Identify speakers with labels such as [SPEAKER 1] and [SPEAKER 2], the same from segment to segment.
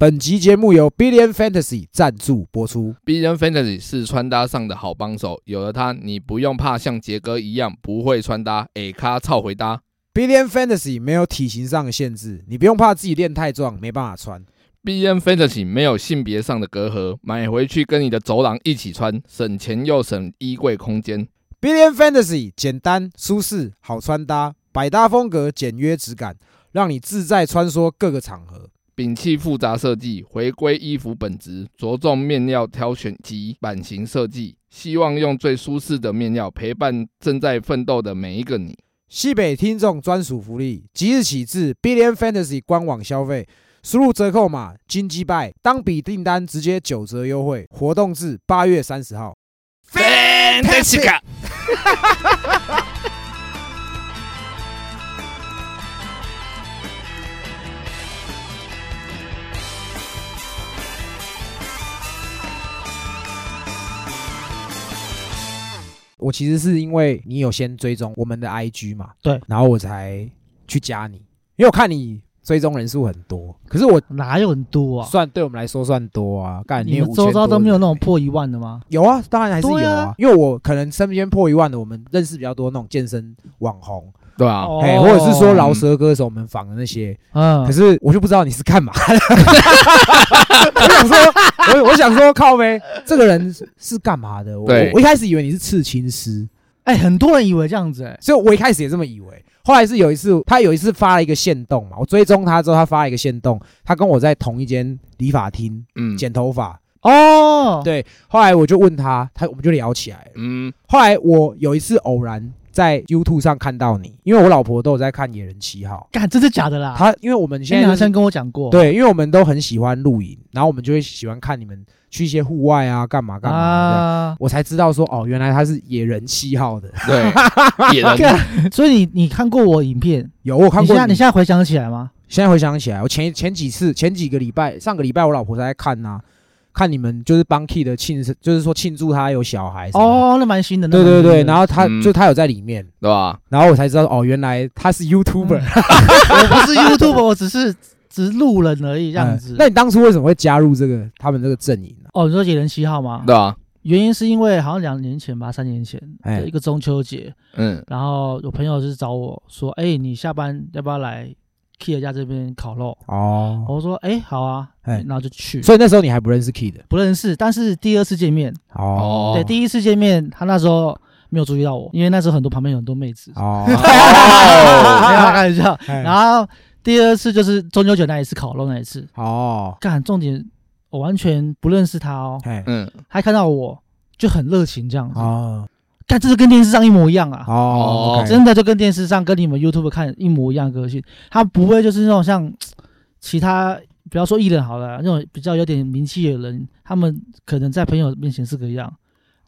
[SPEAKER 1] 本集节目由 Billion Fantasy 赞助播出。
[SPEAKER 2] B 人 Fantasy 是穿搭上的好帮手，有了它，你不用怕像杰哥一样不会穿搭，哎咖操回搭。
[SPEAKER 1] Billion Fantasy 没有体型上的限制，你不用怕自己练太壮没办法穿。
[SPEAKER 2] B N Fantasy 没有性别上的隔阂，买回去跟你的走廊一起穿，省钱又省衣柜空间。
[SPEAKER 1] Billion Fantasy 简单、舒适、好穿搭，百搭风格、简约质感，让你自在穿梭各个场合。
[SPEAKER 2] 摒弃复杂设计，回归衣服本质，着重面料挑选及版型设计，希望用最舒适的面料陪伴正在奋斗的每一个你。
[SPEAKER 1] 西北听众专属福利，即日起至 Billion Fantasy 官网消费，输入折扣码“金鸡拜”，当笔订单直接九折优惠，活动至八月三十号。Fantastica 我其实是因为你有先追踪我们的 IG 嘛，
[SPEAKER 3] 对，
[SPEAKER 1] 然后我才去加你，因为我看你追踪人数很多，可是我
[SPEAKER 3] 哪有很多啊？
[SPEAKER 1] 算对我们来说算多啊，干
[SPEAKER 3] 你
[SPEAKER 1] 有
[SPEAKER 3] 们周遭都没有那种
[SPEAKER 1] 5000多人欸
[SPEAKER 3] 破一万的吗？
[SPEAKER 1] 有啊，当然还是有
[SPEAKER 3] 对
[SPEAKER 1] 啊，
[SPEAKER 3] 啊
[SPEAKER 1] 因为我可能身边破一万的，我们认识比较多那种健身网红，
[SPEAKER 2] 对啊，
[SPEAKER 3] 哦
[SPEAKER 1] 哎、或者是说饶舌歌手我们仿的那些，
[SPEAKER 3] 嗯，
[SPEAKER 1] 可是我就不知道你是干嘛的。 我想说，我我想说，靠呗，这个人是是干嘛的？我
[SPEAKER 2] 对
[SPEAKER 1] 我一开始以为你是刺青师，
[SPEAKER 3] 哎，很多人以为这样子，哎，
[SPEAKER 1] 所以我一开始也这么以为。后来是有一次，他有一次发了一个线动嘛，我追踪他之后，他发了一个线动，他跟我在同一间理发厅
[SPEAKER 2] 嗯
[SPEAKER 1] 剪头发。
[SPEAKER 3] 哦，
[SPEAKER 1] 对，后来我就问他，他我们就聊起来了。
[SPEAKER 2] 嗯，
[SPEAKER 1] 后来我有一次偶然在 YouTube 上看到你，因为我老婆都有在看《野人七号
[SPEAKER 3] 干，这是假的》，啦。
[SPEAKER 1] 她因为我们现
[SPEAKER 3] 哎，你
[SPEAKER 1] 在、
[SPEAKER 3] 好
[SPEAKER 1] 就是
[SPEAKER 3] 像跟我讲过，
[SPEAKER 1] 对，因为我们都很喜欢露营，然后我们就会喜欢看你们去一些户外啊，干嘛干嘛的这样。
[SPEAKER 3] 啊，
[SPEAKER 1] 我才知道说哦，原来他是野人七号的，
[SPEAKER 2] 对，野人
[SPEAKER 3] 所以你你看过我影片？
[SPEAKER 1] 有我看
[SPEAKER 3] 你
[SPEAKER 1] 过
[SPEAKER 3] 现在你现在回想起来吗？
[SPEAKER 1] 现在回想起来，我前前几次、前几个礼拜、上个礼拜，我老婆在看呐、看你们就是帮 Key 的庆生，就是说庆祝他有小孩。哦，
[SPEAKER 3] 哦，那蛮新的，
[SPEAKER 1] 对
[SPEAKER 3] 那
[SPEAKER 1] 对
[SPEAKER 3] 蛮新的
[SPEAKER 1] 对，然后他、
[SPEAKER 2] 嗯
[SPEAKER 1] 就他有在里面，
[SPEAKER 2] 对吧？
[SPEAKER 1] 然后我才知道哦，原来他是 YouTuber
[SPEAKER 3] 嗯我不是 YouTube，我只是只是路人而已，这样子
[SPEAKER 1] 嗯。那你当初为什么会加入这个他们这个阵营呢、
[SPEAKER 3] 哦，你说野人七号吗？
[SPEAKER 2] 对啊，
[SPEAKER 3] 原因是因为好像两年前吧，三年前
[SPEAKER 1] 哎
[SPEAKER 3] 的一个中秋节，
[SPEAKER 2] 嗯，
[SPEAKER 3] 然后有朋友就是找我说，哎，你下班要不要来 Kia 家这边烤肉？
[SPEAKER 1] 哦，
[SPEAKER 3] 我说，哎，好啊，
[SPEAKER 1] 哎
[SPEAKER 3] 然后就去。
[SPEAKER 1] 所以那时候你还不认识 Key 的
[SPEAKER 3] 不认识，但是第二次见面，
[SPEAKER 1] 哦
[SPEAKER 3] 对，第一次见面，他那时候没有注意到我，因为那时候很多旁边有很多妹子，
[SPEAKER 1] 哦，
[SPEAKER 2] 哦
[SPEAKER 1] 哎
[SPEAKER 3] 没有啦 开玩笑。
[SPEAKER 1] 然
[SPEAKER 3] 然后第二次就是中秋节那一次烤肉那一次，
[SPEAKER 1] 哦，
[SPEAKER 3] 干，重点我完全不认识他哦，
[SPEAKER 1] 哎
[SPEAKER 2] 嗯，
[SPEAKER 3] 他看到我就很热情这样子，
[SPEAKER 1] 哦
[SPEAKER 3] 干，这是跟电视上一模一样啊，
[SPEAKER 1] 哦，
[SPEAKER 3] 真的就跟电视上跟你们 YouTube 看一模一样的个性，他不会就是那种像其他。不要说艺人好了，那种比较有点名气的人，他们可能在朋友面前是个样，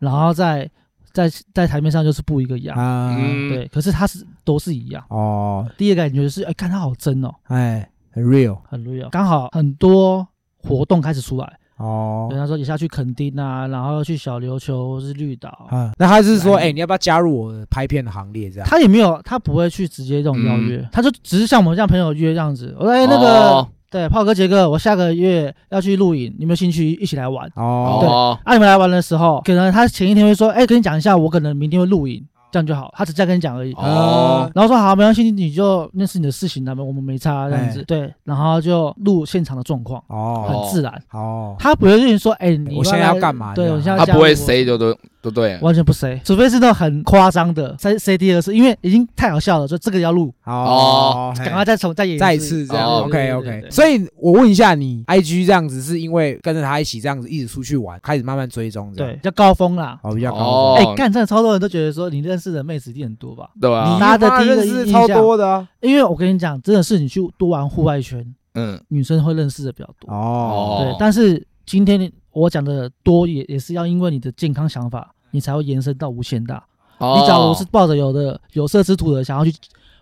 [SPEAKER 3] 然后在在在台面上就是不一个样，
[SPEAKER 1] 啊
[SPEAKER 2] 嗯，
[SPEAKER 3] 对。可是他是都是一样，
[SPEAKER 1] 哦，
[SPEAKER 3] 第一个感觉就是，哎、看他好真哦，
[SPEAKER 1] 哎，很 real
[SPEAKER 3] 很 real。刚好很多活动开始出来，
[SPEAKER 1] 哦
[SPEAKER 3] 比。方说也下去垦丁啊，然后去小琉球或是绿岛，
[SPEAKER 1] 啊，那他是说，
[SPEAKER 3] 来
[SPEAKER 1] 哎、你要不要加入我的拍片行列？这样，
[SPEAKER 3] 他也没有，他不会去直接这种邀约，
[SPEAKER 1] 嗯
[SPEAKER 3] 他就只是像我们这样朋友约这样子。我说，哎、那个，
[SPEAKER 2] 哦
[SPEAKER 3] 对，炮哥、杰哥，我下个月要去露营，你有没有兴趣一起来玩？
[SPEAKER 1] 哦，
[SPEAKER 2] 哦，
[SPEAKER 3] 啊，你们来玩的时候，可能他前一天会说，哎、跟你讲一下，我可能明天会露营，
[SPEAKER 1] 哦
[SPEAKER 3] 这样就好。他只这样跟你讲而已。
[SPEAKER 2] 哦，
[SPEAKER 3] 然后说好，没关系，你就那是你的事情，咱们我们没差这样子。
[SPEAKER 1] 哎
[SPEAKER 3] 对，然后就录现场的状况，
[SPEAKER 1] 哦，
[SPEAKER 3] 很自然。
[SPEAKER 1] 哦，
[SPEAKER 3] 他不会跟你说，哎、你
[SPEAKER 1] 我现在要
[SPEAKER 3] 来
[SPEAKER 1] 干嘛
[SPEAKER 3] 对，
[SPEAKER 1] 这样
[SPEAKER 3] 我现在要
[SPEAKER 2] 他
[SPEAKER 3] 加
[SPEAKER 2] 不会
[SPEAKER 3] 入
[SPEAKER 2] 塞就对就对了，
[SPEAKER 3] 完全不 say，除非是那种很夸张的 say say 第二次，因为已经太好笑了，就这个要录，
[SPEAKER 1] 哦，嘿
[SPEAKER 3] 赶快再重再演
[SPEAKER 1] 再一次这样、
[SPEAKER 2] 哦
[SPEAKER 1] o k
[SPEAKER 3] 对
[SPEAKER 1] OK
[SPEAKER 3] 对对。对
[SPEAKER 1] 所以我问一下你，IG 这样子是因为跟着他一起这样子一直出去玩，开始慢慢追踪这样，
[SPEAKER 3] 对，，叫高峰啦。
[SPEAKER 1] 哦，比较高。
[SPEAKER 2] 哦
[SPEAKER 3] 哎，干真的超多人都觉得说你认识的妹子一定很多吧？
[SPEAKER 2] 对啊，
[SPEAKER 1] 你
[SPEAKER 3] 大家的
[SPEAKER 1] 妈
[SPEAKER 3] 第一个
[SPEAKER 1] 认识
[SPEAKER 3] 印
[SPEAKER 1] 超
[SPEAKER 3] 象
[SPEAKER 1] 多的啊、
[SPEAKER 3] 因为我跟你讲，真的是你去多玩户外圈，
[SPEAKER 2] 嗯，
[SPEAKER 3] 女生会认识的比较多。
[SPEAKER 1] 哦，
[SPEAKER 3] 对，但是今天你我讲的多也也是要因为你的健康想法，你才会延伸到无限大。
[SPEAKER 2] 哦
[SPEAKER 3] 你假如是抱着有的有色之徒的想要去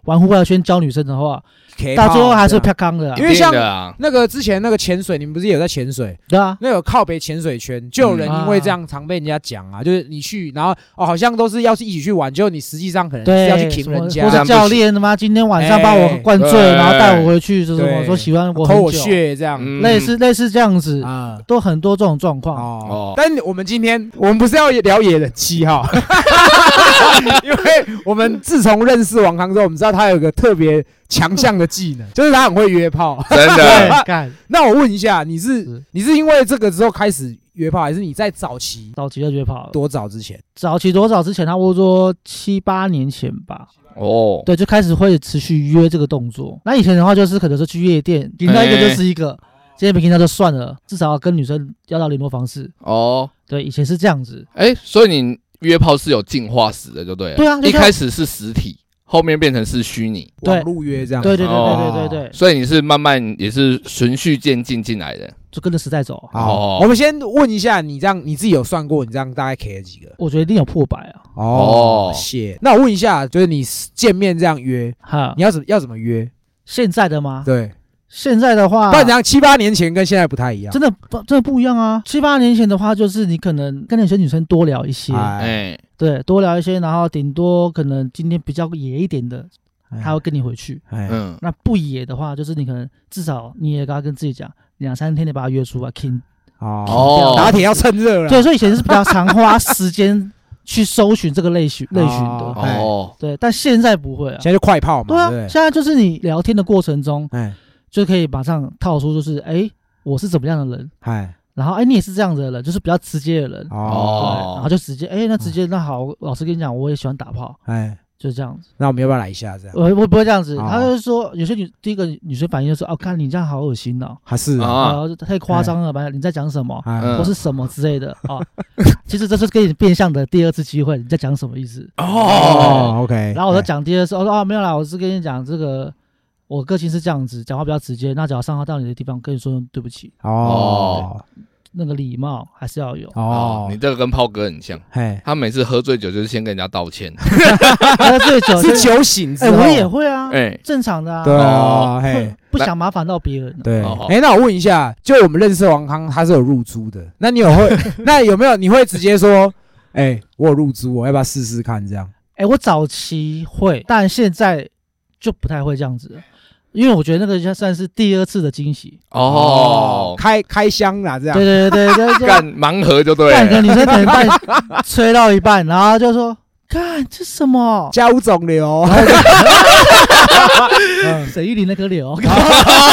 [SPEAKER 3] 玩户外圈教女生的话，到最后还是啪康的啊
[SPEAKER 1] 因，为像
[SPEAKER 2] 一定的啊
[SPEAKER 1] 那个之前那个潜水，你们不是也有在潜水？
[SPEAKER 3] 对啊，
[SPEAKER 1] 那有靠北潜水圈，就有人因为这样常被人家讲啊，就是你去，然后哦，好像都是要是一起去玩，结果你实际上可能是
[SPEAKER 3] 对，
[SPEAKER 1] 要去停人
[SPEAKER 3] 什
[SPEAKER 1] 家
[SPEAKER 3] 么或，是教练他妈今天晚上把我灌醉，
[SPEAKER 2] 哎
[SPEAKER 3] 然后带我回去，就是
[SPEAKER 1] 对
[SPEAKER 3] 我说喜欢我
[SPEAKER 1] 抠
[SPEAKER 3] 很
[SPEAKER 1] 我
[SPEAKER 3] 久，
[SPEAKER 1] 血这样
[SPEAKER 2] 嗯
[SPEAKER 3] 类似类似这样子，
[SPEAKER 1] 啊。
[SPEAKER 3] 都很多这种状况。
[SPEAKER 1] 哦
[SPEAKER 2] 哦，
[SPEAKER 1] 但我们今天我们不是要聊野人七号， 因为我们自从认识王康之后，我们知道他有一个特别强项的技能， 就是他很会约炮。
[SPEAKER 2] 真 的
[SPEAKER 3] 对，干
[SPEAKER 1] 那我问一下，你是
[SPEAKER 3] 是
[SPEAKER 1] 你是因为这个之后开始约炮，还是你在早期
[SPEAKER 3] 早期就觉得跑了，
[SPEAKER 1] 多早之前？
[SPEAKER 3] 早期多早之前，差不多七八年前吧，
[SPEAKER 2] 哦，
[SPEAKER 3] 对，就开始会持续约这个动作。那以前的话就是可能是去夜
[SPEAKER 1] 哎
[SPEAKER 3] 店，听到一个就是一个，今天没听到就算了，至少要跟女生要到联络方式。
[SPEAKER 2] 哦，
[SPEAKER 3] 对，以前是这样子，
[SPEAKER 2] 哎，所以你约炮是有进化史的，就对了。
[SPEAKER 3] 对啊就像
[SPEAKER 2] 一开始是实体，后面变成是虚拟，
[SPEAKER 3] 对
[SPEAKER 1] 网路约这样？
[SPEAKER 3] 对对对对
[SPEAKER 1] 哦
[SPEAKER 3] 对对对，
[SPEAKER 2] 所以你是慢慢也是循序渐进进来的。
[SPEAKER 3] 就跟着时代走。
[SPEAKER 1] 好，
[SPEAKER 2] 哦
[SPEAKER 1] 我们先问一下你这样，你自己有算过你这样大概 K 了几个？
[SPEAKER 3] 我觉得一定有破百啊，
[SPEAKER 2] 哦
[SPEAKER 1] 谢。那我问一下，就是你见面这样约，
[SPEAKER 3] 哈
[SPEAKER 1] 你，要怎么要怎么约？
[SPEAKER 3] 现在的吗？
[SPEAKER 1] 对，
[SPEAKER 3] 现在的话
[SPEAKER 1] 不，然怎样？七八年前跟现在不太一样。
[SPEAKER 3] 啊真的不真的不一样啊。七八年前的话，就是你可能跟那些女生多聊一些，
[SPEAKER 1] 哎，
[SPEAKER 2] 哎，
[SPEAKER 3] 对，多聊一些，然后顶多可能今天比较野一点的，
[SPEAKER 1] 嗯
[SPEAKER 3] 她会跟你回去。
[SPEAKER 1] 哎，
[SPEAKER 2] 嗯，
[SPEAKER 3] 那不野的话，就是你可能至少你也跟她跟自己讲，两三天你把她约出来，king。
[SPEAKER 1] 哦，
[SPEAKER 2] 哦，
[SPEAKER 1] 打铁要趁热了。
[SPEAKER 3] 对，所以以前是比较常花时间去搜寻这个 类型类型
[SPEAKER 1] 哦
[SPEAKER 3] 的，
[SPEAKER 2] 哦，
[SPEAKER 3] 对，但现在不会啊
[SPEAKER 1] 现。在就快炮
[SPEAKER 3] 对
[SPEAKER 1] 嘛，
[SPEAKER 3] 啊
[SPEAKER 1] 对，不对？
[SPEAKER 3] 现在就是你聊天的过程中
[SPEAKER 1] 哎
[SPEAKER 3] 就可以马上套出，就是哎、我是怎么样的人，
[SPEAKER 1] 哎，
[SPEAKER 3] 然后哎、你也是这样子的人，就是比较直接的人，对，
[SPEAKER 1] 哦，嗯
[SPEAKER 2] 哦
[SPEAKER 3] 然后就直接，哎、那直接，那好，老师跟你讲，我也喜欢打炮，
[SPEAKER 1] 哎，
[SPEAKER 3] 就这样子。
[SPEAKER 1] 那我们要不要来一下这样？
[SPEAKER 3] 我呃我不会这样子，
[SPEAKER 1] 哦
[SPEAKER 3] 他就说有些女第一个女生反应就说，哦，看你这样好恶心哦，
[SPEAKER 1] 还是啊，
[SPEAKER 2] 啊，
[SPEAKER 3] 啊，太夸张了吧，你在讲什么，
[SPEAKER 1] 哎
[SPEAKER 2] 嗯
[SPEAKER 3] 或是什么之类的啊。 其实这是给你变相的第二次机会，你在讲什么意思？
[SPEAKER 1] 哦，OK。
[SPEAKER 3] 然后我就
[SPEAKER 1] 哎，
[SPEAKER 3] 讲第二次，我说哦没有啦，我是跟你讲这个，我个性是这样子，讲话比较直接，那只要伤害到你的地方，跟你说对不起，
[SPEAKER 1] 哦，
[SPEAKER 3] 那个礼貌还是要有
[SPEAKER 2] 哦，
[SPEAKER 1] 哦
[SPEAKER 2] 你，这个跟炮哥很像，
[SPEAKER 1] 哎，
[SPEAKER 2] 他每次喝醉酒就是先跟人家道歉。
[SPEAKER 3] 喝醉酒
[SPEAKER 1] 是
[SPEAKER 3] 就
[SPEAKER 1] 酒醒之
[SPEAKER 3] 哎，
[SPEAKER 1] 后，
[SPEAKER 3] 我也会啊，
[SPEAKER 2] 哎，
[SPEAKER 3] 正常的啊，
[SPEAKER 1] 对啊，
[SPEAKER 2] 哦
[SPEAKER 1] 嘿。
[SPEAKER 3] 不不想麻烦到别人啊。
[SPEAKER 1] 对，
[SPEAKER 2] 哦
[SPEAKER 1] 哎、那我问一下，就我们认识的王康，他是有入租的，那你有 会，那有没有你会直接说，哎、我有入租，我要不要试试看？这样，
[SPEAKER 3] 哎，我早期会，但现在就不太会这样子了，因为我觉得那个算是第二次的惊喜。
[SPEAKER 2] 哦，
[SPEAKER 1] 开开箱啦，这样
[SPEAKER 3] 对，对对对对，
[SPEAKER 2] 干盲盒就对
[SPEAKER 3] 干个
[SPEAKER 2] 了。
[SPEAKER 3] 女生 可能半吹到一半，然后就说：“看这什么
[SPEAKER 1] 加五肿瘤，
[SPEAKER 3] 哦
[SPEAKER 1] 嗯？”
[SPEAKER 3] 沈玉琳那颗瘤，没有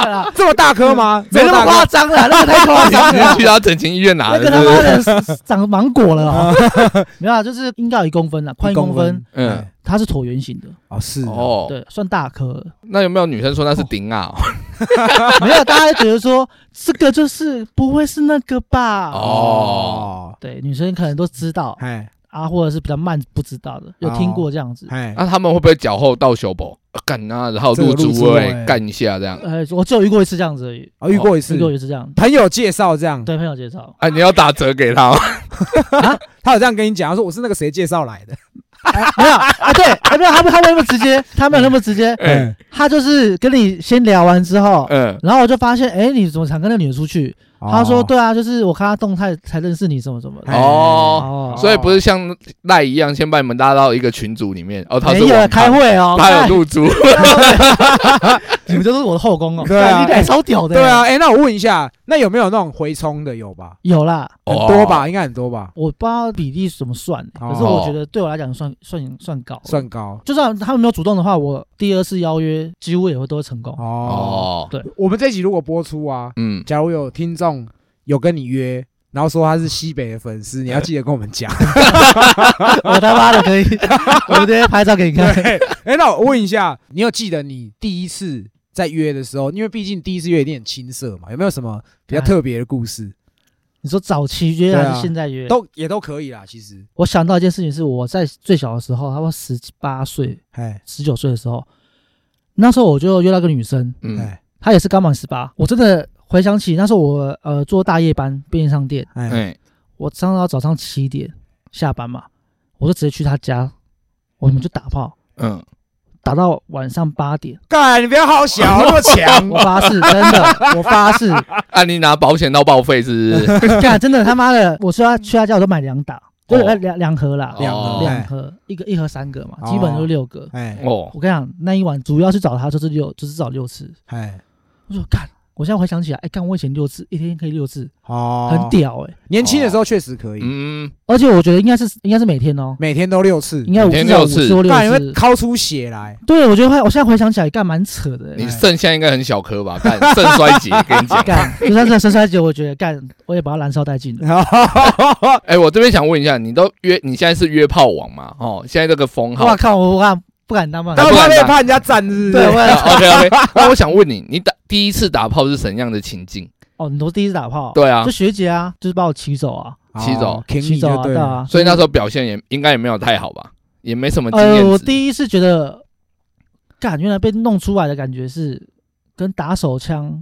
[SPEAKER 3] 啦
[SPEAKER 1] 这么大颗吗？
[SPEAKER 3] 没那么夸张了，那个太夸张
[SPEAKER 2] 你是
[SPEAKER 3] 了
[SPEAKER 2] 去。他整形医院拿 的，是
[SPEAKER 3] 那个他
[SPEAKER 2] 不
[SPEAKER 3] 妈
[SPEAKER 2] 是？
[SPEAKER 3] 的长芒果了、 哦，没有啊，就是应该有一公分了，
[SPEAKER 1] 这么大
[SPEAKER 3] 宽一
[SPEAKER 1] 公
[SPEAKER 3] 公分，，
[SPEAKER 2] 嗯，
[SPEAKER 3] 它是椭圆形的，
[SPEAKER 1] 哎哦是哦，
[SPEAKER 2] 哦，
[SPEAKER 3] 对，哦算大颗了。
[SPEAKER 2] 那有没有女生说那是顶啊？
[SPEAKER 3] 没有，大家觉得说这个就是不会是那个吧？
[SPEAKER 2] 哦
[SPEAKER 1] 哦，
[SPEAKER 3] 对，女生可能都知道
[SPEAKER 2] 嗯
[SPEAKER 1] 哎
[SPEAKER 3] 啊，或者是比较慢不知道的，有
[SPEAKER 2] 哦
[SPEAKER 3] 听过这样子。
[SPEAKER 1] 哎，
[SPEAKER 2] 那啊他们会不会脚后倒修补？啊干啊，然后入
[SPEAKER 1] 这个入
[SPEAKER 2] 猪
[SPEAKER 1] 猪哎
[SPEAKER 2] 哎，干一下这样。
[SPEAKER 3] 呃，我就有遇过一次这样子而已，
[SPEAKER 1] 哦遇过一次
[SPEAKER 3] 遇，过一次这样，
[SPEAKER 1] 朋友介绍这
[SPEAKER 2] 嗯
[SPEAKER 1] 样，
[SPEAKER 3] 对朋友介绍，
[SPEAKER 2] 啊，你要打折给他吗？
[SPEAKER 1] 他有这样跟你讲，他说我是那个谁介绍来的，
[SPEAKER 3] 没有啊，对，啊没有，他不他没有那么直接，他没有那么 直接，
[SPEAKER 2] 嗯
[SPEAKER 3] 他就是跟你先聊完之后，
[SPEAKER 2] 嗯，
[SPEAKER 3] 然后我就发现，哎，你怎么常跟那女的出去？
[SPEAKER 1] 哦
[SPEAKER 3] 他说，对啊，就是我看他动态才认识你什么什么的。
[SPEAKER 2] 哦，
[SPEAKER 3] 哎哦，
[SPEAKER 2] 所以不是像赖一样，先把你们拉到一个群组里面，哦，他是
[SPEAKER 3] 没有
[SPEAKER 2] 网咖
[SPEAKER 3] 开，会哦，
[SPEAKER 2] 他有
[SPEAKER 3] 看
[SPEAKER 2] 入猪，
[SPEAKER 3] 你们就是我的后宫哦，
[SPEAKER 1] 对啊
[SPEAKER 3] 你俩超屌的，
[SPEAKER 1] 对啊，，哎，那我问一下，那有没有那种回冲的？有吧？
[SPEAKER 3] 有啦，
[SPEAKER 1] 很多吧，应该很多吧，
[SPEAKER 3] 我不知道比例怎么算、欸
[SPEAKER 1] 哦
[SPEAKER 3] 可是我觉得对我来讲算算算高，
[SPEAKER 1] 算高
[SPEAKER 3] 就算他们没有主动的话，我第二次邀约几乎也会都会成功。
[SPEAKER 2] 哦？
[SPEAKER 1] 哦。
[SPEAKER 2] 哦，
[SPEAKER 1] 我们这集如果播出啊，
[SPEAKER 2] 嗯，
[SPEAKER 1] 假如有听众有跟你约，然后说他是西北的粉丝，你要记得跟我们讲。
[SPEAKER 3] 我他妈的 可以，我直接拍照给你看。
[SPEAKER 1] 对，哎，那我问一下，你有记得你第一次在约的时候，因为毕竟第一次约一定很青涩嘛，有没有什么比较特别的故事？
[SPEAKER 3] 你说早期约
[SPEAKER 1] 对啊
[SPEAKER 3] 还是现在约？
[SPEAKER 1] 都也都可以啦，其实。
[SPEAKER 3] 我想到一件事情，是我在最小的时候，差不多十八岁、
[SPEAKER 1] 哎
[SPEAKER 3] 十九岁的时候，那时候我就约到一个女生，
[SPEAKER 2] 嗯，
[SPEAKER 1] 哎
[SPEAKER 3] 她也是刚满十八。我真的回想起那时候我呃做大夜班便利商店，
[SPEAKER 1] 哎，
[SPEAKER 2] 哎，
[SPEAKER 3] 我上到早上七点下班嘛，我就直接去她家，我们就打炮。
[SPEAKER 2] 嗯，
[SPEAKER 3] 打到晚上八点，
[SPEAKER 1] 干，你不要好小，那 么强
[SPEAKER 3] 我，发誓，真的，我发誓，
[SPEAKER 2] 啊，你拿保险到报废是不 是？
[SPEAKER 3] 干，真的他妈的，我说去他家我都买两打，就是呃两两盒啦，
[SPEAKER 1] 两
[SPEAKER 2] 哦
[SPEAKER 1] 个
[SPEAKER 3] 两盒，一个一盒三个嘛，
[SPEAKER 1] 哦
[SPEAKER 3] 基本就六个。
[SPEAKER 1] 哎
[SPEAKER 2] 哦，
[SPEAKER 3] 我跟你讲，那一晚主要去找他就是六，就是找六次。
[SPEAKER 1] 哎，
[SPEAKER 3] 我说干，我现在回想起来，哎，干我以前六次，一天可以六次，
[SPEAKER 1] 哦，
[SPEAKER 3] 很。屌哎、
[SPEAKER 1] 年轻的时候确实可以，
[SPEAKER 2] 嗯，
[SPEAKER 3] 而且我觉得应该是应该是每天哦，
[SPEAKER 1] 每天都六次
[SPEAKER 3] 应，该我
[SPEAKER 2] 每天
[SPEAKER 3] 至少
[SPEAKER 2] 六
[SPEAKER 3] 五
[SPEAKER 2] 次
[SPEAKER 3] 次或六
[SPEAKER 1] 干你会
[SPEAKER 3] 次。
[SPEAKER 1] 抠出血来。
[SPEAKER 3] 对，我觉得后来我现在回想起来，干蛮扯的、
[SPEAKER 2] 你
[SPEAKER 3] 欸。
[SPEAKER 2] 肾现在应该很小颗吧？ 干肾衰竭，跟你讲。
[SPEAKER 3] 干， 就算是深衰竭，我觉得干，我也把它燃烧殆尽了。
[SPEAKER 2] 哎，我这边想问一下，你都约你现在是约炮王吗？哦，现在这个封号
[SPEAKER 3] 哇靠，我我不敢当嘛。
[SPEAKER 1] 但
[SPEAKER 2] 不
[SPEAKER 1] 怕
[SPEAKER 2] 敢
[SPEAKER 1] 被
[SPEAKER 2] 打
[SPEAKER 1] 怕人家占，是不
[SPEAKER 3] 对，
[SPEAKER 1] 是？
[SPEAKER 3] 我也
[SPEAKER 2] OK OK，那我想问你，你打第一次打炮是怎样的情境？
[SPEAKER 3] 哦，你都第一次打炮，
[SPEAKER 2] 对啊
[SPEAKER 3] 就，学姐啊，就是把我骑走啊，
[SPEAKER 2] 骑走
[SPEAKER 1] 挺
[SPEAKER 3] 骑
[SPEAKER 1] 你
[SPEAKER 3] 走
[SPEAKER 1] 哦就
[SPEAKER 3] 啊，
[SPEAKER 1] 对
[SPEAKER 3] 对
[SPEAKER 1] 了。
[SPEAKER 3] 啊。
[SPEAKER 2] 所以那时候表现也应该也没有太好吧，也没什么经验
[SPEAKER 3] 呃，
[SPEAKER 2] 值。
[SPEAKER 3] 我第一次觉得，干，原来被弄出来的感觉是跟打手枪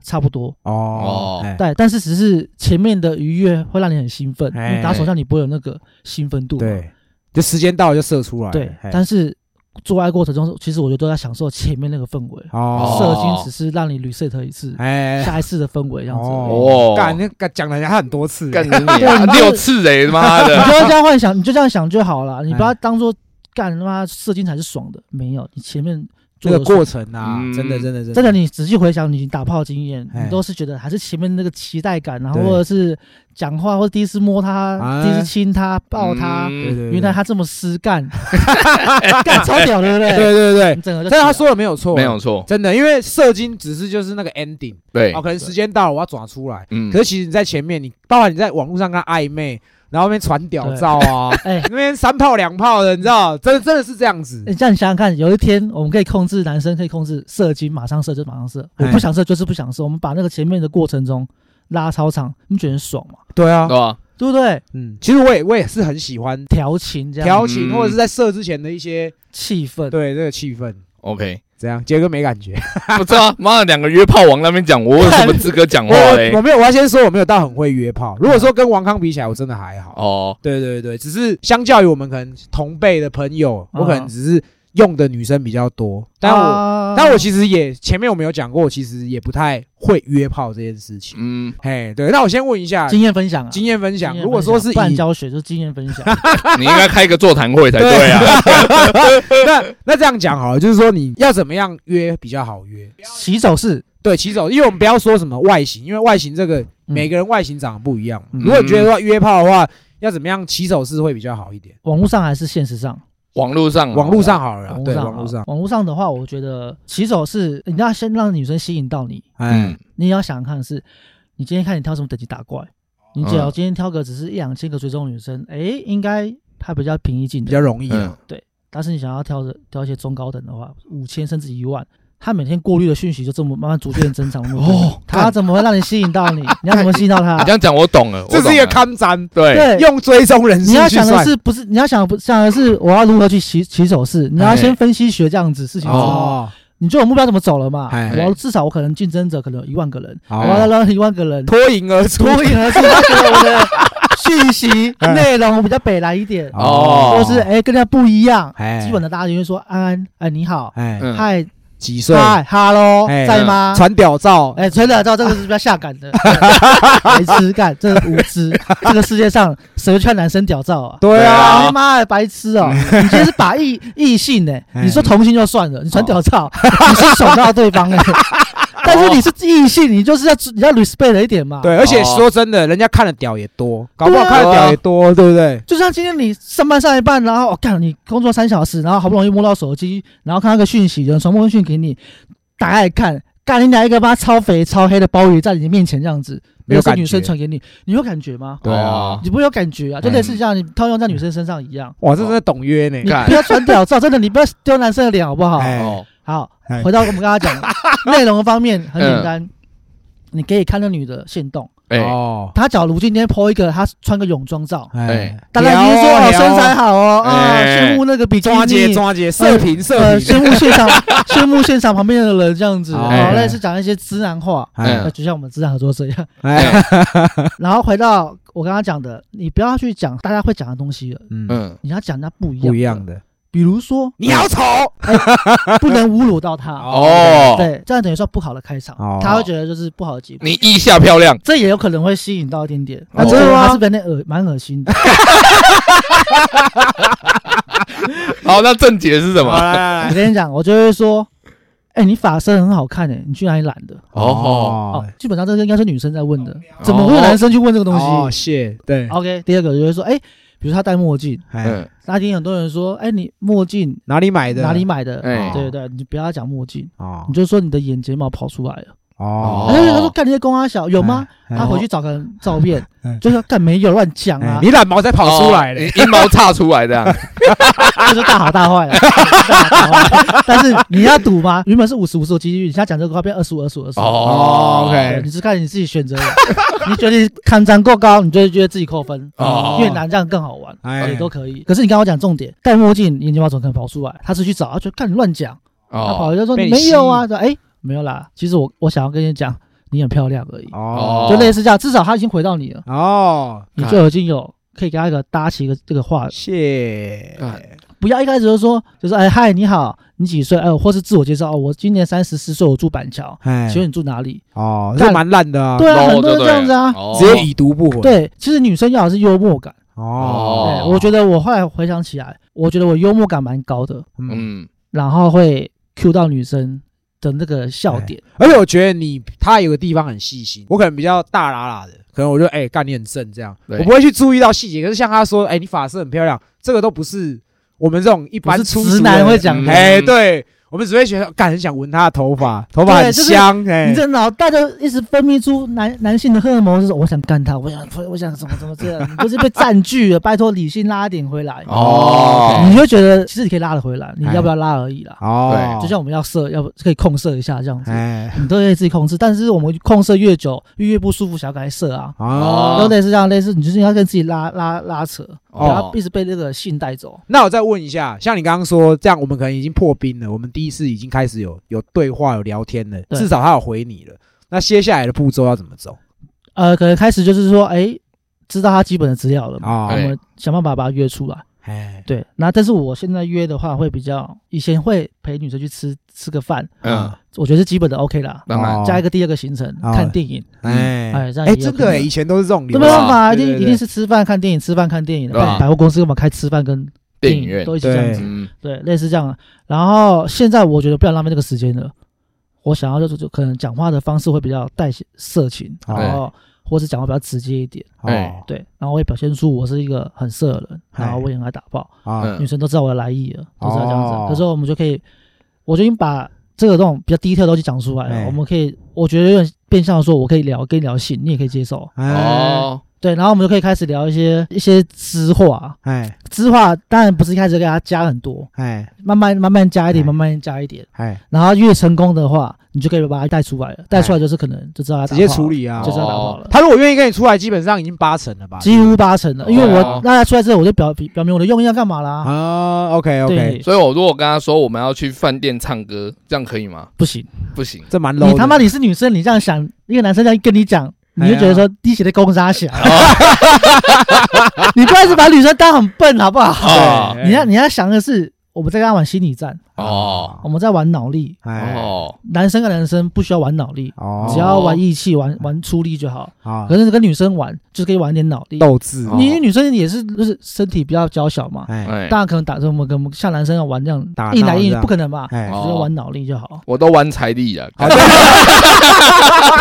[SPEAKER 3] 差不多，
[SPEAKER 1] 哦
[SPEAKER 2] 哦，
[SPEAKER 1] 哎
[SPEAKER 3] 对，但是只是前面的愉悦会让你很兴奋，因
[SPEAKER 1] 哎
[SPEAKER 3] 为打手枪你不会有那个兴奋度嘛，
[SPEAKER 1] 对，就时间到了就射出来。
[SPEAKER 3] 对
[SPEAKER 1] 哎，
[SPEAKER 3] 但是做爱过程中，其实我觉得都在享受前面那个氛围，
[SPEAKER 1] 哦，
[SPEAKER 3] 射精只是让你 reset 一次，
[SPEAKER 1] 哎，
[SPEAKER 3] 下一次的氛围这样子而已。
[SPEAKER 1] 哦
[SPEAKER 2] 哦，
[SPEAKER 1] 干那个讲了人家很多次，哎
[SPEAKER 2] 干你
[SPEAKER 3] 对
[SPEAKER 2] 啊
[SPEAKER 3] 你就是
[SPEAKER 2] 六次哎，妈
[SPEAKER 3] 你
[SPEAKER 2] 的！
[SPEAKER 3] 就这样幻想，你就这样想就好了，你不
[SPEAKER 1] 哎
[SPEAKER 3] 要当做干他妈射精才是爽的，没有，你前面
[SPEAKER 1] 这
[SPEAKER 3] 做
[SPEAKER 1] 个
[SPEAKER 3] 的
[SPEAKER 1] 过程啊，
[SPEAKER 2] 嗯
[SPEAKER 1] 真的真的真的
[SPEAKER 3] 真的，你仔细回想你打炮的经验，
[SPEAKER 1] 哎
[SPEAKER 3] 你都是觉得还是前面那个期待感，然后
[SPEAKER 1] 对
[SPEAKER 3] 或者是讲话，或者第一次摸他，
[SPEAKER 1] 哎
[SPEAKER 3] 第一次亲他，抱他，
[SPEAKER 1] 对对，
[SPEAKER 2] 嗯
[SPEAKER 1] 对
[SPEAKER 3] 原来他这么湿干， 干超屌的，对不对？
[SPEAKER 1] 对对对
[SPEAKER 3] 你整个
[SPEAKER 1] 对，
[SPEAKER 3] 就
[SPEAKER 1] 但是他
[SPEAKER 3] 起来
[SPEAKER 1] 说的没有错，
[SPEAKER 2] 没有错，
[SPEAKER 1] 真的，因为射精只是就是那个 ending，
[SPEAKER 2] 对
[SPEAKER 1] 哦，，可能时间到了我要抓出来，
[SPEAKER 2] 嗯
[SPEAKER 1] 可，是其实你在前面，你包括你在网络上跟他暧昧，然后那边传屌照 啊，
[SPEAKER 3] 哎。
[SPEAKER 1] 那边三炮两炮的，你知道，真的真的是这样子
[SPEAKER 3] 你这样想想看，有一天我们可以控制男生，可以控制射精，马上射就马上射，我
[SPEAKER 1] 哎
[SPEAKER 3] 不想射就是不想射。我们把那个前面的过程中拉超长，你们觉得很爽吗？
[SPEAKER 1] 对啊
[SPEAKER 2] 对，吧？
[SPEAKER 3] 对不对？
[SPEAKER 1] 嗯，其实我也我也是很喜欢
[SPEAKER 3] 调情这样
[SPEAKER 1] 调情
[SPEAKER 2] 嗯
[SPEAKER 1] 或者是在射之前的一些
[SPEAKER 3] 气氛，
[SPEAKER 1] 对这个气氛，
[SPEAKER 2] OK，
[SPEAKER 1] 怎样？杰哥没感觉，
[SPEAKER 2] 不知道，妈的，两个约炮王那边讲，我有什么资格讲
[SPEAKER 3] 哦
[SPEAKER 2] 话嘞
[SPEAKER 1] 我我？没有，我要先说我没有到很会约炮。
[SPEAKER 3] 嗯
[SPEAKER 1] 如果说跟王康比起来，我真的还好。
[SPEAKER 2] 哦，
[SPEAKER 1] 对对对，只是相较于我们可能同辈的朋友，
[SPEAKER 3] 嗯
[SPEAKER 1] 我可能只是用的女生比较多，但我、
[SPEAKER 3] 啊
[SPEAKER 1] 但我其实也前面我们有讲过，我其实也不太会约炮这件事情。
[SPEAKER 2] 嗯，
[SPEAKER 1] 嘿，对，那我先问一下
[SPEAKER 3] 经验分享啊，
[SPEAKER 1] 经验分享，
[SPEAKER 3] 经验分
[SPEAKER 1] 如果说是以
[SPEAKER 3] 不然教学，就是经验分享。
[SPEAKER 2] 你应该开个座谈会才对啊。
[SPEAKER 1] 那那这样讲好了，就是说你要怎么样约比较好约？
[SPEAKER 3] 洗手是
[SPEAKER 1] 对，骑手，因为我们不要说什么外形，因为外形这个每个人外形长得不一样嘛。
[SPEAKER 3] 嗯
[SPEAKER 1] 如果你觉得说约炮的话，要怎么样骑手是会比较好一点？
[SPEAKER 3] 网络上还是现实上？
[SPEAKER 2] 网络上，
[SPEAKER 1] 网络上，好了啦，
[SPEAKER 3] 嗯网络
[SPEAKER 1] 对，
[SPEAKER 3] 上啊，
[SPEAKER 1] 网络上，
[SPEAKER 3] 网络上的话，我觉得洗手是你要先让女生吸引到你，
[SPEAKER 1] 哎
[SPEAKER 2] 嗯，，
[SPEAKER 3] 你要想想看是，你今天看你挑什么等级打
[SPEAKER 1] 哦
[SPEAKER 3] 怪，你只要今天挑个只是一两千个追踪女生，诶，应该还比较平易近
[SPEAKER 1] 比较
[SPEAKER 3] 人。
[SPEAKER 1] 容
[SPEAKER 2] 嗯
[SPEAKER 1] 易啊。
[SPEAKER 3] 但是你想要挑着挑一些中高等的话，五千甚至一万。他每天过滤的讯息就这么慢慢逐渐增长。
[SPEAKER 2] 哦
[SPEAKER 3] 他怎么会让你吸引到你？你要怎么吸引到
[SPEAKER 2] 啊你
[SPEAKER 3] 他
[SPEAKER 2] 这？样讲我懂了，我
[SPEAKER 1] 这
[SPEAKER 2] 懂
[SPEAKER 1] 是一个
[SPEAKER 2] 了
[SPEAKER 1] 看展，
[SPEAKER 2] 对，
[SPEAKER 3] 对，
[SPEAKER 1] 用追踪人
[SPEAKER 3] 你要
[SPEAKER 1] 数去
[SPEAKER 3] 想的
[SPEAKER 1] 算。
[SPEAKER 3] 是不是？你要想不想的是我要如何去起起手式？你要先分析学这样子事情之后，
[SPEAKER 1] 哦，
[SPEAKER 3] 你就有目标怎么走了嘛？
[SPEAKER 1] 哎
[SPEAKER 3] 我要至少我可能竞争者可能有一万个人，
[SPEAKER 1] 好啊
[SPEAKER 3] 我要让一万个人
[SPEAKER 1] 脱颖而出
[SPEAKER 3] 脱。颖而出，他觉得我的讯息内容比较北来一点，
[SPEAKER 2] 哦
[SPEAKER 3] 或是哎跟人家不一样。
[SPEAKER 1] 哎
[SPEAKER 3] 基本的大家就会说安安，哎你好，
[SPEAKER 1] 哎，
[SPEAKER 2] 嗯
[SPEAKER 3] 嗨
[SPEAKER 1] 几岁？
[SPEAKER 3] 嗨，hello，
[SPEAKER 1] 哎
[SPEAKER 3] 在吗？
[SPEAKER 1] 传屌照，
[SPEAKER 3] 哎，吹了照这个是比较下感的，白痴干，这个无知，这个世界上谁会劝男生屌照啊？
[SPEAKER 1] 对
[SPEAKER 2] 啊
[SPEAKER 1] 啊，
[SPEAKER 3] 哎妈的，白痴哦、你今天是把异异性呢、
[SPEAKER 1] 哎
[SPEAKER 3] 你说同性就算了，你传屌照，你是爽到对方哎、但是你是异性，你就是要你要 respect 了一点嘛。，
[SPEAKER 1] 对，而且
[SPEAKER 2] 哦
[SPEAKER 1] 说真的，人家看的屌也多，搞不好
[SPEAKER 3] 对啊
[SPEAKER 1] 看的屌也多，对不对？
[SPEAKER 3] 就像今天你上班上一半，然后我哦干、你工作三小时，然后好不容易摸到手机，然后看到个讯息，有人传微讯给你，打开来看，干你俩一个妈超肥超黑的鲍鱼在你面前这样子，
[SPEAKER 1] 没有
[SPEAKER 3] 又是
[SPEAKER 1] 感觉
[SPEAKER 3] 女生传给你，你有感觉吗？
[SPEAKER 1] 对啊
[SPEAKER 2] 哦，
[SPEAKER 3] 你不会有感觉啊，
[SPEAKER 1] 哎
[SPEAKER 3] 就类似像你套用在女生身上一样。
[SPEAKER 1] 哇，这真的懂约呢
[SPEAKER 3] 你。
[SPEAKER 2] 干
[SPEAKER 3] 不要传 屌照，真的，你不要丢男生的脸好不好？
[SPEAKER 1] 哎
[SPEAKER 2] 哦，
[SPEAKER 3] 好
[SPEAKER 1] 哎，嗯
[SPEAKER 3] 回到我们刚刚讲 的内容方面，很简单，你可以看那女的现动，
[SPEAKER 2] 哎，
[SPEAKER 1] 哦，
[SPEAKER 3] 她假如今天 po 一个她穿个泳装照，
[SPEAKER 1] 哎
[SPEAKER 2] 哎，
[SPEAKER 3] 大家一定说
[SPEAKER 1] 聊
[SPEAKER 3] 哦
[SPEAKER 1] 聊
[SPEAKER 3] 身材好哦，啊
[SPEAKER 2] 哎
[SPEAKER 3] 羡慕那个比基
[SPEAKER 1] 抓姐
[SPEAKER 3] 尼，
[SPEAKER 1] 抓姐，射频射
[SPEAKER 3] 呃
[SPEAKER 2] 嗯
[SPEAKER 1] 频，
[SPEAKER 3] 羡慕现场 羡慕现场旁边的人这样子，
[SPEAKER 1] 哎
[SPEAKER 3] 好类似讲一些直男话，
[SPEAKER 1] 哎
[SPEAKER 3] 呃就像我们直男合作社一样。
[SPEAKER 1] 哎，
[SPEAKER 3] 然后回到我刚刚讲的，你不要去讲大家会讲的东西了，
[SPEAKER 1] 嗯，
[SPEAKER 2] 嗯，
[SPEAKER 3] 你要讲人家不一样，
[SPEAKER 1] 不一样。的，
[SPEAKER 3] 比比如说
[SPEAKER 1] 你好丑，
[SPEAKER 3] 不能侮辱到他，
[SPEAKER 2] 哦，
[SPEAKER 3] 对，这样等于说不好的开场
[SPEAKER 1] 哦，
[SPEAKER 3] 他会觉得就是不好的结果。
[SPEAKER 2] 你腋下漂亮，
[SPEAKER 3] 这也有可能会吸引到一点点，那
[SPEAKER 1] 哦
[SPEAKER 3] 这
[SPEAKER 1] 真的
[SPEAKER 3] 个
[SPEAKER 1] 吗
[SPEAKER 3] 还是有点恶，蛮恶心的。
[SPEAKER 2] 好，那正解是什
[SPEAKER 1] 好
[SPEAKER 2] 么？
[SPEAKER 1] 来来
[SPEAKER 3] 我
[SPEAKER 1] 来，
[SPEAKER 3] 跟你讲，我就会说，哎，你发色很好看欸诶，你去哪里染的？
[SPEAKER 2] 哦，
[SPEAKER 3] 哦，基本上这个应该是女生在问的，
[SPEAKER 2] 哦
[SPEAKER 3] 怎么会有男生去问这个东
[SPEAKER 1] 哦，
[SPEAKER 3] 西
[SPEAKER 1] 谢，对，
[SPEAKER 3] ？OK，第二个就会说，哎，比如说他戴墨镜，
[SPEAKER 1] 哎，
[SPEAKER 2] 嗯，
[SPEAKER 3] 那天很多人说，哎，你墨镜
[SPEAKER 1] 哪里买的？
[SPEAKER 3] 哪里买的？哦
[SPEAKER 2] 哎
[SPEAKER 3] 对对，你就不要讲墨镜，
[SPEAKER 1] 哦
[SPEAKER 3] 你就说你的眼睫毛跑出来了。
[SPEAKER 1] 哦
[SPEAKER 3] 他就他说干你在公阿小有吗？
[SPEAKER 1] 哎
[SPEAKER 3] 他回去找个照片
[SPEAKER 1] 哎，
[SPEAKER 3] 就说干没有乱讲
[SPEAKER 1] 哎
[SPEAKER 3] 啊，
[SPEAKER 1] 你染毛才跑出来
[SPEAKER 2] 哦
[SPEAKER 1] 嘞，
[SPEAKER 2] 阴阴毛岔出来这样，
[SPEAKER 3] 就是大好大坏啊。大好大坏但是你要赌吗？原本是五十五十的几率，你现在讲这个话变二十五二十五二十。
[SPEAKER 2] 哦
[SPEAKER 3] 对，
[SPEAKER 1] ，OK，
[SPEAKER 3] 你是看你自己选择的，你觉得看涨过高，你就会觉得自己扣分，
[SPEAKER 2] 哦
[SPEAKER 3] 越难这样更好玩，
[SPEAKER 1] 哎
[SPEAKER 3] 也都可以。可是你刚刚讲重点，戴墨镜眼睫毛怎么可能跑出来？他是去找，他就看你乱讲，他跑
[SPEAKER 2] 哦
[SPEAKER 3] 来就说
[SPEAKER 1] 被你
[SPEAKER 3] 你没有啊，说哎没有啦，其实我我想要跟你讲，你很漂亮而已，
[SPEAKER 1] 哦
[SPEAKER 3] 就类似这样，至少他已经回到你了。
[SPEAKER 1] 哦，
[SPEAKER 3] 你就已经有可以给他一个搭起一个这个话，
[SPEAKER 1] 谢，
[SPEAKER 2] 干
[SPEAKER 3] 不要一开始就说就是哎嗨你好你几岁哎或是自我介绍哦我今年三十四岁我住板桥，
[SPEAKER 1] 哎
[SPEAKER 3] 请问你住哪里？
[SPEAKER 1] 哦，
[SPEAKER 3] 干
[SPEAKER 1] 这蛮烂的啊，
[SPEAKER 3] 对啊，
[SPEAKER 2] low
[SPEAKER 3] 很多人
[SPEAKER 2] 就
[SPEAKER 3] 这
[SPEAKER 2] 对哦
[SPEAKER 3] 样子啊。
[SPEAKER 2] 了
[SPEAKER 1] 直接已读不回，，
[SPEAKER 3] 对，其实女生要的是幽默感。
[SPEAKER 1] 哦，
[SPEAKER 3] 对，我觉得我后来回想起来，我觉得我幽默感蛮高的，
[SPEAKER 1] 嗯，
[SPEAKER 2] 嗯，
[SPEAKER 3] 然后会 Q 到女生的那个笑点。
[SPEAKER 1] 而且我觉得你他有个地方很细心，我可能比较大啦啦的，可能我就哎干你很正这样，
[SPEAKER 2] 对
[SPEAKER 1] 我不会去注意到细节。可是像他说，哎，你发色很漂亮，这个都不是我们这种一
[SPEAKER 3] 不
[SPEAKER 1] 般
[SPEAKER 3] 是
[SPEAKER 1] 哎粗俗的
[SPEAKER 3] 直男会讲
[SPEAKER 2] 嗯
[SPEAKER 3] 的，
[SPEAKER 1] 哎，对我们只会觉得干很想闻他的头发，头发
[SPEAKER 3] 对
[SPEAKER 1] 很
[SPEAKER 3] 就是
[SPEAKER 1] 香，哎
[SPEAKER 3] 你，这脑袋就一直分泌出男男性的荷尔蒙，就是我想干他，我想我想怎么怎么 这样，你就是被占据了，拜托理性拉一点回来。
[SPEAKER 2] 哦
[SPEAKER 3] 你就觉得其实你可以拉得回来，你要不要拉而已啦。
[SPEAKER 1] 哦，
[SPEAKER 2] 对
[SPEAKER 3] 就像我们要射，要不可以控射一下这样子，
[SPEAKER 1] 哎，
[SPEAKER 3] 你都可以自己控制。但是我们控射越久，越不舒服，想要赶快射啊。
[SPEAKER 1] 哦
[SPEAKER 2] 哦
[SPEAKER 3] 都类似这样，类似你就是要跟自己拉拉拉扯，不要
[SPEAKER 2] 哦
[SPEAKER 3] 一直被那个性带走。
[SPEAKER 1] 那我再问一下，像你刚刚说这样，我们可能已经破冰了，我们第一次已经开始有有对话、有聊天了，
[SPEAKER 3] 对
[SPEAKER 1] 至少他有回你了。那接下来的步骤要怎么走
[SPEAKER 3] 呃，可能开始就是说，哎，知道他基本的资料了嘛，
[SPEAKER 1] 啊
[SPEAKER 3] 我？们想办法把他约出来。
[SPEAKER 1] 哎，
[SPEAKER 3] 对，那但是我现在约的话会比较，以前会陪女生去吃吃个饭，
[SPEAKER 2] 嗯，
[SPEAKER 3] 我觉得是基本的 OK 啦。
[SPEAKER 2] 当然
[SPEAKER 1] 哦
[SPEAKER 3] 加一个第二个行程，
[SPEAKER 1] 哦
[SPEAKER 3] 看电影，
[SPEAKER 1] 哎
[SPEAKER 3] 哎这样
[SPEAKER 1] 哎，
[SPEAKER 3] 也有
[SPEAKER 1] 真
[SPEAKER 3] 可
[SPEAKER 1] 的哎，
[SPEAKER 3] 能
[SPEAKER 1] 以前都是这种流
[SPEAKER 3] 这
[SPEAKER 1] 程，
[SPEAKER 3] 没办法，一
[SPEAKER 1] 对
[SPEAKER 3] 定
[SPEAKER 1] 对
[SPEAKER 3] 一
[SPEAKER 1] 对
[SPEAKER 3] 定是吃饭看电影，吃饭看电影，
[SPEAKER 2] 对啊
[SPEAKER 3] 百货公司给我们开吃饭跟
[SPEAKER 2] 电
[SPEAKER 3] 电
[SPEAKER 2] 影
[SPEAKER 3] 影
[SPEAKER 2] 院
[SPEAKER 3] 都，一起这样子，
[SPEAKER 2] 嗯，
[SPEAKER 3] 对，类似这样。然后现在我觉得不想浪费这个时间了，我想要就是就可能讲话的方式会比较带色情，
[SPEAKER 1] 哦
[SPEAKER 3] 然后或是讲话比较直接一点，
[SPEAKER 1] 哦
[SPEAKER 3] 对，然后我也表现出我是一个很色的人，
[SPEAKER 1] 嗨
[SPEAKER 3] 然后我也很爱打炮。
[SPEAKER 1] 啊
[SPEAKER 2] 嗯
[SPEAKER 3] 女生都知道我的来意了，都知道这样子啊
[SPEAKER 1] 哦
[SPEAKER 3] 了。可是我们就可以，我就已经把这个这种比较低调的东西讲出来
[SPEAKER 1] 哎
[SPEAKER 3] 了。我们可以，我觉得有点变相说，我可以聊，跟你聊性，你也可以接受。
[SPEAKER 1] 哎
[SPEAKER 2] 哦，
[SPEAKER 3] 对，然后我们就可以开始聊一些一些知话，
[SPEAKER 1] 哎
[SPEAKER 3] 知话当然不是一开始给他加很多，
[SPEAKER 1] 哎
[SPEAKER 3] 慢慢慢慢加一点，
[SPEAKER 1] 哎
[SPEAKER 3] 慢慢加一点，
[SPEAKER 1] 哎，
[SPEAKER 3] 然后越成功的话，你就可以把它带出来了。带出来就是可能就知道他
[SPEAKER 1] 直
[SPEAKER 3] 打
[SPEAKER 1] 接
[SPEAKER 3] 炮
[SPEAKER 1] 处理啊
[SPEAKER 3] 了，就！知道打炮了。哦
[SPEAKER 1] 他如果愿意跟你出来，基本上已经八成了吧？
[SPEAKER 3] 几乎八成了，因为
[SPEAKER 2] 对啊
[SPEAKER 3] 我那他出来之后，我就表表明我的用意要干嘛啦？
[SPEAKER 1] 哦啊，OK OK，
[SPEAKER 3] 对，
[SPEAKER 2] 所以我如果跟他说我们要去饭店唱歌，这样可以吗？
[SPEAKER 3] 不行，
[SPEAKER 2] 不行，
[SPEAKER 1] 这蛮 low，
[SPEAKER 3] 你他妈
[SPEAKER 1] 的
[SPEAKER 3] 你是女生，你这样想，一个男生这样跟你讲，
[SPEAKER 1] 哎
[SPEAKER 3] 你就觉得说滴血的公杀小，
[SPEAKER 1] 哦
[SPEAKER 3] 你不要一直把女生当很笨好不好？
[SPEAKER 2] 哦
[SPEAKER 1] 对
[SPEAKER 3] 你要你要想的是，我们在跟他玩心理战，
[SPEAKER 2] 哦
[SPEAKER 3] 我们在玩脑力，
[SPEAKER 1] 哎
[SPEAKER 2] 哦，
[SPEAKER 3] 男生跟男生不需要玩脑力，
[SPEAKER 1] 哦，
[SPEAKER 3] 只要玩义气、玩玩出力就好。
[SPEAKER 1] 啊
[SPEAKER 3] 可是跟女生玩，就是可以玩点脑力。
[SPEAKER 1] 斗志，
[SPEAKER 2] 哦
[SPEAKER 3] 因为女生也是就是身体比较娇小嘛，
[SPEAKER 1] 哎
[SPEAKER 2] 哎，
[SPEAKER 3] 当然可能打这么跟像男生要玩这样
[SPEAKER 1] 打闹
[SPEAKER 3] 一来一
[SPEAKER 1] 这样
[SPEAKER 3] 不可能吧，
[SPEAKER 1] 哎啊
[SPEAKER 3] 只
[SPEAKER 2] 哦
[SPEAKER 3] 要玩脑力就好。
[SPEAKER 2] 我都玩财力了，
[SPEAKER 1] 好的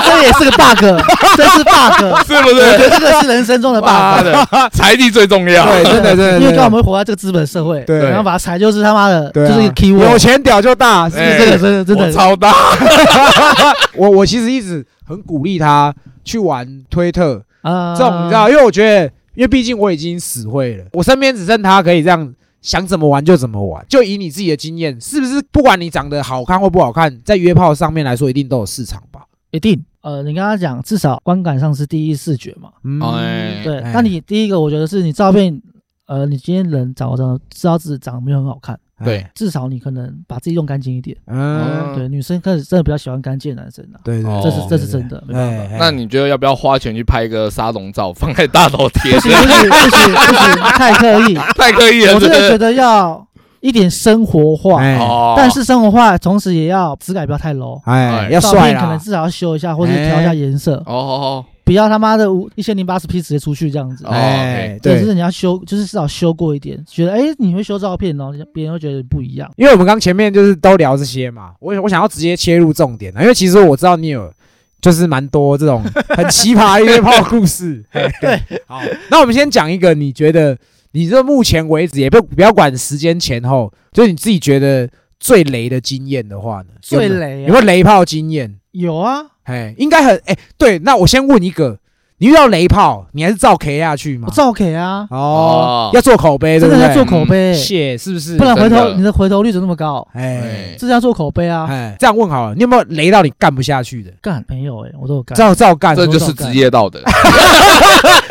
[SPEAKER 3] 这也是个 bug，这是 bug。
[SPEAKER 2] 是不
[SPEAKER 3] 我
[SPEAKER 2] 是？
[SPEAKER 3] 觉得这个是人生中的 bug
[SPEAKER 2] 妈。的，财力最重要。
[SPEAKER 1] 对，真的真的，
[SPEAKER 3] 因为刚
[SPEAKER 1] 真
[SPEAKER 3] 好我
[SPEAKER 1] 的
[SPEAKER 3] 们活在这个资本社会，
[SPEAKER 1] 对
[SPEAKER 3] 然后把它裁就是他妈的，就
[SPEAKER 1] 对啊
[SPEAKER 3] 是一个 key
[SPEAKER 1] 有
[SPEAKER 3] word，
[SPEAKER 1] 钱屌就大，是不是
[SPEAKER 2] 哎
[SPEAKER 3] 这个真的真
[SPEAKER 2] 我
[SPEAKER 3] 的，
[SPEAKER 2] 超大，
[SPEAKER 3] 哎
[SPEAKER 1] 我我其实一直很鼓励他去玩推特
[SPEAKER 3] 啊，
[SPEAKER 1] 这种，你知道，因为我觉得，因为毕竟我已经死会了，我身边只剩他可以这样想怎么玩就怎么玩。就以你自己的经验，是不是不管你长得好看或不好看，在约炮上面来说，一定都有市场吧？
[SPEAKER 3] 一定，呃，你刚刚讲至少观感上是第一视觉嘛，
[SPEAKER 1] 嗯，
[SPEAKER 2] 哎
[SPEAKER 3] 对
[SPEAKER 1] 哎，
[SPEAKER 3] 那你第一个我觉得是你照片，呃，你今天人长得知道自己长得没有很好看，
[SPEAKER 2] 对，
[SPEAKER 3] 至少你可能把自己用干净一点，
[SPEAKER 1] 哎嗯，
[SPEAKER 3] 对，女生开始真的比较喜欢干净的男生啊，
[SPEAKER 1] 对对，
[SPEAKER 2] 哦
[SPEAKER 3] 这是这是真的，没办法。
[SPEAKER 1] 哎，
[SPEAKER 2] 那你觉得要不要花钱去拍一个沙龙照，放在大头贴
[SPEAKER 3] 不？行不行不行不行，太刻意！
[SPEAKER 2] 太刻意了，
[SPEAKER 3] 我真的觉
[SPEAKER 2] 是
[SPEAKER 3] 得要一点生活化，
[SPEAKER 1] 哎
[SPEAKER 2] 哦，
[SPEAKER 3] 但是生活化同时也要质感不要太 low，
[SPEAKER 1] 哎，
[SPEAKER 2] 哎
[SPEAKER 1] 要
[SPEAKER 3] 照
[SPEAKER 1] 帅
[SPEAKER 3] 片可能
[SPEAKER 1] 啦，
[SPEAKER 3] 至少要修一下，或者调一下颜色，
[SPEAKER 2] 哦哦
[SPEAKER 3] 不要他妈的五一千零八十 P 直接出去这样子。
[SPEAKER 2] 哦
[SPEAKER 1] 哎，
[SPEAKER 3] 对，就
[SPEAKER 1] 对
[SPEAKER 3] 是，你要修，就是至少修过一点，觉得哎、你会修照片，然后别人会觉得不一样。
[SPEAKER 1] 因为我们刚前面就是都聊这些嘛，我我想要直接切入重点啊，因为其实我知道你有就是蛮多这种很奇葩的约炮故事。对，好，那我们先讲一个，你觉得你这目前为止也不不要管时间前后，就是你自己觉得最雷的经验的话呢？有没
[SPEAKER 3] 最
[SPEAKER 1] 有
[SPEAKER 3] 雷、啊
[SPEAKER 1] 有没有雷炮经验？
[SPEAKER 3] 有啊，
[SPEAKER 1] 哎，应该很哎、对。那我先问一个，你遇到雷炮，你还是照 K 下去吗
[SPEAKER 3] 我？照给啊，
[SPEAKER 1] 哦
[SPEAKER 2] 哦，
[SPEAKER 1] 要做口碑，哎对
[SPEAKER 3] 真
[SPEAKER 1] 不
[SPEAKER 3] 的
[SPEAKER 1] 对？嗯
[SPEAKER 3] 要做口碑，
[SPEAKER 1] 谢是不是？
[SPEAKER 3] 不然回
[SPEAKER 2] 真
[SPEAKER 3] 头
[SPEAKER 2] 的
[SPEAKER 3] 你的回头率怎么那么高？
[SPEAKER 1] 哎
[SPEAKER 2] 哎
[SPEAKER 3] 这是要做口碑啊！
[SPEAKER 1] 哎，这样问好了，你有没有雷到你干不下去的？
[SPEAKER 3] 干没有哎、我都有干，
[SPEAKER 1] 照照干，
[SPEAKER 2] 这就是职业道德。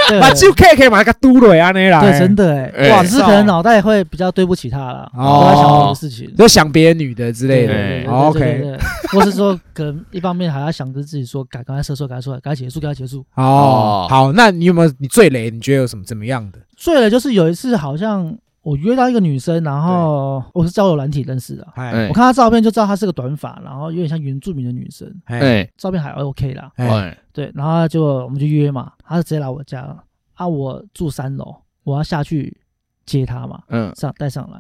[SPEAKER 3] 对
[SPEAKER 1] 把啊就 K 可以把它嘟了呀，那啦。
[SPEAKER 3] 对，真的哎、
[SPEAKER 2] 哎
[SPEAKER 3] 哇，只是可能脑袋会比较对不起他啦，
[SPEAKER 1] 哦
[SPEAKER 3] 我在想这个事情。
[SPEAKER 1] 就想别的女的之类的。
[SPEAKER 3] 对对对对
[SPEAKER 1] 哦
[SPEAKER 3] 对对
[SPEAKER 1] OK
[SPEAKER 3] 对对或是说可能一方面还要想着自己说，赶赶快射出，赶快出来，赶快结束，赶快结束。
[SPEAKER 1] 哦
[SPEAKER 2] 哦，
[SPEAKER 1] 好，那你有没有你最雷？你觉得有什么怎么样的？
[SPEAKER 3] 醉了就是有一次好像我约到一个女生，然后我是交友软体认识的，
[SPEAKER 1] 哎
[SPEAKER 2] 哎
[SPEAKER 3] 我看她照片就知道她是个短发，然后有点像原住民的女生，
[SPEAKER 1] 哎
[SPEAKER 2] 哎
[SPEAKER 3] 照片还 OK 啦，
[SPEAKER 1] 哎
[SPEAKER 2] 哎
[SPEAKER 3] 对，然后就我们就约嘛，她就直接来我家了，啊，我住三楼，我要下去接她嘛，
[SPEAKER 2] 嗯
[SPEAKER 3] 上带上来。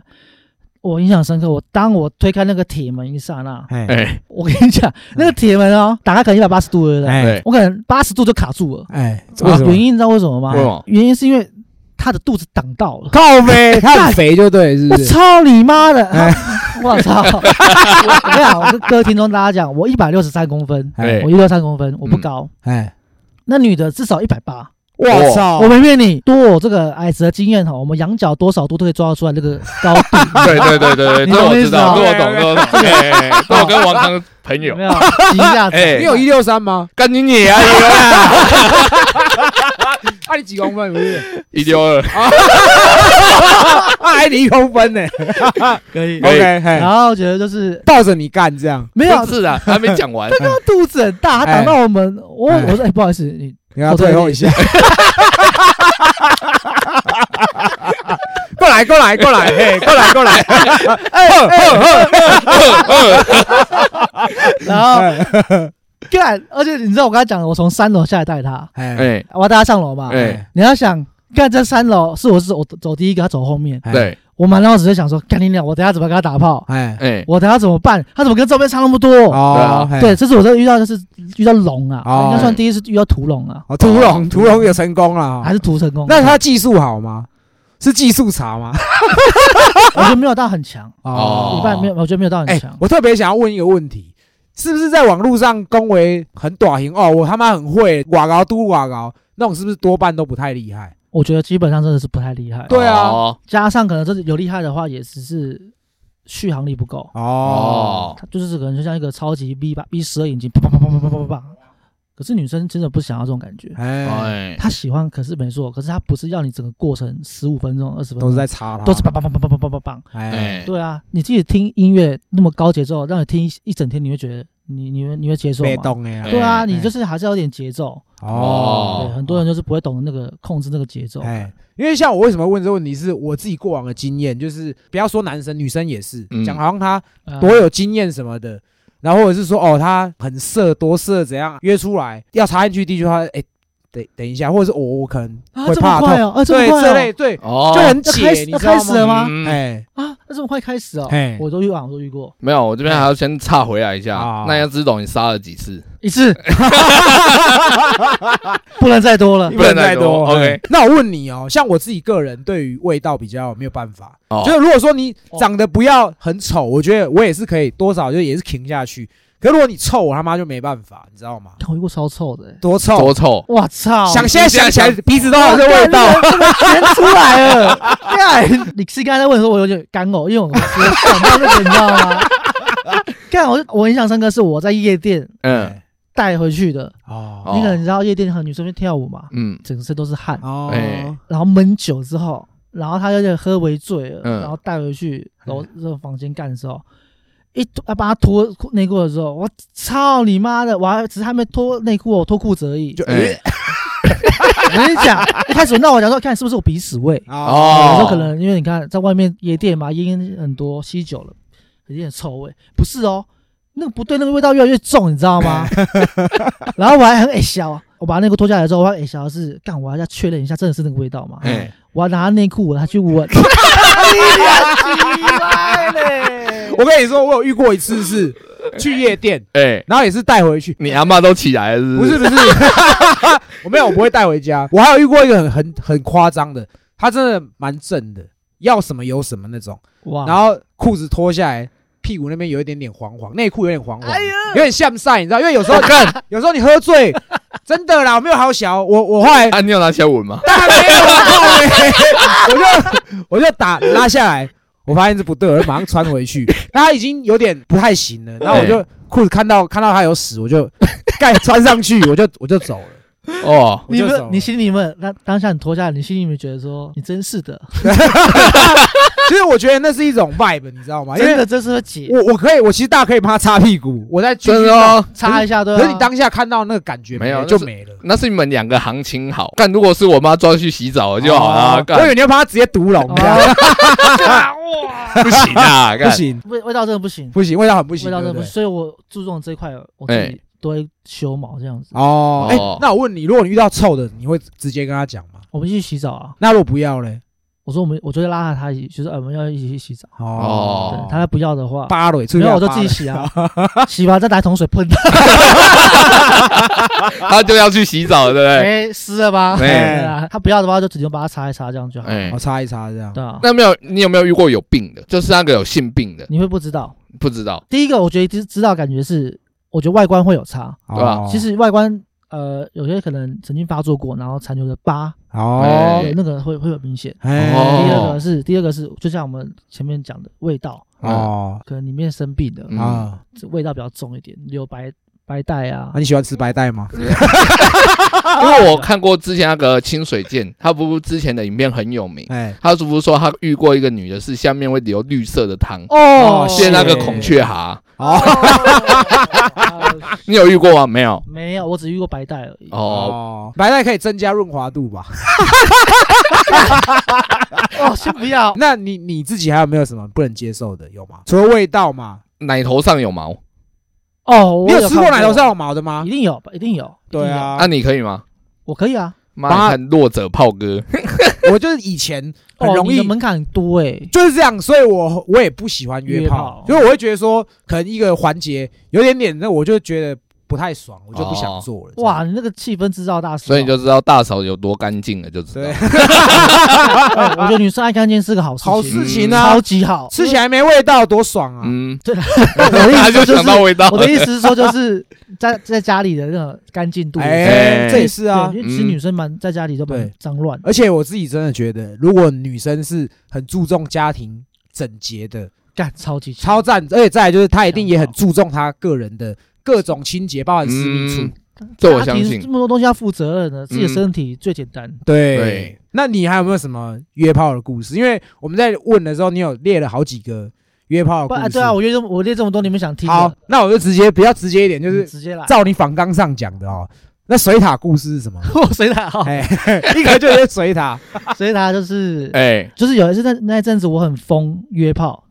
[SPEAKER 3] 我印象深刻，我当我推开那个铁门一刹那，
[SPEAKER 1] 哎
[SPEAKER 2] 哎
[SPEAKER 3] 我跟你讲，那个铁门哦，打开可能一百八十度，对不对？
[SPEAKER 1] 哎
[SPEAKER 2] 对，
[SPEAKER 3] 我可能八十度就卡住了。
[SPEAKER 1] 哎，为什么
[SPEAKER 3] 啊原？因你知道为什么吗？
[SPEAKER 2] 为什么
[SPEAKER 3] 原因是因为她的肚子挡到了。
[SPEAKER 1] 靠呗，他很肥就对，是哎
[SPEAKER 3] 我
[SPEAKER 1] 不是？
[SPEAKER 3] 操你妈的！ 我操！ 我我跟你讲，我跟各位听众大家讲，我一百六十三公分，
[SPEAKER 1] 哎
[SPEAKER 3] 我一六三公分，我不高。
[SPEAKER 1] 哎，
[SPEAKER 3] 那女的至少一百八，
[SPEAKER 1] 我操
[SPEAKER 3] 我！没骗你。多我这个矮子的经验哈，我们仰角多少度都可以抓得出来那个高度。
[SPEAKER 2] 对对对对 对，
[SPEAKER 3] 你
[SPEAKER 2] 这
[SPEAKER 3] 懂
[SPEAKER 2] 我
[SPEAKER 3] 我意
[SPEAKER 2] 知
[SPEAKER 3] 思吗
[SPEAKER 2] 道，这我懂，这我懂。哎，这我跟王康朋
[SPEAKER 3] 有
[SPEAKER 2] 友
[SPEAKER 3] 没，有？挤一下 子，
[SPEAKER 2] 哎
[SPEAKER 1] 你有一六三吗？
[SPEAKER 2] 干你你啊， 一六
[SPEAKER 1] 啊，你几公分？不 是，
[SPEAKER 2] 一六二，
[SPEAKER 1] 啊，还离公分呢。
[SPEAKER 3] 可以。
[SPEAKER 2] 可以
[SPEAKER 1] OK，嘿
[SPEAKER 3] 然后觉得就是
[SPEAKER 1] 抱着你干这样，
[SPEAKER 3] 没有，
[SPEAKER 2] 是啊，还没讲 完。
[SPEAKER 3] 她肚子很大，她挡到我们。我我说哎，不好意思，你
[SPEAKER 1] 你要退后一下。 过来，过来，过来，嘿，过来，过 来，
[SPEAKER 3] 哎 然
[SPEAKER 1] 哎
[SPEAKER 3] 后干，而且你知道我刚才讲的，我从三楼下来带她，
[SPEAKER 1] 哎
[SPEAKER 2] 哎
[SPEAKER 3] 我要带她上楼嘛。
[SPEAKER 2] 哎，
[SPEAKER 3] 你要想，干这三楼是我是我走第一个，他走后面，
[SPEAKER 1] 哎，
[SPEAKER 2] 对
[SPEAKER 3] 我满脑子在想说，干你娘，我等下怎么跟他打炮？
[SPEAKER 1] 哎，
[SPEAKER 2] 哎
[SPEAKER 3] 我等下怎么办？他怎么跟照片差那么多？
[SPEAKER 1] 哦，嘿
[SPEAKER 3] 对，，这是我这遇到就是遇到龙啊，
[SPEAKER 1] 哦
[SPEAKER 3] 应该算第一次遇到屠龙啊，
[SPEAKER 1] 哦，屠龙，屠龙有成功了
[SPEAKER 3] 还
[SPEAKER 1] 哦。
[SPEAKER 3] 是屠成功？
[SPEAKER 1] 那他技术好吗？是技术差吗？
[SPEAKER 3] 我觉得没有到很强，
[SPEAKER 2] 哦
[SPEAKER 3] 一半没有，我觉得没有到很
[SPEAKER 1] 哎
[SPEAKER 3] 强，。
[SPEAKER 1] 我特别想要问一个问题，是不是在网络上恭维很短型哦？我他妈很会瓦高都瓦高那种，是不是多半都不太厉害？
[SPEAKER 3] 我觉得基本上真的是不太厉害，
[SPEAKER 1] 对啊
[SPEAKER 2] 哦
[SPEAKER 3] 加上可能真的有厉害的话，也只是续航力不够，
[SPEAKER 1] 哦，
[SPEAKER 2] 哦
[SPEAKER 3] 他就是可能就像一个超级 V 八 V 十二眼睛，啪啪啪啪啪啪啪啪啪。可是女生真的不想要这种感觉，
[SPEAKER 1] 哎，
[SPEAKER 2] 哎
[SPEAKER 3] 他喜欢可是没错，可是他不是要你整个过程十五分钟、二十分
[SPEAKER 1] 都
[SPEAKER 3] 钟
[SPEAKER 1] 是在插他，
[SPEAKER 3] 都是棒棒棒棒棒棒棒棒棒。
[SPEAKER 1] 哎
[SPEAKER 2] 哎，
[SPEAKER 3] 对啊，你自己听音乐那么高节奏，让你听一一整天，你会觉得你你会你会接受
[SPEAKER 1] 被
[SPEAKER 3] 吗？
[SPEAKER 1] 动的呀。
[SPEAKER 3] 对啊，
[SPEAKER 1] 哎
[SPEAKER 3] 你就是还是要有点节奏。
[SPEAKER 1] 哦，
[SPEAKER 3] 对，很多人就是不会懂那个控制那个节奏。
[SPEAKER 1] 哎，因为像我为什么问这个问题，是我自己过往的经验，就是不要说男生，女生也是
[SPEAKER 2] 嗯
[SPEAKER 1] 讲好像他
[SPEAKER 3] 呃
[SPEAKER 1] 多有经验什么的，然后或者是说哦他很色多色怎样约出来要插进去地区，他哎等等一下，或者是我我可能
[SPEAKER 3] 啊
[SPEAKER 1] 会
[SPEAKER 3] 这么
[SPEAKER 1] 怕
[SPEAKER 3] 快
[SPEAKER 1] 痛，
[SPEAKER 3] 哦，啊这
[SPEAKER 1] 对
[SPEAKER 3] 么快
[SPEAKER 1] 这
[SPEAKER 3] 哦
[SPEAKER 1] 类对
[SPEAKER 2] 哦，
[SPEAKER 1] 就很
[SPEAKER 3] 要
[SPEAKER 1] 解，
[SPEAKER 3] 开始
[SPEAKER 1] 你
[SPEAKER 3] 要
[SPEAKER 1] 知道
[SPEAKER 3] 开始了
[SPEAKER 1] 吗？
[SPEAKER 3] 吗？
[SPEAKER 2] 嗯
[SPEAKER 1] 哎
[SPEAKER 3] 啊，那这么快开始哦
[SPEAKER 1] 嘿，
[SPEAKER 3] 我都遇啊，我都遇过
[SPEAKER 2] 没有，我这边还要先岔回来一
[SPEAKER 1] 哦
[SPEAKER 2] 下。那要知道你杀了几次？
[SPEAKER 3] 一 次，不能再多了
[SPEAKER 1] 一。
[SPEAKER 2] 不能
[SPEAKER 1] 人
[SPEAKER 2] 太多
[SPEAKER 1] 嘿
[SPEAKER 2] OK
[SPEAKER 1] 那我问你哦，像我自己个人对于味道比较没有办法，
[SPEAKER 2] 哦
[SPEAKER 1] 就是如果说你长得不要很丑，我觉得我也是可以多少就也是停下去。可如果你臭，我他妈就没办法，你知道吗？
[SPEAKER 3] 看我遇过超臭的欸，
[SPEAKER 1] 多臭
[SPEAKER 2] 多！臭！
[SPEAKER 3] 我操！
[SPEAKER 1] 想现在想起来
[SPEAKER 2] 你
[SPEAKER 1] 鼻子都有这味
[SPEAKER 2] 哦
[SPEAKER 1] 道。
[SPEAKER 3] 全出来了。干，你是刚才在问的时候，我有点干呕，因为我我想到那个，你知道吗？干，我我印象深刻是我在夜店
[SPEAKER 1] 哎
[SPEAKER 2] 嗯
[SPEAKER 3] 带回去的。
[SPEAKER 1] 哦
[SPEAKER 2] 哦
[SPEAKER 3] 你可能知道夜店和女生去跳舞嘛，
[SPEAKER 2] 嗯
[SPEAKER 3] 整身都是汗，
[SPEAKER 1] 哦
[SPEAKER 2] 哎
[SPEAKER 3] 然后闷久之后，然后他有点喝微醉了，
[SPEAKER 2] 嗯
[SPEAKER 3] 然后带回去楼这个房间干的时候。一脱，要帮他脱裤内裤的时候，我
[SPEAKER 1] 哎
[SPEAKER 3] 操你妈的！我还只是还没脱内裤哦，我脱裤子而已。
[SPEAKER 1] 就
[SPEAKER 2] 哎
[SPEAKER 3] 我跟你讲，一开始那我讲说，看是不是我鼻屎味？
[SPEAKER 2] 哦
[SPEAKER 3] 有时候可能因为你看在外面夜店嘛，烟很多，吸酒了，有点臭味。不是哦，那个不对，那个味道越来越重，你知道吗？ 然后我还很矮小，我把内裤脱下来之后，我还矮小的是，干我还要确认一下，真的是那个味道吗？
[SPEAKER 2] 哎，
[SPEAKER 3] 我要拿内裤我还去 闻，
[SPEAKER 1] 我跟你说，我有遇过一次是去夜店，
[SPEAKER 2] 哎，
[SPEAKER 1] 然后也是带回去，
[SPEAKER 2] 你阿妈都起来了是
[SPEAKER 1] 不是
[SPEAKER 2] 是？
[SPEAKER 1] 不是， 我没有，我不会带回家。我还有遇过一个很很很夸张的，他真的蛮正的，要什么有什么那种。
[SPEAKER 2] 啊
[SPEAKER 3] 哇！
[SPEAKER 1] 然后裤子脱下来，屁股那边有一点点黄黄，内裤有点黄
[SPEAKER 2] 哎
[SPEAKER 1] 黄，有点像晒，你知道？因为有时候
[SPEAKER 2] 干，
[SPEAKER 1] 有时候你喝醉，真的啦，我没有好小，我我后来
[SPEAKER 2] 啊，你有拿起来 闻吗？
[SPEAKER 1] 当然没有啊，靠北我就我就打拉下来，我发现这不对，我就马上穿回 去。那他已经有点不太行
[SPEAKER 3] 哎
[SPEAKER 1] 了，然后我就裤子看到看到他有屎，我就 盖穿上去，我就我就走了。
[SPEAKER 2] 哦，
[SPEAKER 1] 我
[SPEAKER 3] 你
[SPEAKER 1] 就走了
[SPEAKER 3] 们，你心里面，那当下你脱下来，你心里面觉得说，你真是的，
[SPEAKER 1] 其实我觉得那是一种 vibe，你知道吗？因
[SPEAKER 3] 真
[SPEAKER 1] 为
[SPEAKER 3] 的真是会解
[SPEAKER 1] 哎我我可以，我其实大可以帮他擦屁股，我在继续
[SPEAKER 2] 真的哦，
[SPEAKER 3] 擦一下，对
[SPEAKER 1] 让。
[SPEAKER 3] 吧？
[SPEAKER 1] 可是你当下看到那个感觉
[SPEAKER 2] 没有
[SPEAKER 1] 就
[SPEAKER 2] 那是
[SPEAKER 1] 没了。
[SPEAKER 2] 那是你们两个行情好。干，如果是我妈抓去洗澡就好了，
[SPEAKER 1] 哦我以
[SPEAKER 2] 干
[SPEAKER 1] 为你要帮他直接毒龙，这样
[SPEAKER 2] 不行啊，
[SPEAKER 1] 不
[SPEAKER 2] 干
[SPEAKER 1] 行
[SPEAKER 3] 味味道真的不行，
[SPEAKER 1] 不行，味道很不行，
[SPEAKER 3] 味道
[SPEAKER 1] 对
[SPEAKER 3] 真的
[SPEAKER 1] 不
[SPEAKER 3] 不
[SPEAKER 1] 对
[SPEAKER 3] 行，？所以我注重这一块，我自己都会修毛这样子。
[SPEAKER 1] 哦，哎
[SPEAKER 2] 哦，
[SPEAKER 1] 那我问你，如果你遇到臭的，你会直接跟他讲吗？
[SPEAKER 3] 我们一起洗澡啊，
[SPEAKER 1] 那如果不要嘞？
[SPEAKER 3] 我说我们，我就会拉着他一起，就是呃我们要一起去洗澡。
[SPEAKER 1] 哦
[SPEAKER 3] 对，他不要的话，
[SPEAKER 1] 芭蕾，
[SPEAKER 3] 没
[SPEAKER 1] 然
[SPEAKER 3] 有我就自己洗啊，洗完再拿一桶水喷他，
[SPEAKER 2] 他就要去洗澡，对不对？
[SPEAKER 3] 哎，湿了吧？
[SPEAKER 2] 没
[SPEAKER 3] 对啊，他不要的话就直接把它擦一擦，这样就好。
[SPEAKER 2] 哎
[SPEAKER 1] 我，擦一擦这样。
[SPEAKER 3] 对啊，
[SPEAKER 2] 那没有，你有没有遇过有病的？就是那个有性病的，
[SPEAKER 3] 你会不知道。
[SPEAKER 2] 不知道
[SPEAKER 3] 第一个，我觉得知知道感觉是，我觉得外观会有差。
[SPEAKER 1] 哦
[SPEAKER 2] 对吧
[SPEAKER 3] 其实外观，呃，有些可能曾经发作过，然后残留的疤，
[SPEAKER 1] 哦，
[SPEAKER 3] 对，那个会会很明显。
[SPEAKER 1] 哎
[SPEAKER 2] 哦
[SPEAKER 3] 第二个是，第二个是，就像我们前面讲的味道，
[SPEAKER 1] 哦
[SPEAKER 3] 可能里面生病的，
[SPEAKER 2] 嗯
[SPEAKER 1] 啊，
[SPEAKER 3] 这味道比较重一点，留白白带啊
[SPEAKER 1] 那，你喜欢吃白带吗？
[SPEAKER 2] 因为我看过之前那个清水剑，他不是之前的影片很有名，
[SPEAKER 1] 哎，
[SPEAKER 2] 他是不是说他遇过一个女的，是下面会流绿色的汤，
[SPEAKER 1] 哦
[SPEAKER 2] 变
[SPEAKER 1] 谢
[SPEAKER 2] 那个孔雀蛤？
[SPEAKER 1] 哦，哎
[SPEAKER 3] 呃
[SPEAKER 2] 你有遇过吗？没有。
[SPEAKER 3] 没有，我只遇过白带而已。
[SPEAKER 2] 哦，
[SPEAKER 1] 哦，白带可以增加润滑度吧？
[SPEAKER 3] 哦，先
[SPEAKER 1] ，
[SPEAKER 3] 不要
[SPEAKER 1] 那你你自己还有没有什么不能接受的？有吗？除了味道嘛，
[SPEAKER 2] 奶头上有毛，
[SPEAKER 3] 哦，我
[SPEAKER 1] 你有吃过
[SPEAKER 3] 看
[SPEAKER 1] 奶头上有毛的吗
[SPEAKER 3] 一？定有，一定有。
[SPEAKER 1] 对
[SPEAKER 3] 一定有，
[SPEAKER 1] 啊
[SPEAKER 2] 那，你可以吗？
[SPEAKER 3] 我可以啊。
[SPEAKER 2] 妈，你看弱者炮哥，
[SPEAKER 1] 我就是以前很
[SPEAKER 3] 哦，
[SPEAKER 1] 容
[SPEAKER 3] 你
[SPEAKER 1] 易
[SPEAKER 3] 的门槛很多哎。
[SPEAKER 1] 就是这样，所以我我也不喜欢约炮，因
[SPEAKER 3] 约炮
[SPEAKER 1] 为我会觉得说，可能一个环节有点点，那我就觉得不太爽，我就不想做了。这样
[SPEAKER 3] 哇，，你那个气氛制造大师哦。
[SPEAKER 2] 所以你就知道大嫂有多干净了，就知道
[SPEAKER 1] 对。， 啊
[SPEAKER 3] 哎我觉得女生爱干净是个好事情，
[SPEAKER 1] 好
[SPEAKER 2] 情
[SPEAKER 1] 事情
[SPEAKER 2] 嗯
[SPEAKER 1] 啊
[SPEAKER 3] 超，级好。
[SPEAKER 1] 吃起来没味道，多爽啊！
[SPEAKER 2] 嗯，
[SPEAKER 3] 我的意
[SPEAKER 2] 他
[SPEAKER 3] 思
[SPEAKER 2] 就
[SPEAKER 3] 说哎就
[SPEAKER 2] 想
[SPEAKER 3] 是
[SPEAKER 2] 到味道
[SPEAKER 3] 我
[SPEAKER 2] 了
[SPEAKER 3] 的。意思是说，就是在在家里的那种干净度。
[SPEAKER 1] 哎，
[SPEAKER 2] 哎
[SPEAKER 1] 这也是啊
[SPEAKER 3] 对。因为其实
[SPEAKER 2] 嗯
[SPEAKER 3] 女生蛮在家里都蛮
[SPEAKER 1] 对哎
[SPEAKER 3] 脏乱的，
[SPEAKER 1] 而且我自己真的觉得，如果女生是很注重家庭整洁的，
[SPEAKER 3] 干超级
[SPEAKER 1] 超赞。而且再来就是，她一定也很注重她个人的各种清洁，包含私密处
[SPEAKER 2] 嗯。，这我
[SPEAKER 3] 家
[SPEAKER 2] 相
[SPEAKER 3] 庭
[SPEAKER 2] 信
[SPEAKER 3] 这。么多东西要负责任的，自己的
[SPEAKER 2] 嗯
[SPEAKER 3] 身体最简单。
[SPEAKER 1] 对
[SPEAKER 2] 对，
[SPEAKER 1] 那你还有没有什么约炮的故事？因为我们在问的时候，你有列了好几个约炮
[SPEAKER 3] 不，
[SPEAKER 1] 的哦故
[SPEAKER 3] 啊
[SPEAKER 1] 事。
[SPEAKER 3] 对啊，我列这么我列这么多，你们想听的？嗯
[SPEAKER 1] 好，那我就直接比较直接一点，就
[SPEAKER 3] 你
[SPEAKER 1] 是
[SPEAKER 3] 直接来。
[SPEAKER 1] 照你仿纲上讲的哦。那水塔故事是什么？
[SPEAKER 3] 我谁打好？
[SPEAKER 1] 哎， 一个就是水 塔，
[SPEAKER 3] 谁打就是
[SPEAKER 2] 哎，
[SPEAKER 3] 就是有一次那那一阵子我很疯约炮，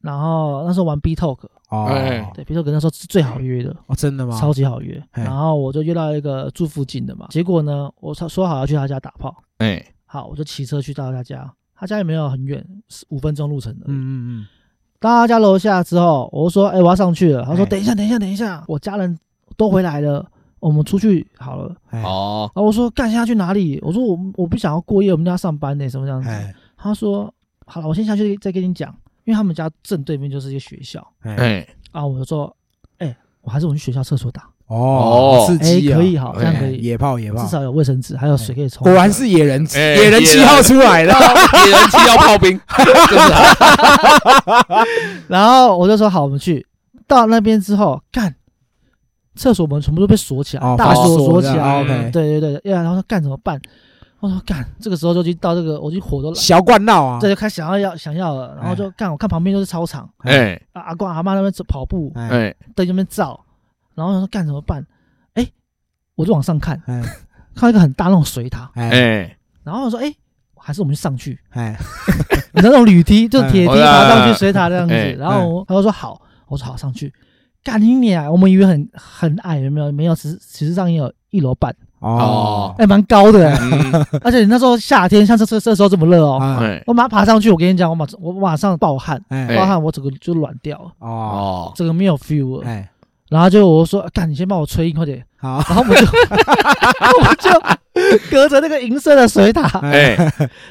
[SPEAKER 3] 然后那时候玩 B Talk，
[SPEAKER 1] 哦
[SPEAKER 2] 哎，
[SPEAKER 3] 对 B Talk 那时候是最好约的，
[SPEAKER 1] 哦，真的吗？
[SPEAKER 3] 超级好约。
[SPEAKER 1] 嘿
[SPEAKER 3] 然后我就约到一个住附近的嘛，结果呢，我说说好要去他家打炮，
[SPEAKER 2] 哎，
[SPEAKER 3] 好，我就骑车去到他家，他家也没有很远，五分钟路程的。
[SPEAKER 1] 嗯嗯
[SPEAKER 3] 到他家楼下之后，我就说：“哎、我要上去了。”他说：“
[SPEAKER 1] 哎
[SPEAKER 3] 等一下，等一下，等一下，我家人都回来了，我们出去好了。”
[SPEAKER 1] 嗯，哎
[SPEAKER 2] 哦，
[SPEAKER 3] 然后我说：“干，现在要去哪里？”我说：“我我不想要过夜，我们要上班呢、什么这样子。”
[SPEAKER 1] 哎
[SPEAKER 3] 他说：“好了，我先下去再跟你讲，因为他们家正对面就是一个学校
[SPEAKER 1] 哎
[SPEAKER 2] 哎，
[SPEAKER 3] 啊。”我就说：“哎、我还是我们去学校厕所打，
[SPEAKER 1] 哦，
[SPEAKER 2] 哦
[SPEAKER 1] 刺
[SPEAKER 3] 哎、
[SPEAKER 1] 激啊，
[SPEAKER 3] 可以好，
[SPEAKER 2] 哎
[SPEAKER 3] 这样可以，
[SPEAKER 1] 野炮野炮
[SPEAKER 3] 至，少有卫生纸，还有水可以冲。
[SPEAKER 1] 果然是野人，
[SPEAKER 2] 哎
[SPEAKER 1] 野人七号出来 了，
[SPEAKER 2] 野人七要炮兵，真的啊
[SPEAKER 3] 然后我就说：“好，我们去。”到那边之后，干，厕所门全部都被锁起来，
[SPEAKER 1] 哦
[SPEAKER 3] 大
[SPEAKER 1] 反锁
[SPEAKER 3] 锁
[SPEAKER 1] 这
[SPEAKER 3] 起
[SPEAKER 1] 样
[SPEAKER 3] 来。
[SPEAKER 1] 哦，OK
[SPEAKER 2] 哎
[SPEAKER 3] 对对对，对然后说干怎么办？我说干，这个时候就去到这个，我就火都来，
[SPEAKER 1] 小冠闹啊
[SPEAKER 3] 这，就开始想要要想要了，然后就干，我看旁边就是操场，
[SPEAKER 2] 哎
[SPEAKER 3] 啊阿公阿妈那边走跑步，
[SPEAKER 1] 哎
[SPEAKER 2] 哎
[SPEAKER 3] 在那边照，然后我想说干怎么办？哎，我就往上看，
[SPEAKER 1] 哎
[SPEAKER 3] 看到一个很大那种水塔，
[SPEAKER 1] 哎
[SPEAKER 2] 哎，
[SPEAKER 3] 然后我说哎、还是我们去上 去，
[SPEAKER 1] 哎，
[SPEAKER 3] 你知道那种铝梯，就
[SPEAKER 1] 嗯
[SPEAKER 3] 铁梯
[SPEAKER 2] 好的
[SPEAKER 3] 爬上去水塔这样子
[SPEAKER 2] 哎。
[SPEAKER 3] 然后我他就说好，我说好上去。干你娘！我们以为很很矮，有没有？没有，实实际上也有一楼半，
[SPEAKER 1] 哦
[SPEAKER 2] 哦，
[SPEAKER 3] 哎，蛮高的、
[SPEAKER 2] 嗯
[SPEAKER 3] 而且那时候夏天，像这这这时候这么热哦，
[SPEAKER 1] 啊
[SPEAKER 2] 哎，
[SPEAKER 3] 我马上爬上去，我跟你讲，我马我马上暴汗，
[SPEAKER 1] 哎
[SPEAKER 2] 哎
[SPEAKER 3] 暴汗我整个就软掉了，
[SPEAKER 1] 哦
[SPEAKER 2] 哦，
[SPEAKER 3] 整个没有 feel 了。
[SPEAKER 1] 哎，
[SPEAKER 3] 然后就我说，干，你先帮我吹，快点。
[SPEAKER 1] 好，
[SPEAKER 2] 哦
[SPEAKER 3] 然后我们就我们就隔着那个银色的水
[SPEAKER 1] 嗯
[SPEAKER 3] 塔，
[SPEAKER 2] 哎，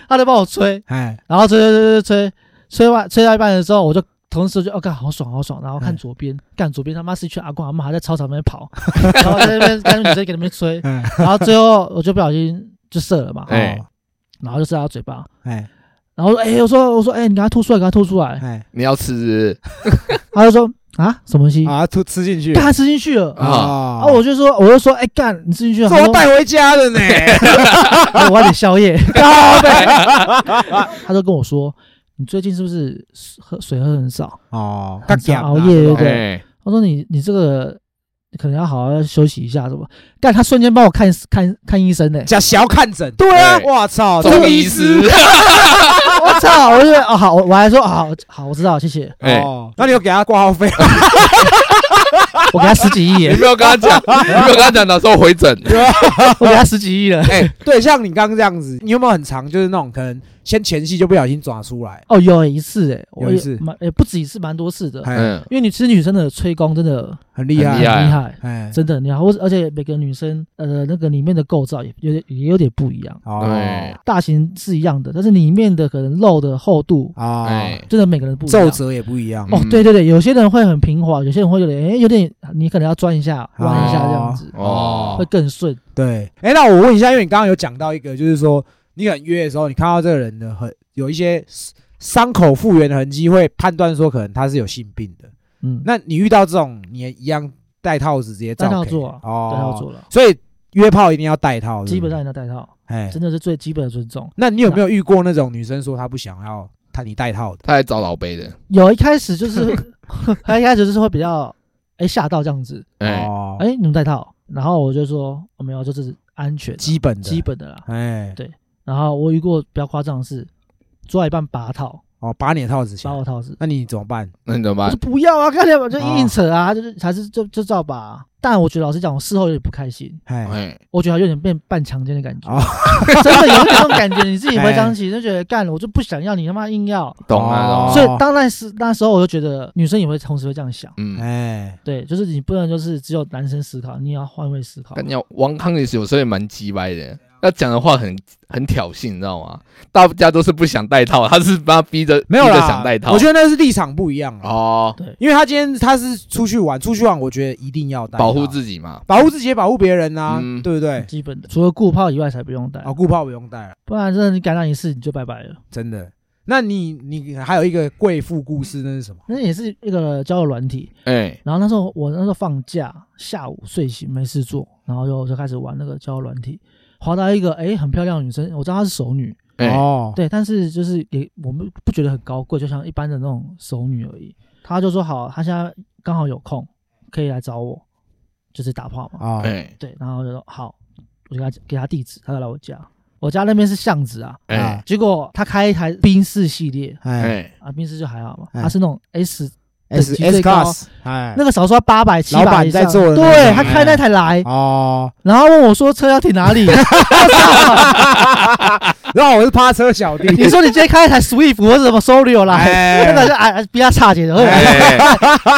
[SPEAKER 3] 他就帮我吹，
[SPEAKER 1] 哎
[SPEAKER 3] 然后吹吹吹吹吹，吹完吹到一半的时候，我就同时就哦，干好爽好爽，然后看
[SPEAKER 1] 嗯
[SPEAKER 3] 左边，干左边他妈是一群阿公阿妈还在操场那边跑，然后在那边干女生给他们吹，
[SPEAKER 1] 哎
[SPEAKER 3] 然后最后我就不小心就射了嘛，
[SPEAKER 2] 哎
[SPEAKER 1] 哦
[SPEAKER 3] 然后就射到他嘴巴，
[SPEAKER 1] 哎
[SPEAKER 3] 然后我说哎，我说我说哎，你给他吐出来，给他吐出来，
[SPEAKER 1] 哎，
[SPEAKER 2] 你要吃
[SPEAKER 3] 他就说啊什么东西，
[SPEAKER 1] 啊，吐吃进去 哦
[SPEAKER 3] 干他吃进去了，
[SPEAKER 2] 啊
[SPEAKER 3] 然后我就说我就说哎干你吃进去了，
[SPEAKER 1] 这
[SPEAKER 3] 他
[SPEAKER 1] 我
[SPEAKER 3] 说
[SPEAKER 1] 带回家 的呢，
[SPEAKER 3] 哎我要点 宵夜，靠背，
[SPEAKER 2] 哎
[SPEAKER 3] 他就跟我说你最近是不是喝水喝很少？
[SPEAKER 1] 哦，
[SPEAKER 3] 很
[SPEAKER 1] 较
[SPEAKER 3] 熬夜对不对
[SPEAKER 2] 哎，
[SPEAKER 3] 他说你你这个可能要好好休息一下，什么？但他瞬间帮我看看看 医生呢、
[SPEAKER 1] 假小看诊，
[SPEAKER 3] 对啊，
[SPEAKER 2] 对
[SPEAKER 1] 我操，
[SPEAKER 2] 中医师，
[SPEAKER 1] 哦
[SPEAKER 3] 我操！我就觉得哦好，我我还说好好，我知道，谢谢。
[SPEAKER 2] 哎，
[SPEAKER 1] 哦，那你有给他挂号费？
[SPEAKER 3] 我给他十几亿
[SPEAKER 2] 你
[SPEAKER 3] 耶，
[SPEAKER 2] 没有跟他讲，你没有跟他讲，到时候回诊，
[SPEAKER 3] 我给他十几亿了。
[SPEAKER 2] 哎，
[SPEAKER 1] 对，像你刚刚这样子，你有没有很长，就是那种可能先前戏就不小心抓出来？
[SPEAKER 3] 哦，有一次哎，我
[SPEAKER 1] 有一次
[SPEAKER 3] 蛮哎不止一次，蛮多次的。
[SPEAKER 1] 哎，
[SPEAKER 2] 嗯，
[SPEAKER 3] 因为你吃女生的吹功真的
[SPEAKER 1] 很厉
[SPEAKER 2] 很
[SPEAKER 3] 很
[SPEAKER 1] 害
[SPEAKER 3] 厉
[SPEAKER 2] 厉，害啊
[SPEAKER 3] 害，
[SPEAKER 1] 哎，
[SPEAKER 3] 真的很厉害。我而且每个女生呃那个里面的构造也有点也有点不一样，
[SPEAKER 1] 哦
[SPEAKER 2] 对，
[SPEAKER 3] 大型是一样的，但是里面的可能肉的厚度
[SPEAKER 1] 哦
[SPEAKER 2] 哎，，
[SPEAKER 3] 真的每个人不一样
[SPEAKER 1] 皱。褶也不一样，
[SPEAKER 3] 哦
[SPEAKER 2] 嗯，
[SPEAKER 3] 对对对，有些人会很平滑，有些人会有点，哎，有点你可能要转一下、弯一下这样子，
[SPEAKER 2] 哦
[SPEAKER 3] 会，更顺。
[SPEAKER 1] 对，哎、那我问一下，因为你刚刚有讲到一个，就是说你很约的时候，你看到这个人的很有一些伤口复原的痕迹，会判断说可能他是有性病的。
[SPEAKER 3] 嗯，
[SPEAKER 1] 那你遇到这种，你也一样戴套子直接照
[SPEAKER 3] 戴套
[SPEAKER 1] K
[SPEAKER 3] 做啊
[SPEAKER 1] 哦，
[SPEAKER 3] 戴套做了，
[SPEAKER 1] 所以约炮一定要戴套，
[SPEAKER 3] 基本上
[SPEAKER 1] 是
[SPEAKER 3] 你要戴套，
[SPEAKER 1] 不是哎，
[SPEAKER 3] 真的是最基本的尊重。
[SPEAKER 1] 那你有没有遇过那种女生说她不想要他你戴套的？
[SPEAKER 2] 他来找老贝的，
[SPEAKER 3] 有一开始就是， 他一开始就是会比较，哎吓到这样子，
[SPEAKER 2] 哎，
[SPEAKER 1] 哦，
[SPEAKER 3] 哎你们戴套，然后我就说我没有，就是安全啊
[SPEAKER 1] 基本的，
[SPEAKER 3] 基，本的啦。
[SPEAKER 1] 哎，
[SPEAKER 3] 然后我遇过比较夸张的是，做到一半拔套，
[SPEAKER 1] 哦，把你的套子下
[SPEAKER 3] 拔，我套子，
[SPEAKER 1] 那你怎么办？
[SPEAKER 2] 那你怎么
[SPEAKER 3] 我
[SPEAKER 2] 办
[SPEAKER 3] 说？不要啊，看见我就
[SPEAKER 1] 哦
[SPEAKER 3] 硬扯啊，他就是还是就就照拔啊。但我觉得老实讲，我事后有点不开心。
[SPEAKER 1] 哎，
[SPEAKER 2] 哎，
[SPEAKER 3] 我觉得有点变半强奸的感觉，
[SPEAKER 1] 哦
[SPEAKER 3] 真的有一点那种感觉。你自己回 想起就觉得干了，我就不想要你他妈硬要。
[SPEAKER 2] 懂啊，懂
[SPEAKER 1] 哦
[SPEAKER 2] 啊，
[SPEAKER 3] 所以当那时那时候我就觉得女生也会同时会这样想，
[SPEAKER 2] 嗯，
[SPEAKER 1] 哎，
[SPEAKER 3] 对，就是你不能就是只有男生思考，你也要换位思考。
[SPEAKER 2] 但你要王康也是有时候也蛮鸡掰的，他讲的话很很挑衅，你知道吗？大家都是不想戴套，他是把他逼着
[SPEAKER 1] 没有
[SPEAKER 2] 逼着
[SPEAKER 1] 啦，
[SPEAKER 2] 想戴套，
[SPEAKER 1] 我觉得那是立场不一样啊。
[SPEAKER 2] 哦，
[SPEAKER 1] 因为他今天他是出去玩，出去玩，我觉得一定要带
[SPEAKER 2] 保护
[SPEAKER 1] 己，
[SPEAKER 2] 自己嘛，
[SPEAKER 1] 保护自己也保护别人啊，
[SPEAKER 2] 嗯
[SPEAKER 1] 对不对？
[SPEAKER 3] 基本的，除了顾炮以外才不用带
[SPEAKER 1] 啊，，顾炮不用带了，
[SPEAKER 3] 不然真的你感染一次你就拜拜了。
[SPEAKER 1] 真的。那你你还有一个贵妇故事，那是什么？
[SPEAKER 3] 那也是一个交友软体，
[SPEAKER 2] 哎，
[SPEAKER 3] 然后那时候我那时候放假，下午睡醒没事做，然后就就开始玩那个交友软体，滑到一个哎、很漂亮的女生，我知道她是熟女，
[SPEAKER 2] 哎，
[SPEAKER 1] 哦，
[SPEAKER 3] 对，但是就是也我们不觉得很高贵，就像一般的那种熟女而已。他就说好，他现在刚好有空，可以来找我，就是打炮嘛。
[SPEAKER 1] 哦，
[SPEAKER 2] 哎，
[SPEAKER 3] 对，然后我就说好，我就给他给他地址，他就来我家。我家那边是巷子啊，
[SPEAKER 2] 哎，
[SPEAKER 3] 结果他开一台宾士系列
[SPEAKER 1] 哎
[SPEAKER 2] 哎，
[SPEAKER 3] 啊，宾士就还好嘛，
[SPEAKER 1] 哎
[SPEAKER 3] 他是那种 S，
[SPEAKER 1] ，S
[SPEAKER 3] 等级
[SPEAKER 1] S
[SPEAKER 3] 最高
[SPEAKER 1] class，哎，
[SPEAKER 3] 那个少说八百七
[SPEAKER 1] 老
[SPEAKER 3] 百
[SPEAKER 1] 板
[SPEAKER 3] 以
[SPEAKER 1] 在
[SPEAKER 3] 上，
[SPEAKER 1] 做的那
[SPEAKER 3] 对
[SPEAKER 1] 种哎
[SPEAKER 3] 他开那台来，
[SPEAKER 1] 哦，
[SPEAKER 3] 然后问我说车要停 哪里？
[SPEAKER 1] 然后我是趴车小 弟，
[SPEAKER 3] 你说你今天开一台 Swift 或者什么 Solio 来，
[SPEAKER 1] 哎
[SPEAKER 3] 那个就哎哎比较差点的，会
[SPEAKER 2] 哎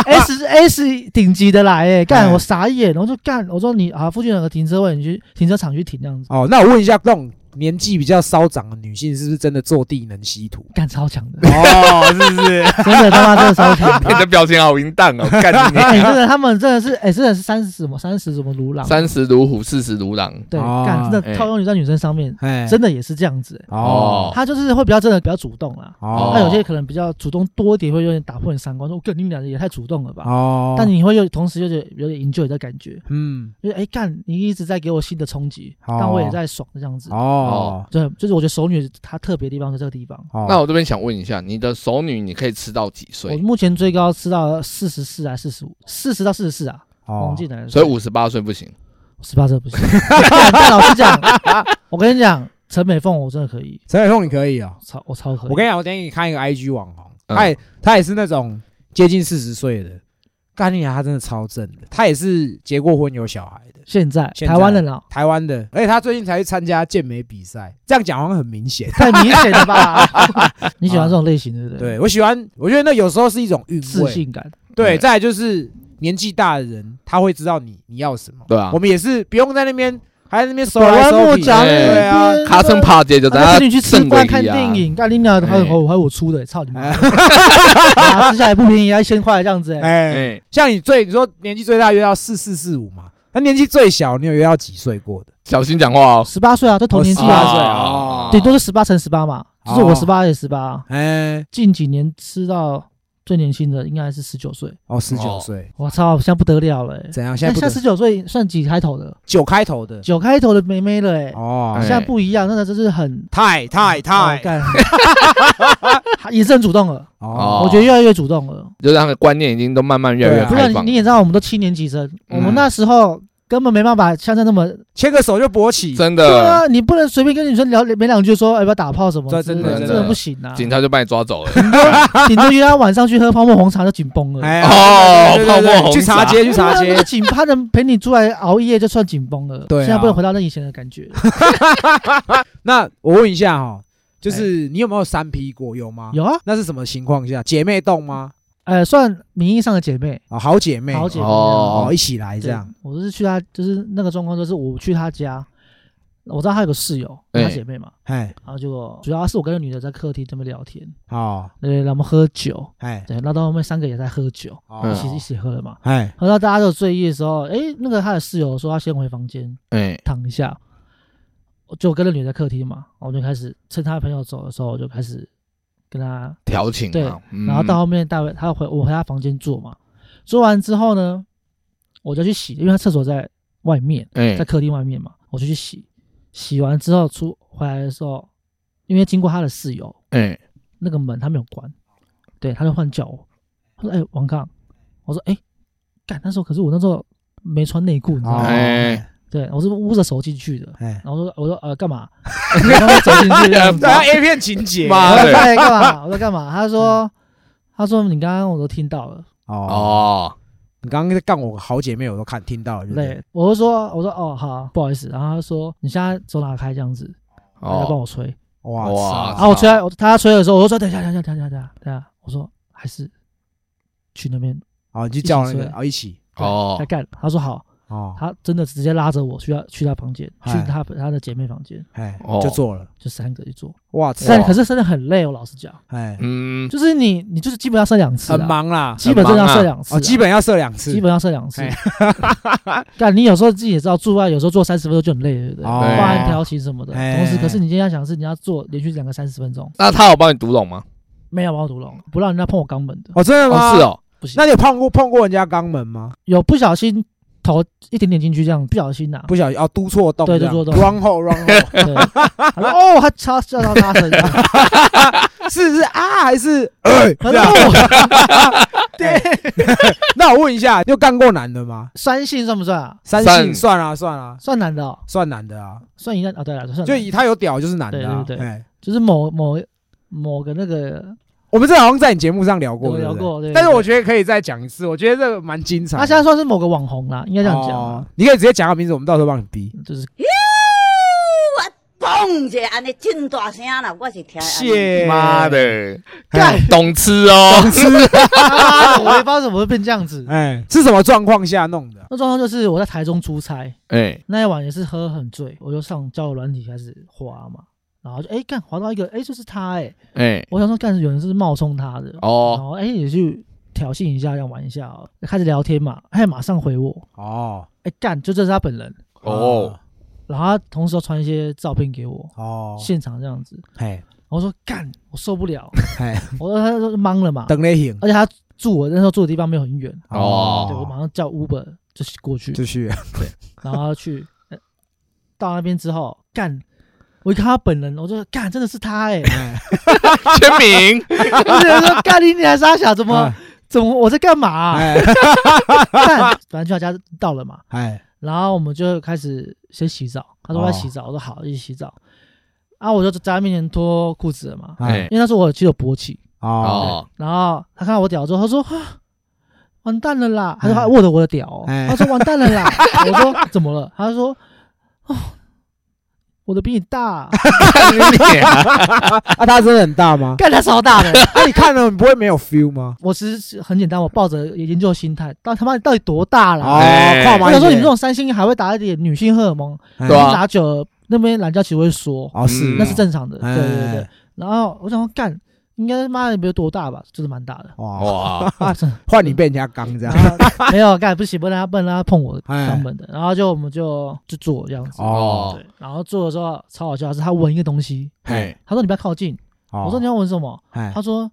[SPEAKER 3] S S 顶级的来、欸，干
[SPEAKER 1] 哎
[SPEAKER 3] 我傻眼，我就干，我说你啊，附近有个停车位，你去停车场去停这样子，
[SPEAKER 1] 哦，那我问一下，那种年纪比较稍长的女性，是不是真的坐地能吸土？，
[SPEAKER 3] 干超强的
[SPEAKER 1] 哦，是不是？
[SPEAKER 3] 真的他妈真的超强的
[SPEAKER 2] 你，的表情好淫荡哦，干你娘！
[SPEAKER 3] 哎、真的他们真的是，哎、真的是三十什么三十什么卢朗，
[SPEAKER 2] 三十如虎，四十如狼。
[SPEAKER 3] 对，
[SPEAKER 1] 哦
[SPEAKER 3] 干真
[SPEAKER 2] 哎
[SPEAKER 3] 的套用在女生上面，
[SPEAKER 1] 哎，
[SPEAKER 3] 真的也是这样子、欸，
[SPEAKER 1] 哦
[SPEAKER 3] 他就是会比较真的比较主动啦，
[SPEAKER 1] 哦
[SPEAKER 3] 那有些可能比较主动多一点，会有点打破你三观，说我哦跟你们两个也太主动了吧，
[SPEAKER 1] 哦，
[SPEAKER 3] 但你会有同时有点有点 enjoy 的感觉，
[SPEAKER 1] 嗯，
[SPEAKER 3] 就是哎干，你一直在给我新的冲击，
[SPEAKER 1] 哦
[SPEAKER 3] 但我也在爽这样子。
[SPEAKER 1] 哦，
[SPEAKER 3] 对，就是我觉得熟女她特别的地方在这个地方。
[SPEAKER 1] 哦
[SPEAKER 2] 那我这边想问一下，你的熟女你可以吃到几
[SPEAKER 3] 我
[SPEAKER 2] 岁？
[SPEAKER 3] 目前最高吃到四十四还四十五，四十到四十四啊，
[SPEAKER 1] 哦
[SPEAKER 3] 忘记了。
[SPEAKER 2] 所以五十八岁不行。
[SPEAKER 3] 十八岁不行。 但但老实讲，我跟你讲，陈美凤我真的可以，
[SPEAKER 1] 陈伟凤你可以哦，
[SPEAKER 3] 超我超可以。
[SPEAKER 1] 我跟你讲，我等一下给你看一个 IG 网红，
[SPEAKER 2] 嗯
[SPEAKER 1] 他也他也是那种接近四十岁的，干你娘，啊他真的超正的，他也是结过婚有小孩的，
[SPEAKER 3] 现在
[SPEAKER 1] 现在
[SPEAKER 3] 台湾人 啊，
[SPEAKER 1] 台湾的，而且他最近才去参加健美比赛，这样讲好像很明显。
[SPEAKER 3] 太明显了吧？ 你喜欢这种类型对不对？
[SPEAKER 1] 对我喜欢，我觉得那有时候是一种韵
[SPEAKER 3] 自
[SPEAKER 1] 味，
[SPEAKER 3] 信感，
[SPEAKER 1] 对，
[SPEAKER 2] 嗯
[SPEAKER 1] 再来就是年纪大的人他会知道你你要什么，
[SPEAKER 2] 对啊
[SPEAKER 1] 我，们也是不用在那边还在那边手
[SPEAKER 3] 拐
[SPEAKER 1] 来
[SPEAKER 3] 弯
[SPEAKER 1] 手
[SPEAKER 3] 抹
[SPEAKER 1] 去，
[SPEAKER 3] 角
[SPEAKER 2] 那边
[SPEAKER 1] 对啊，
[SPEAKER 2] 卡森帕姐就
[SPEAKER 3] 我
[SPEAKER 2] 在
[SPEAKER 3] 跟
[SPEAKER 2] 那
[SPEAKER 3] 你去吃
[SPEAKER 2] 正
[SPEAKER 3] 饭
[SPEAKER 2] 规
[SPEAKER 3] 看
[SPEAKER 2] 啊
[SPEAKER 3] 电，影，干你娘还有
[SPEAKER 2] 哎
[SPEAKER 3] 还有我出的，操 你妈！啊吃下来不便宜，要一千块这样子哎。
[SPEAKER 1] 哎，
[SPEAKER 2] 哎，
[SPEAKER 1] 像你最你说年纪最大约到四四四五嘛，那年纪最小你有约到几岁过的？
[SPEAKER 2] 小心讲话哦。
[SPEAKER 3] 十八岁啊，都同年纪
[SPEAKER 1] 18
[SPEAKER 3] 啊，
[SPEAKER 1] 岁
[SPEAKER 2] 哦
[SPEAKER 1] 哦
[SPEAKER 3] 顶多是十八乘十八嘛，就是我十八也十八。
[SPEAKER 1] 哎，
[SPEAKER 3] 近几年吃到最年轻的应该是十九岁，
[SPEAKER 1] 哦，十九
[SPEAKER 2] 哦
[SPEAKER 1] 岁，
[SPEAKER 3] 我操，现在不得了了欸！
[SPEAKER 1] 怎样？现
[SPEAKER 3] 现
[SPEAKER 1] 在不
[SPEAKER 3] 在
[SPEAKER 1] 得
[SPEAKER 3] 十九岁算几开头的？
[SPEAKER 1] 九开头的
[SPEAKER 3] 九开头的妹妹了哎，
[SPEAKER 1] 哦
[SPEAKER 2] 哎
[SPEAKER 3] 现，在不一样，那个真是很
[SPEAKER 1] 太太
[SPEAKER 3] 哦
[SPEAKER 1] 太
[SPEAKER 3] 干， 也是很主动了，
[SPEAKER 1] 哦，
[SPEAKER 3] 我觉得越来越主动了。
[SPEAKER 2] 就是他的观念已经都慢慢越来
[SPEAKER 1] 对
[SPEAKER 2] 越
[SPEAKER 1] 啊
[SPEAKER 3] 不然
[SPEAKER 2] 开
[SPEAKER 3] 你
[SPEAKER 2] 放
[SPEAKER 3] 你，也知道，我们都七年级生，我们
[SPEAKER 2] 嗯
[SPEAKER 3] 那时候根本没办法像在那么
[SPEAKER 1] 牵个手就勃起，
[SPEAKER 2] 真
[SPEAKER 3] 对
[SPEAKER 2] 的
[SPEAKER 3] 啊，你不能随便跟女生聊没两句就说哎要不要打炮什么
[SPEAKER 1] 这
[SPEAKER 3] 之类
[SPEAKER 1] 真
[SPEAKER 3] 的，
[SPEAKER 1] 的
[SPEAKER 3] 真
[SPEAKER 2] 真
[SPEAKER 3] 的
[SPEAKER 2] 的
[SPEAKER 3] 不行啊。
[SPEAKER 2] 警察就把你抓 走了。
[SPEAKER 3] 顶多约他晚上去喝泡沫红茶就紧绷了。
[SPEAKER 1] 哎
[SPEAKER 2] 哦
[SPEAKER 1] 对对对对对
[SPEAKER 2] 泡沫红
[SPEAKER 1] 去茶
[SPEAKER 2] 茶
[SPEAKER 1] 街去
[SPEAKER 3] 对啊
[SPEAKER 1] 茶街
[SPEAKER 3] 那个，紧他能陪你出来熬夜就算紧绷了。
[SPEAKER 1] 对啊
[SPEAKER 3] 现在不能回到那以前的感觉。
[SPEAKER 1] 那我问一下哈、就是你有没有三 P 过？有吗？。
[SPEAKER 3] 有啊，
[SPEAKER 1] 那是什么情况下？姐妹洞吗？
[SPEAKER 3] 呃，算名义上的姐妹，
[SPEAKER 1] 啊、好姐妹，
[SPEAKER 3] 好姐妹
[SPEAKER 2] 哦
[SPEAKER 1] 哦，
[SPEAKER 3] 啊。
[SPEAKER 1] 一起来
[SPEAKER 3] 对
[SPEAKER 1] 这样。
[SPEAKER 3] 我是去她，就是那个状况，就是我去她家，我知道她有个室友，她
[SPEAKER 2] 哎
[SPEAKER 3] 姐妹嘛，
[SPEAKER 1] 哎，
[SPEAKER 3] 然后结果主要是我跟那女的在客厅这边聊天，
[SPEAKER 1] 好，
[SPEAKER 3] 对，然后我们喝酒，
[SPEAKER 1] 哎，
[SPEAKER 3] 对，那到后面三个也在喝酒，
[SPEAKER 1] 哦
[SPEAKER 3] 一起一起喝了嘛。
[SPEAKER 1] 哎，
[SPEAKER 3] 喝到大家都有醉意的时候，诶，那个她的室友说她先回房间，
[SPEAKER 2] 哎，
[SPEAKER 3] 躺一下，我就跟那女的在客厅嘛，我就开始趁她朋友走的时候，我就开始跟她，
[SPEAKER 2] 调情
[SPEAKER 3] 对
[SPEAKER 2] 啊，嗯
[SPEAKER 3] 然后到后面大卫她回我回她房间坐嘛，坐完之后呢，我就去洗，因为她厕所在外面，
[SPEAKER 2] 哎
[SPEAKER 3] 在客厅外面嘛，我就去洗，洗完之后出回来的时候，因为经过她的室友，
[SPEAKER 2] 哎
[SPEAKER 3] 那个门他没有关，对，他就换叫我，他说：“哎、王刚。”我说：“哎、干那时候可是我那时候没穿内裤，你知道
[SPEAKER 1] 哦
[SPEAKER 3] 吗？
[SPEAKER 2] 哎
[SPEAKER 3] 对我是捂着手进去的。”
[SPEAKER 1] 哎，
[SPEAKER 3] 然后我说我说呃干嘛？然后走进去这 样子，
[SPEAKER 1] 对啊，A 片情节。
[SPEAKER 2] 哎妈
[SPEAKER 3] 我
[SPEAKER 2] 的
[SPEAKER 3] 说哎干嘛？我说干嘛？他说他说你刚刚我都听到了，
[SPEAKER 1] 哦，
[SPEAKER 2] 哦，
[SPEAKER 1] 你刚刚在干我好姐妹，我都看听到了，对不对
[SPEAKER 3] 对，我就说我说哦好不好意思，然后他说你现在手拿开这样子，要帮
[SPEAKER 2] 哦，
[SPEAKER 3] 我吹，
[SPEAKER 1] 哇
[SPEAKER 2] 哇
[SPEAKER 1] 塞
[SPEAKER 3] 然后我吹我他吹的时候，我就说等一下等一下等一下等一下等一下，我说还是去那边
[SPEAKER 1] 好，你就叫那
[SPEAKER 3] 一起
[SPEAKER 1] 个
[SPEAKER 3] 睡
[SPEAKER 1] 啊，一起
[SPEAKER 2] 哦
[SPEAKER 3] 再干，他说好，
[SPEAKER 1] 哦，
[SPEAKER 3] 他真的直接拉着我去他去他房间，去
[SPEAKER 1] 嗨
[SPEAKER 3] 他他的姐妹房间，
[SPEAKER 1] 哎，
[SPEAKER 2] 哦
[SPEAKER 1] 就做了。
[SPEAKER 3] 就三个去做，
[SPEAKER 1] 哇塞，
[SPEAKER 3] 但可是真的很累，我哦老实讲，
[SPEAKER 1] 哎，
[SPEAKER 2] 嗯，
[SPEAKER 3] 就是你你就是基本上射两次
[SPEAKER 1] 很
[SPEAKER 3] 啊，
[SPEAKER 1] 忙啦，
[SPEAKER 3] 基本上要射两次啊，
[SPEAKER 1] 哦，基本要射两次
[SPEAKER 3] 基。本上射两次
[SPEAKER 1] 哎。
[SPEAKER 3] 但你有时候自己也知道做爱，有时候做三十分钟就很累，对不对？
[SPEAKER 1] 哦
[SPEAKER 3] 包含调情什么的。
[SPEAKER 1] 哎
[SPEAKER 3] 同时，可是你今天要想是你要做连续两个三十分钟，
[SPEAKER 2] 那他有帮你读懂吗？
[SPEAKER 3] 没有把我堵龙，不让人家碰我肛门的，
[SPEAKER 1] 哦，真的吗？
[SPEAKER 2] 哦，是。哦，
[SPEAKER 3] 不行。
[SPEAKER 1] 那你有碰过碰过人家肛门吗？
[SPEAKER 3] 有不小心头一点点进去这样，不小 心呐、
[SPEAKER 1] 不小心哦，嘟错洞这
[SPEAKER 3] 对
[SPEAKER 1] 样，
[SPEAKER 3] 嘟错洞
[SPEAKER 1] run 后 run 后，
[SPEAKER 3] 对，他说哦，他超叫到大声，
[SPEAKER 1] 是是啊还是哎？
[SPEAKER 3] 他
[SPEAKER 1] 这
[SPEAKER 3] 说
[SPEAKER 1] 样
[SPEAKER 3] 哦，
[SPEAKER 1] 那我问一下，你有干过男的吗？
[SPEAKER 3] 酸性算不算啊？
[SPEAKER 1] 三
[SPEAKER 2] 算
[SPEAKER 1] 性算啊算啊，
[SPEAKER 3] 算男的哦，
[SPEAKER 1] 算男的啊，
[SPEAKER 3] 算一个啊，对了，算男的
[SPEAKER 1] 就以他有屌就是男的啊。
[SPEAKER 3] 对对对
[SPEAKER 1] 哎，
[SPEAKER 3] 就是某某某个那个，
[SPEAKER 1] 我们这好像在你节目上聊过，
[SPEAKER 3] 有
[SPEAKER 1] 对
[SPEAKER 3] 聊
[SPEAKER 1] 不对
[SPEAKER 3] 过对对
[SPEAKER 1] 但是我觉得可以再讲一次，我觉得这个蛮精彩的。
[SPEAKER 3] 他现在算是某个网红啦，应该这样讲啊
[SPEAKER 1] 哦，，你可以直接讲个名字，我们到时候帮你逼。
[SPEAKER 3] 就是
[SPEAKER 4] 嘣一下，安尼真大声啦，我是
[SPEAKER 2] 哎
[SPEAKER 4] 听。
[SPEAKER 1] 谢
[SPEAKER 2] 妈，的，
[SPEAKER 1] 哎
[SPEAKER 2] 懂吃哦，
[SPEAKER 3] 啊我也不知道怎么会变这 样子。
[SPEAKER 1] 哎，是什么状况下弄的？
[SPEAKER 3] 那状况就是我在台中出差
[SPEAKER 2] 哎
[SPEAKER 3] 那一晚也是喝很醉，我就上交友软体开始滑嘛，然后就哎干、滑到一个哎、就是他哎、
[SPEAKER 2] 哎
[SPEAKER 3] 我想说干有人是冒充他的，然
[SPEAKER 2] 哦，
[SPEAKER 3] 后哎、也去挑衅一下，这样玩一下哦，开始聊天嘛，他马上回我，
[SPEAKER 1] 哦
[SPEAKER 3] 哎、干就这是他本人，
[SPEAKER 2] 哦，
[SPEAKER 3] 然后他同时又传一些照片给我，
[SPEAKER 1] 哦，
[SPEAKER 3] 现场这样子，
[SPEAKER 1] 嘿，
[SPEAKER 3] 我说干我受不了，
[SPEAKER 1] 嘿，
[SPEAKER 3] 我说他说懵了嘛，
[SPEAKER 1] 等雷影
[SPEAKER 3] 而且他住我那时候住的地方没有很远，
[SPEAKER 2] 哦
[SPEAKER 3] 对我马上叫 Uber 就过去，
[SPEAKER 1] 就去
[SPEAKER 3] 然后去呃到那边之后干，我一看他本人，我就说干真的是他哎、
[SPEAKER 2] 签名，
[SPEAKER 3] 我就想说干你你还傻小怎么、
[SPEAKER 1] 哎
[SPEAKER 3] 怎么我在干嘛啊、
[SPEAKER 1] 哎
[SPEAKER 3] 干，反正去他家到了嘛，
[SPEAKER 1] 哎，
[SPEAKER 3] 然后我们就开始先洗澡，他说
[SPEAKER 1] 哦
[SPEAKER 3] 要洗澡，我说好，一起洗澡。啊，我就在他面前脱裤子了嘛，
[SPEAKER 1] 哎
[SPEAKER 2] 哎，
[SPEAKER 3] 因为那时候我其实有勃起，
[SPEAKER 1] 哦，
[SPEAKER 2] 哦，
[SPEAKER 3] 然后他看到我屌之后，他说啊，完蛋了啦，他说
[SPEAKER 1] 哎
[SPEAKER 3] 他握着我的屌、哦，
[SPEAKER 1] 哎
[SPEAKER 3] 他说完 蛋了啦，我说怎么了？他说哦，我的比你 大，？
[SPEAKER 2] 你脸啊
[SPEAKER 1] 啊，他真的很大吗
[SPEAKER 3] 干他超大的。
[SPEAKER 1] 啊，你看了你不会没有 feel 吗？
[SPEAKER 3] 我其实是很简单，我抱着研究心态，到他妈到底多大
[SPEAKER 1] 哦
[SPEAKER 3] 啦？
[SPEAKER 2] 哎，
[SPEAKER 1] 跨马
[SPEAKER 3] 我
[SPEAKER 1] 一
[SPEAKER 3] 想说
[SPEAKER 1] 点
[SPEAKER 3] 你们这种三星还会打一点女性荷尔蒙，
[SPEAKER 1] 哎
[SPEAKER 2] 对啊
[SPEAKER 3] 打久了那边懒觉其实会缩，
[SPEAKER 1] 哦是
[SPEAKER 2] 嗯，
[SPEAKER 3] 那是正常的。对
[SPEAKER 1] 哎
[SPEAKER 3] 对对。然后我想说干，应该他妈也没有多大吧，就是蛮 大的。
[SPEAKER 1] 哇，
[SPEAKER 2] 哇，
[SPEAKER 3] 啊，真的
[SPEAKER 1] 换你被人家刚这样，
[SPEAKER 3] 然后没有干，不行，不能让他不能让他碰我
[SPEAKER 1] 哎
[SPEAKER 3] 肛门的。然后就我们就就做这样子。
[SPEAKER 1] 哦
[SPEAKER 3] 对，然后做的时候超好笑，是他闻一个东西，
[SPEAKER 2] 哎，
[SPEAKER 3] 他说你不要靠近，我说你要闻什么？
[SPEAKER 1] 哎
[SPEAKER 3] 他说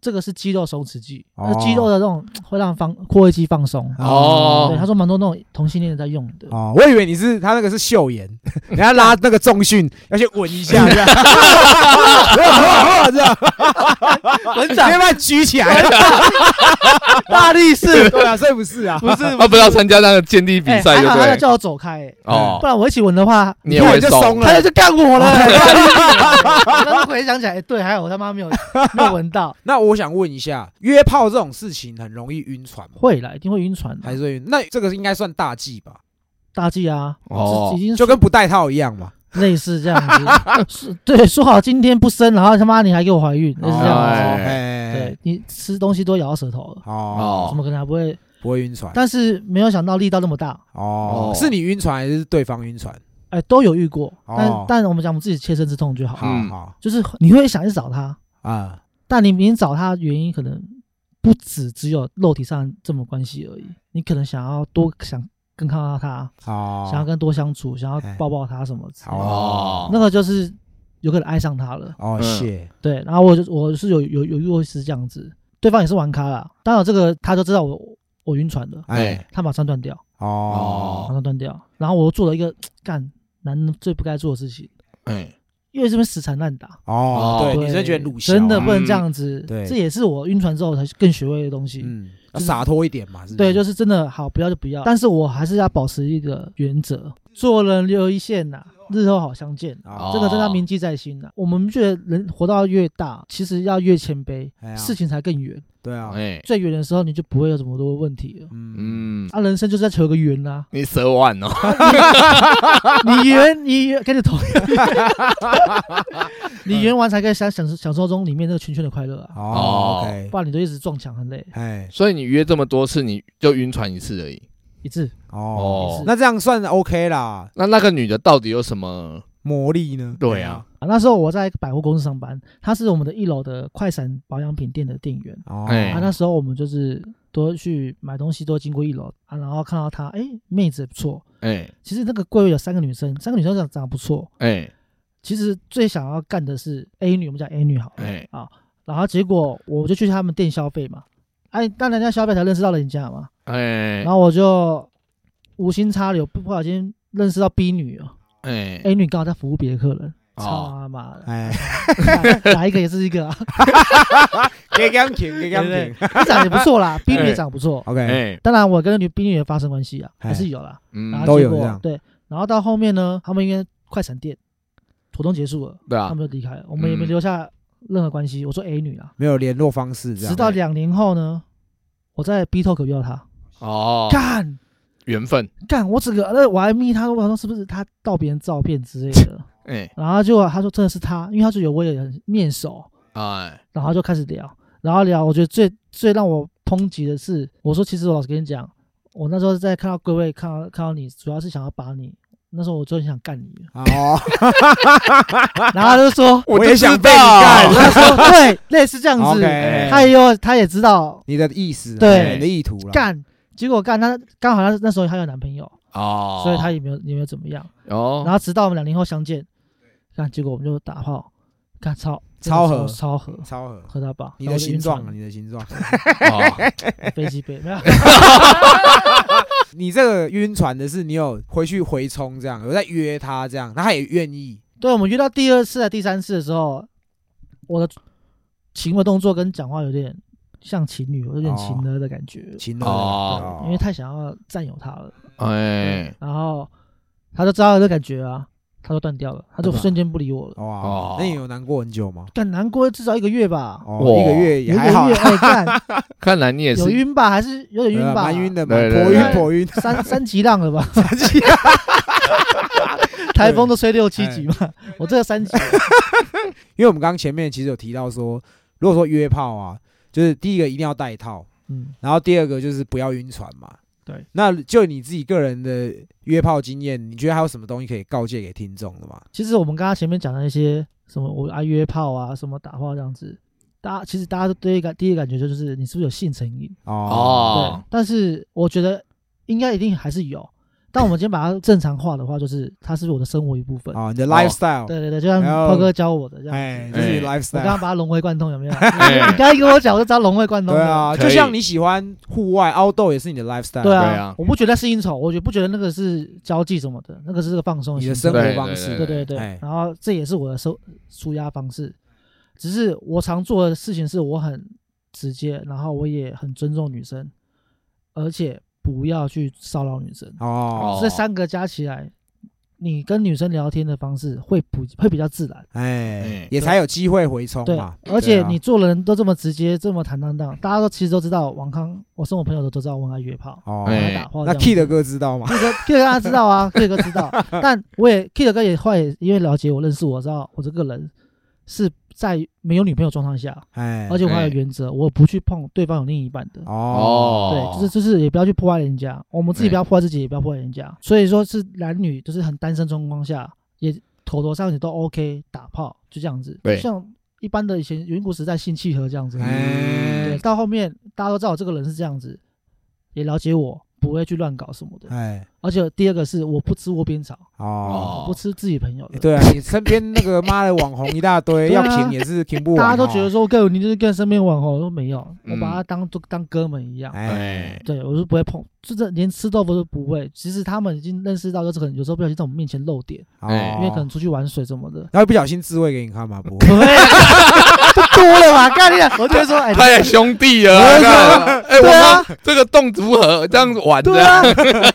[SPEAKER 3] 这个是肌肉松弛剂，
[SPEAKER 1] 哦
[SPEAKER 3] 那肌肉的那种会让放括约肌放松。
[SPEAKER 2] 哦
[SPEAKER 3] 对，他说蛮多那种同性恋在用的。
[SPEAKER 1] 哦，我以为你是他那个是秀妍，人家拉那个重训要去吻一下，这样，这样，
[SPEAKER 3] 馆
[SPEAKER 1] 你要不要举起来？大力士，对啊，所以不是啊，
[SPEAKER 3] 不是
[SPEAKER 2] 他不要参加那个剑地比
[SPEAKER 3] 哎，
[SPEAKER 2] 赛，
[SPEAKER 3] 还
[SPEAKER 2] 对
[SPEAKER 3] 好
[SPEAKER 2] 不
[SPEAKER 3] 他要
[SPEAKER 2] 对？
[SPEAKER 3] 叫我走开，哎
[SPEAKER 2] 哦
[SPEAKER 3] 不，然我一起闻的话，
[SPEAKER 2] 你也会
[SPEAKER 1] 就松
[SPEAKER 2] 松，
[SPEAKER 1] 了
[SPEAKER 3] 他。就干我了。我当时回想起来，哎对，还好我他妈没有没有闻到，
[SPEAKER 1] 那我想问一下，约炮这种事情很容易晕船吗？
[SPEAKER 3] 会啦，一定会晕船的，
[SPEAKER 1] 还是会晕？那这个应该算大忌吧？
[SPEAKER 3] 大忌啊，
[SPEAKER 2] 哦
[SPEAKER 3] 是已经
[SPEAKER 1] 就跟不戴套一样嘛。
[SPEAKER 3] 类似这样子， 是对，说好今天不生，然后他妈你还给我怀孕，类似这样子，
[SPEAKER 1] 哦
[SPEAKER 3] 哦
[SPEAKER 1] 哎
[SPEAKER 3] 对，你吃东西都咬到舌头了，
[SPEAKER 1] 哦，
[SPEAKER 2] 哦，
[SPEAKER 3] 怎么可能还不会？
[SPEAKER 1] 不会晕船。
[SPEAKER 3] 但是没有想到力道那么大，
[SPEAKER 1] 哦
[SPEAKER 2] 哦，
[SPEAKER 1] 是你晕船还是对方晕船？
[SPEAKER 3] 哎，都有遇过，
[SPEAKER 1] 哦
[SPEAKER 3] 但但我们讲我们自己切身之痛就好，
[SPEAKER 1] 好
[SPEAKER 2] 嗯
[SPEAKER 1] 好
[SPEAKER 3] 就是你会想去找他，
[SPEAKER 1] 啊，
[SPEAKER 3] 但你明找他的原因可能不止只有肉体上这么关系而已，你可能想要多想更看到他，
[SPEAKER 1] 好，
[SPEAKER 3] 想要跟多相处，想要
[SPEAKER 1] 哎
[SPEAKER 3] 抱抱他什么之类的，
[SPEAKER 2] 哦，
[SPEAKER 3] 那个就是有可能爱上他了。
[SPEAKER 1] 哦，
[SPEAKER 2] 嗯
[SPEAKER 1] 谢
[SPEAKER 3] 对，然后我就我是有有有遇过一次这样子，对方也是玩咖啦，当然这个他就知道我我晕船了，
[SPEAKER 1] 哎
[SPEAKER 3] 他马上断掉，马
[SPEAKER 1] 哦，
[SPEAKER 3] 上断掉，然后我又做了一个干男人最不该做的事情，
[SPEAKER 2] 哎，
[SPEAKER 3] 因为这边死缠烂打。
[SPEAKER 1] 哦，对，
[SPEAKER 3] 对
[SPEAKER 1] 女生觉得鲁小
[SPEAKER 3] 真的不能
[SPEAKER 2] 嗯
[SPEAKER 3] 这样子，
[SPEAKER 1] 对
[SPEAKER 3] 这也是我晕船之后才更学会的东西。
[SPEAKER 1] 嗯，要
[SPEAKER 3] 就是
[SPEAKER 1] 洒脱一点嘛，是不
[SPEAKER 3] 对，
[SPEAKER 1] 是
[SPEAKER 3] 就是真的好，不要就不要，但是我还是要保持一个原则，做人留一线呐、日后好相见。
[SPEAKER 1] 哦
[SPEAKER 3] 这个真的要铭记在心呐、我们觉得人活到越大，其实要越谦卑，
[SPEAKER 1] 哎呀
[SPEAKER 3] 事情才更远。
[SPEAKER 1] 对啊，
[SPEAKER 2] 哎，
[SPEAKER 3] 最远的时候，你就不会有这么多问题了。
[SPEAKER 1] 嗯，
[SPEAKER 2] 嗯，
[SPEAKER 3] 啊，人生就是在求个圆呐、
[SPEAKER 2] 你蛇丸哦，
[SPEAKER 3] 你圆，你圆，跟你同样，你圆完才可以享享受享受中里面那个圈圈的快乐啊，
[SPEAKER 1] 哦
[SPEAKER 2] 哦
[SPEAKER 1] ，OK，
[SPEAKER 3] 不然你就一直撞墙很累。
[SPEAKER 1] 哎，
[SPEAKER 2] 所以你约这么多次，你就晕船一次而已。
[SPEAKER 3] 一致
[SPEAKER 1] 哦，
[SPEAKER 2] 哦，
[SPEAKER 1] 那这样算 OK 啦，
[SPEAKER 2] 那那个女的到底有什么？
[SPEAKER 1] 魔力呢？
[SPEAKER 2] 对啊，
[SPEAKER 3] 啊，那时候我在一个百货公司上班，他是我们的一楼的快闪保养品店的店员。
[SPEAKER 1] 哦，
[SPEAKER 2] 哎
[SPEAKER 3] 啊，那时候我们就是多去买东西，都经过一楼啊，然后看到他，哎、妹子也不错。
[SPEAKER 2] 哎
[SPEAKER 3] 其实那个柜位有三个女生，三个女生长长得不错。
[SPEAKER 2] 哎
[SPEAKER 3] 其实最想要干的是 A 女，我们讲 A 女好了、
[SPEAKER 2] 哎
[SPEAKER 3] 啊。然后结果我就去他们店消费嘛，哎、当人家消费才认识到人家嘛。
[SPEAKER 2] 哎
[SPEAKER 3] 然后我就无心插柳，不不小心认识到 B 女哦、
[SPEAKER 2] 哎
[SPEAKER 3] a 女刚好在服务别的客人，
[SPEAKER 2] 哦
[SPEAKER 3] 操他妈的！
[SPEAKER 1] 哎，
[SPEAKER 3] 哪哪一个也是 一个、啊，
[SPEAKER 1] 给钢琴，给 钢
[SPEAKER 3] 对
[SPEAKER 1] 琴
[SPEAKER 3] 不对？你长得也不错啦，B 女
[SPEAKER 2] 哎
[SPEAKER 3] 也长得不错。
[SPEAKER 1] ，OK，
[SPEAKER 2] 哎，
[SPEAKER 3] 当然，我跟那女 B 女也发生关系啊，
[SPEAKER 1] 哎
[SPEAKER 3] 还是有啦。
[SPEAKER 2] 嗯
[SPEAKER 3] 然，
[SPEAKER 1] 都
[SPEAKER 3] 后结
[SPEAKER 1] 有这
[SPEAKER 3] 果
[SPEAKER 1] 样
[SPEAKER 3] 对，然后到后面呢，他们应该快闪店活动结束了，
[SPEAKER 2] 对
[SPEAKER 3] 他
[SPEAKER 2] 嗯啊，
[SPEAKER 3] 们就离开了，我们也没
[SPEAKER 2] 嗯
[SPEAKER 3] 留下任何关系。我说 A 女啊，
[SPEAKER 1] 没有联络方式这样
[SPEAKER 3] 直，
[SPEAKER 2] 哎
[SPEAKER 3] 到两年后呢，我在 B Talk 遇到她，
[SPEAKER 2] 哦，
[SPEAKER 3] 干
[SPEAKER 2] 缘分，
[SPEAKER 3] 干，我整个那我还密她，我想说是不是她盗别人照片之类的，
[SPEAKER 2] 哎
[SPEAKER 3] 然后结果她说真的是她，因为她就有我也很面熟，
[SPEAKER 2] 哎
[SPEAKER 3] 然后就开始聊，然后聊，我觉得最最让我抨击的是，我说其实我老实跟你讲，我那时候在看到各位看到看到你，主要是想要把你，那时候我就很想干你了，
[SPEAKER 1] 哦，
[SPEAKER 3] 然后他就说，
[SPEAKER 1] 我也想被你
[SPEAKER 2] 我
[SPEAKER 1] 干
[SPEAKER 2] 就
[SPEAKER 3] 他说对，类似这样子，
[SPEAKER 1] ，OK，
[SPEAKER 3] 他也有他也知道
[SPEAKER 1] 你的意思啊，
[SPEAKER 3] 对
[SPEAKER 1] 你的意图了，
[SPEAKER 3] 干，结果干他刚好他那时候他有男朋友，
[SPEAKER 2] 哦，
[SPEAKER 3] 所以他也没有也没有怎么样，然
[SPEAKER 2] 哦，
[SPEAKER 3] 后直到我们两年后相见，干，结果我们就打炮，干超
[SPEAKER 1] 超合
[SPEAKER 3] 超合
[SPEAKER 1] 超合。
[SPEAKER 3] 喝到爆，
[SPEAKER 1] 你
[SPEAKER 3] 然后
[SPEAKER 1] 的
[SPEAKER 3] 我就
[SPEAKER 1] 形
[SPEAKER 3] 晕
[SPEAKER 1] 状啊，
[SPEAKER 3] 船
[SPEAKER 1] 你的形状，
[SPEAKER 2] 哦
[SPEAKER 3] 飞机杯没有。
[SPEAKER 1] 你这个晕船的是你有回去回冲这样，有在约他这样，那他也愿意
[SPEAKER 3] 对，我们约到第二次、第三次的时候，我的行为动作跟讲话有点像情侣，有点情了的感觉，
[SPEAKER 1] 情人
[SPEAKER 2] 哦
[SPEAKER 3] 因为太想要占有她了。
[SPEAKER 2] 哎，
[SPEAKER 3] 然后他就知道这感觉啊，他就断掉了，他就
[SPEAKER 1] 对吧
[SPEAKER 3] 瞬间不理我了。
[SPEAKER 1] 哇，
[SPEAKER 2] 哦
[SPEAKER 1] 那你有难过很久吗？
[SPEAKER 3] 干难过至少一个月吧，
[SPEAKER 1] 哦，一个月也
[SPEAKER 3] 有一个
[SPEAKER 1] 还好
[SPEAKER 3] 月
[SPEAKER 1] 啦，
[SPEAKER 3] 哎 干
[SPEAKER 2] 看来你也
[SPEAKER 3] 有
[SPEAKER 2] 是
[SPEAKER 3] 晕吧，还是有点晕
[SPEAKER 1] 呃
[SPEAKER 3] 吧，
[SPEAKER 1] 蛮晕的嘛，
[SPEAKER 2] 对对
[SPEAKER 1] 颇
[SPEAKER 2] 对
[SPEAKER 1] 晕
[SPEAKER 3] 对
[SPEAKER 1] 颇晕。
[SPEAKER 3] 三三级浪了吧？ 台风都吹六七级嘛，
[SPEAKER 1] 哎
[SPEAKER 3] 我这个 三级，
[SPEAKER 1] 因为我们刚刚前面其实有提到说，如果说约炮啊，就是第一个一定要带套，
[SPEAKER 3] 嗯，
[SPEAKER 1] 然后第二个就是不要晕船嘛。
[SPEAKER 3] 对，
[SPEAKER 1] 那就你自己个人的约炮经验，你觉得还有什么东西可以告诫给听众的吗？
[SPEAKER 3] 其实我们刚刚前面讲的那些什么我爱约炮啊，什么打炮这样子，大家其实大家都对一感第一个感觉就是你是不是有性成瘾？
[SPEAKER 1] 哦
[SPEAKER 2] 哦
[SPEAKER 3] 对，，但是我觉得应该一定还是有。但我们今天把它正常化的话，就是它是我的生活一部分。
[SPEAKER 1] 哦，你的 lifestyle，
[SPEAKER 3] 对对对，就像
[SPEAKER 1] 然后
[SPEAKER 3] 炮哥教我的这样。
[SPEAKER 1] 哎，就是你的
[SPEAKER 3] 我刚
[SPEAKER 1] lifestyle。
[SPEAKER 3] 刚把它融会贯通，有没 有？
[SPEAKER 2] 哎
[SPEAKER 3] 你刚一跟我讲，我就知道融会贯通
[SPEAKER 1] 对
[SPEAKER 3] 了。
[SPEAKER 1] 啊，
[SPEAKER 2] 可以
[SPEAKER 1] 就像你喜欢户外 outdoor 也是你的 lifestyle，
[SPEAKER 3] 对
[SPEAKER 2] 对
[SPEAKER 3] 啊
[SPEAKER 2] 啊，
[SPEAKER 3] 我不觉得是应酬，我觉得不觉得那个是交际什么的，那个是个放松
[SPEAKER 1] 你
[SPEAKER 3] 形
[SPEAKER 1] 的
[SPEAKER 3] 式
[SPEAKER 1] 生活
[SPEAKER 2] 对
[SPEAKER 1] 方
[SPEAKER 3] 对
[SPEAKER 1] 式。
[SPEAKER 3] 对对
[SPEAKER 1] 哎。
[SPEAKER 3] 然后这也是我的收舒压方式，只是我常做的事情是我很直接，然后我也很尊重女生，而且不要去骚扰女生。
[SPEAKER 1] 哦，
[SPEAKER 2] 哦
[SPEAKER 3] 这三个加起来，你跟女生聊天的方式会不会比较自然？
[SPEAKER 1] 哎
[SPEAKER 2] 哎，
[SPEAKER 1] 也才有机会回冲
[SPEAKER 3] 对
[SPEAKER 1] 嘛。，
[SPEAKER 3] 而且
[SPEAKER 1] 对啊
[SPEAKER 3] 你做人都这么直接，这么坦荡荡，大家都其实都知道，王康，我生活朋友都都知道王康约炮，
[SPEAKER 1] 哦，
[SPEAKER 3] 王
[SPEAKER 2] 哎
[SPEAKER 3] 康打炮
[SPEAKER 1] 那
[SPEAKER 3] 这样子。
[SPEAKER 1] Kid 哥知道吗？
[SPEAKER 3] Kid 哥，Kid 哥他知道啊，Kid 哥 知道，但我也 Kid 哥也后来也因为了解我、认识我，知道我这个人是在没有女朋友状态下，
[SPEAKER 1] 哎，
[SPEAKER 3] 而且我还有原则，我不去碰对方有另一半的。
[SPEAKER 1] 哦，
[SPEAKER 2] 哦
[SPEAKER 3] 对，，就是就是也不要去破坏人家，我们自己不要破坏自己，也不要破坏人家。所以说是男女就是很单身状况下，也口头上也都 OK 打炮，就这样子。
[SPEAKER 2] 对
[SPEAKER 3] 像一般的以前远古时代性契合这样子。对，
[SPEAKER 1] 哎
[SPEAKER 3] 到后面大家都知道我这个人是这样子，也了解我，不会去乱搞什么的。
[SPEAKER 1] 哎
[SPEAKER 3] 而且第二个是我不吃窝边草，
[SPEAKER 1] 哦，
[SPEAKER 2] 哦
[SPEAKER 3] 不吃自己朋友的。
[SPEAKER 1] 对啊，你身边那个妈的网红一大堆，
[SPEAKER 3] 对
[SPEAKER 1] 要
[SPEAKER 3] 啊
[SPEAKER 1] 停也是停不完哦。
[SPEAKER 3] 大家都觉得说，跟你就是跟身边网红，我说没有，我
[SPEAKER 2] 嗯
[SPEAKER 3] 把他当做当哥们一样。
[SPEAKER 1] 哎
[SPEAKER 2] 哎，
[SPEAKER 3] 对，我是不会碰，就是连吃豆腐都不会。其实他们已经认识到，就是可能有时候不小心在我们面前露点，
[SPEAKER 2] 哎
[SPEAKER 1] 哦，。
[SPEAKER 3] 因为可能出去玩水什么的
[SPEAKER 1] 然后不小心自慰给你看嘛，不会
[SPEAKER 3] 不会啊，就多了嘛，干你啊！我就会 说，哎，
[SPEAKER 2] 太兄弟了
[SPEAKER 3] 我
[SPEAKER 2] 啊，
[SPEAKER 3] 就
[SPEAKER 2] 看哎，
[SPEAKER 3] 对
[SPEAKER 2] 我
[SPEAKER 3] 啊
[SPEAKER 2] 们这个洞如何这样玩
[SPEAKER 3] 对
[SPEAKER 2] 的？
[SPEAKER 3] 啊，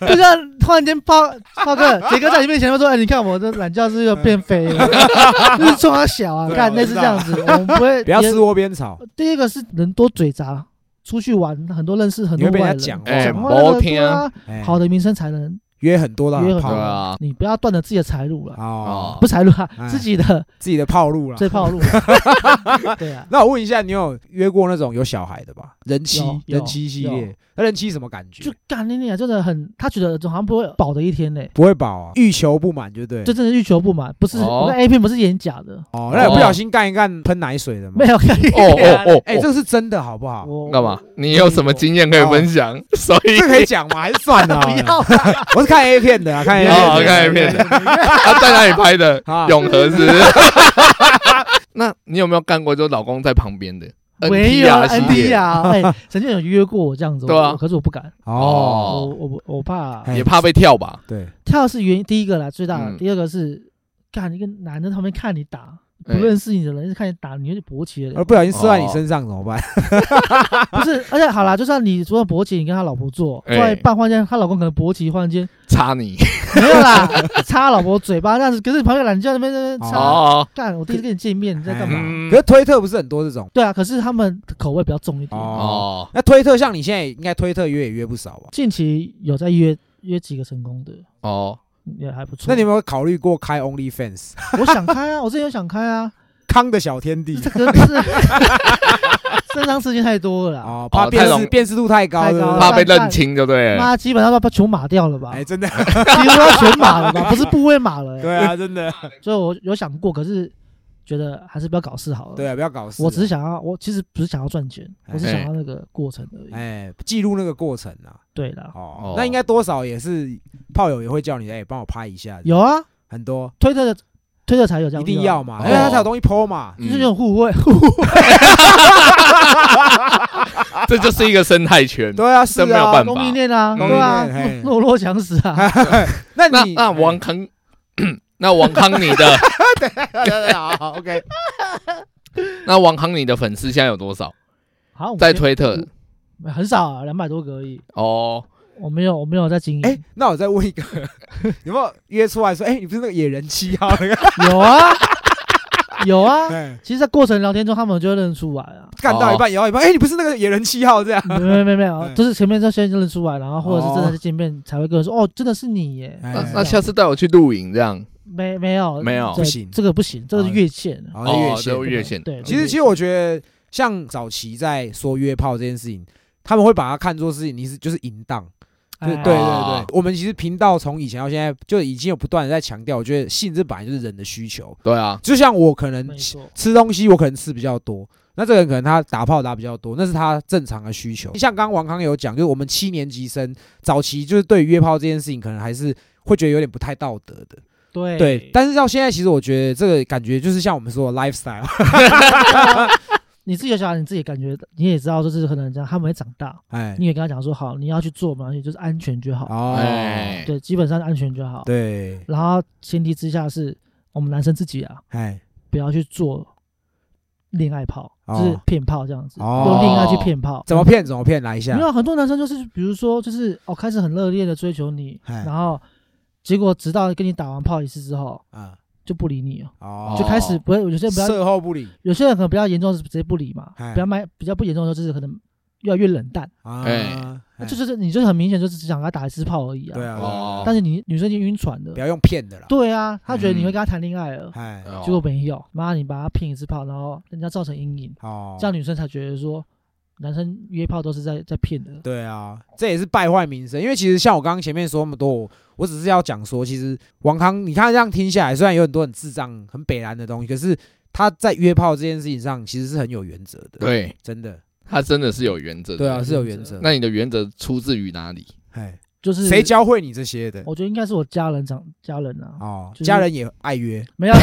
[SPEAKER 3] 就像突然间炮炮哥杰哥在你面前会说，哎，你看我的懒觉是不是又变肥了， 就是冲他小啊，
[SPEAKER 1] 对
[SPEAKER 3] 干
[SPEAKER 1] 我
[SPEAKER 3] 类
[SPEAKER 1] 知
[SPEAKER 3] 似这
[SPEAKER 1] 道
[SPEAKER 3] 样子，我们不会
[SPEAKER 1] 不要
[SPEAKER 3] 也
[SPEAKER 1] 吃窝边草，
[SPEAKER 3] 第一个是人多嘴杂，出去玩很多认识很
[SPEAKER 1] 你
[SPEAKER 3] 多
[SPEAKER 1] 会被
[SPEAKER 3] 外
[SPEAKER 1] 人
[SPEAKER 3] 人，
[SPEAKER 1] 家讲话
[SPEAKER 2] 哎
[SPEAKER 3] 讲
[SPEAKER 1] 嘛。
[SPEAKER 3] 话
[SPEAKER 2] 没
[SPEAKER 3] 那个
[SPEAKER 2] 听
[SPEAKER 3] 对啊，
[SPEAKER 1] 哎
[SPEAKER 3] 好的名声才能
[SPEAKER 1] 约很多的
[SPEAKER 3] 约很
[SPEAKER 1] 炮
[SPEAKER 3] 多
[SPEAKER 2] 对啊，
[SPEAKER 3] 你不要断了自己的财路了，
[SPEAKER 1] 哦
[SPEAKER 2] 哦，
[SPEAKER 3] 不是财路啊
[SPEAKER 1] 哎，
[SPEAKER 3] 自己的
[SPEAKER 1] 自己的炮路啦。
[SPEAKER 3] 最炮路，对啊，
[SPEAKER 1] 那我问一下，你有约过那种有小孩的吧？人妻
[SPEAKER 3] 有，有
[SPEAKER 1] 人妻系列
[SPEAKER 3] 有，
[SPEAKER 1] 那人妻什么感觉
[SPEAKER 3] 就？干你娘，真的很，他觉得好像不会饱的一天嘞。
[SPEAKER 1] 不会饱啊，欲求不满，就对。
[SPEAKER 3] 就真的欲求不满，不是
[SPEAKER 2] 哦
[SPEAKER 3] 我看 A 片不是演假的，
[SPEAKER 1] 哦，那有不小心干一干喷奶水的吗？
[SPEAKER 3] 没有看
[SPEAKER 2] 哦哦哦，
[SPEAKER 1] 哎，
[SPEAKER 2] 哦
[SPEAKER 1] 这个是真的好不好？
[SPEAKER 3] 我
[SPEAKER 2] 干嘛？？你有什么经验可以分享？
[SPEAKER 3] 哦
[SPEAKER 2] 所以
[SPEAKER 1] 这可以讲吗？还是算了？啊
[SPEAKER 3] 不要啦，
[SPEAKER 1] 我是看 A 片的 啊，看 A
[SPEAKER 2] 哦
[SPEAKER 1] 片的。
[SPEAKER 2] 看哦 A 片的他在哪里拍的
[SPEAKER 1] 啊？
[SPEAKER 2] 永和是不是？ 那你有没有干过，就老公在旁边的？
[SPEAKER 3] 没有
[SPEAKER 2] NTR 系
[SPEAKER 3] N D
[SPEAKER 2] 列
[SPEAKER 3] 啊，哎，曾经有约过我这样子，
[SPEAKER 2] 对啊
[SPEAKER 3] 我可是我不敢，
[SPEAKER 1] 哦，
[SPEAKER 3] 我
[SPEAKER 2] 哦，
[SPEAKER 3] 我我怕
[SPEAKER 1] 哎
[SPEAKER 2] 也怕被跳吧？
[SPEAKER 1] 对，
[SPEAKER 3] 跳是原因第一个啦，最大的。
[SPEAKER 2] 嗯
[SPEAKER 3] 第二个是，干一个男的在旁边看你打，不
[SPEAKER 2] 哎
[SPEAKER 3] 认识你的人看你打，你就勃起了
[SPEAKER 1] 而。不小心射在你身上怎么
[SPEAKER 3] 哦
[SPEAKER 1] 办？
[SPEAKER 3] 不是，而且好啦，就算你说勃起，你跟他老婆做，
[SPEAKER 2] 哎
[SPEAKER 3] 做到一半忽然间，他老公可能勃起，忽然间
[SPEAKER 2] 插你
[SPEAKER 3] 没有 啦，插老婆嘴巴这样子。可是你旁边懒觉那边在那边插，
[SPEAKER 2] 哦，
[SPEAKER 3] 干，我第一次跟你见面，你在干嘛？
[SPEAKER 2] 嗯
[SPEAKER 1] 可，是推特不是很多这种
[SPEAKER 3] 对啊，可是他们口味比较重一点。
[SPEAKER 1] 哦
[SPEAKER 2] 哦，
[SPEAKER 1] 那推特像你现在应该推特约也约不少吧？
[SPEAKER 3] 近期有在约约几个成功的，
[SPEAKER 2] 哦，
[SPEAKER 3] 也还不错。
[SPEAKER 1] 那你有没有考虑过开 OnlyFans？
[SPEAKER 3] 我想开啊，我之前有想开啊，
[SPEAKER 1] 康的小天地
[SPEAKER 3] 这个是 身上事情太多了啦。
[SPEAKER 1] 哦，怕
[SPEAKER 2] 哦
[SPEAKER 1] 辨
[SPEAKER 2] 太
[SPEAKER 1] 识
[SPEAKER 2] 容
[SPEAKER 1] 辨识度太高，
[SPEAKER 3] 太
[SPEAKER 1] 对不
[SPEAKER 3] 高
[SPEAKER 1] 对
[SPEAKER 2] 怕被认清就对了。
[SPEAKER 3] 妈，基本上都把球码掉了吧？
[SPEAKER 1] 哎哎，真的，
[SPEAKER 3] 几乎要全码 了吧？不是部位码了、欸。
[SPEAKER 1] 对啊，真的，
[SPEAKER 3] 所以我有想过，可是觉得还是不要搞事好了。
[SPEAKER 1] 对，啊，不要搞事。
[SPEAKER 3] 哦我只是想要，我其实不是想要赚钱，我是
[SPEAKER 2] 哎
[SPEAKER 3] 想要那个过程而已。
[SPEAKER 1] 哎，记录那个过程啊。
[SPEAKER 3] 对啦，
[SPEAKER 1] 哦
[SPEAKER 2] 哦，
[SPEAKER 1] 那应该多少也是炮友也会叫你哎，帮我拍一下。
[SPEAKER 3] 有啊，
[SPEAKER 1] 很多，
[SPEAKER 3] 推特的推特才有这样，啊
[SPEAKER 1] 一定要嘛，嗯
[SPEAKER 2] 哦
[SPEAKER 1] 因为他才有东西 PO 嘛。
[SPEAKER 2] 嗯
[SPEAKER 3] 就是这种互惠，
[SPEAKER 2] 这就是一个生态 圈。
[SPEAKER 1] 对啊，是
[SPEAKER 2] 真没有
[SPEAKER 1] 啊
[SPEAKER 2] 办。法
[SPEAKER 3] 供应链啊，
[SPEAKER 2] 供
[SPEAKER 1] 应
[SPEAKER 3] 对啊
[SPEAKER 1] 链哎嘿，
[SPEAKER 3] 懦弱强食啊。
[SPEAKER 1] 那
[SPEAKER 2] 那
[SPEAKER 1] 你
[SPEAKER 2] 那王康， 那王康你 的
[SPEAKER 1] 对对对好好，OK，
[SPEAKER 2] 那王康你的粉丝现在有多少？
[SPEAKER 3] 好像五
[SPEAKER 2] 在
[SPEAKER 3] 千
[SPEAKER 2] 推特
[SPEAKER 3] 很少啊，两百多个而已。
[SPEAKER 2] 哦，
[SPEAKER 3] 我没有，我没有在经营。
[SPEAKER 1] 哎、那我再问一个， 有没有约出来说，哎、你不是那个野人七号那个？
[SPEAKER 3] 有啊，有啊。
[SPEAKER 1] 哎
[SPEAKER 3] 其实，在过程聊天中，他们就会认出来啊。
[SPEAKER 1] 干到一半，摇到一半，哎、你不是那个野人七号这样？
[SPEAKER 3] 没有没有没有没有
[SPEAKER 1] 嗯，
[SPEAKER 3] 就是前面这些认出来，然后或者是真
[SPEAKER 1] 哦
[SPEAKER 3] 的是见面才会跟人说，哦，真的是你耶。
[SPEAKER 1] 哎
[SPEAKER 2] 那
[SPEAKER 1] 哎
[SPEAKER 2] 那下次带我去露营这样，
[SPEAKER 3] 没没有
[SPEAKER 2] 没有
[SPEAKER 3] 这
[SPEAKER 1] 不行
[SPEAKER 3] 这个不行，这个是
[SPEAKER 1] 好
[SPEAKER 3] 越线啊。
[SPEAKER 1] 好像
[SPEAKER 2] 哦
[SPEAKER 1] 越，线
[SPEAKER 2] 都越线，
[SPEAKER 3] 对
[SPEAKER 1] 其实，其实我觉得，像早期在说约炮这件事情，他们会把它看作是你是就是淫荡，对对
[SPEAKER 3] 哎
[SPEAKER 1] 对
[SPEAKER 2] 啊
[SPEAKER 1] 对。我们其实频道从以前到现在，就已经有不断的在强调，我觉得性这本来就是人的需求。
[SPEAKER 2] 对啊，
[SPEAKER 1] 就像我可能
[SPEAKER 3] 没错。
[SPEAKER 1] 吃东西，我可能吃比较多，那这个人可能他打炮打比较多，那是他正常的需求。像刚刚王康有讲，就是我们七年级生早期就是对于约炮这件事情，可能还是会觉得有点不太道德的。
[SPEAKER 3] 对
[SPEAKER 1] 对，但是到现在，其实我觉得这个感觉就是像我们说的 lifestyle
[SPEAKER 3] 你自己有小孩，你自己感觉，你也知道，就是可能这样，他们会长大，
[SPEAKER 1] 哎。
[SPEAKER 3] 你也跟他讲说，好，你要去做嘛，也就是安全就好。
[SPEAKER 1] 哦，
[SPEAKER 2] 哎，
[SPEAKER 3] 对，基本上安全就好。
[SPEAKER 1] 对，
[SPEAKER 3] 然后前提之下是我们男生自己啊，
[SPEAKER 1] 哎，
[SPEAKER 3] 不要去做恋爱炮，
[SPEAKER 1] 哦
[SPEAKER 3] 就是骗炮这样子，
[SPEAKER 1] 哦
[SPEAKER 3] 用恋爱去骗炮。
[SPEAKER 1] 怎么骗？怎么骗？来一下
[SPEAKER 3] 没。有啊很多男生就是，比如说就是哦，开始很热烈的追求你，
[SPEAKER 1] 哎
[SPEAKER 3] 然后结果直到跟你打完炮一次之后
[SPEAKER 1] 啊，
[SPEAKER 3] 就不理你了，
[SPEAKER 1] 哦，
[SPEAKER 3] 就开始不会有些人比较
[SPEAKER 1] 售后不理
[SPEAKER 3] 有些人可能比较严重是直接不理嘛
[SPEAKER 1] 哎，
[SPEAKER 3] 比较慢比较不严重的时候就是可能越来越冷淡，
[SPEAKER 1] 啊，
[SPEAKER 2] 哎
[SPEAKER 1] 哎
[SPEAKER 3] 就就是你就是很明显就是只想跟他打一次炮而已啊。
[SPEAKER 1] 对啊，对啊
[SPEAKER 2] 哦
[SPEAKER 3] 但是你女生已经晕船了
[SPEAKER 1] 不，要嗯用骗的啦。
[SPEAKER 3] 对嗯啊，她觉得你会跟她谈恋爱了，
[SPEAKER 1] 哎，
[SPEAKER 2] 哦
[SPEAKER 3] 结果没有，妈你把她骗一次炮，然后人家造成阴影。
[SPEAKER 1] 哦，
[SPEAKER 3] 这样女生才觉得说，男生约炮都是在在骗的。
[SPEAKER 1] 对啊，这也是败坏名声。因为其实像我刚刚前面说那么多，我我只是要讲说，其实王康，你看这样听下来，虽然有很多很智障、很北蓝的东西，可是他在约炮这件事情上其实是很有原则的。，
[SPEAKER 2] 对，
[SPEAKER 1] 真的，
[SPEAKER 2] 他真的是有原则的。
[SPEAKER 1] 对啊，是有原则。
[SPEAKER 2] 那你的原则出自于哪里？
[SPEAKER 1] 哎，
[SPEAKER 3] 就是
[SPEAKER 1] 谁？教会你这些的？
[SPEAKER 3] 我觉得应该是我家人长家人啊，
[SPEAKER 1] 哦，
[SPEAKER 3] 哦就是
[SPEAKER 1] 家人也爱约。
[SPEAKER 3] 没有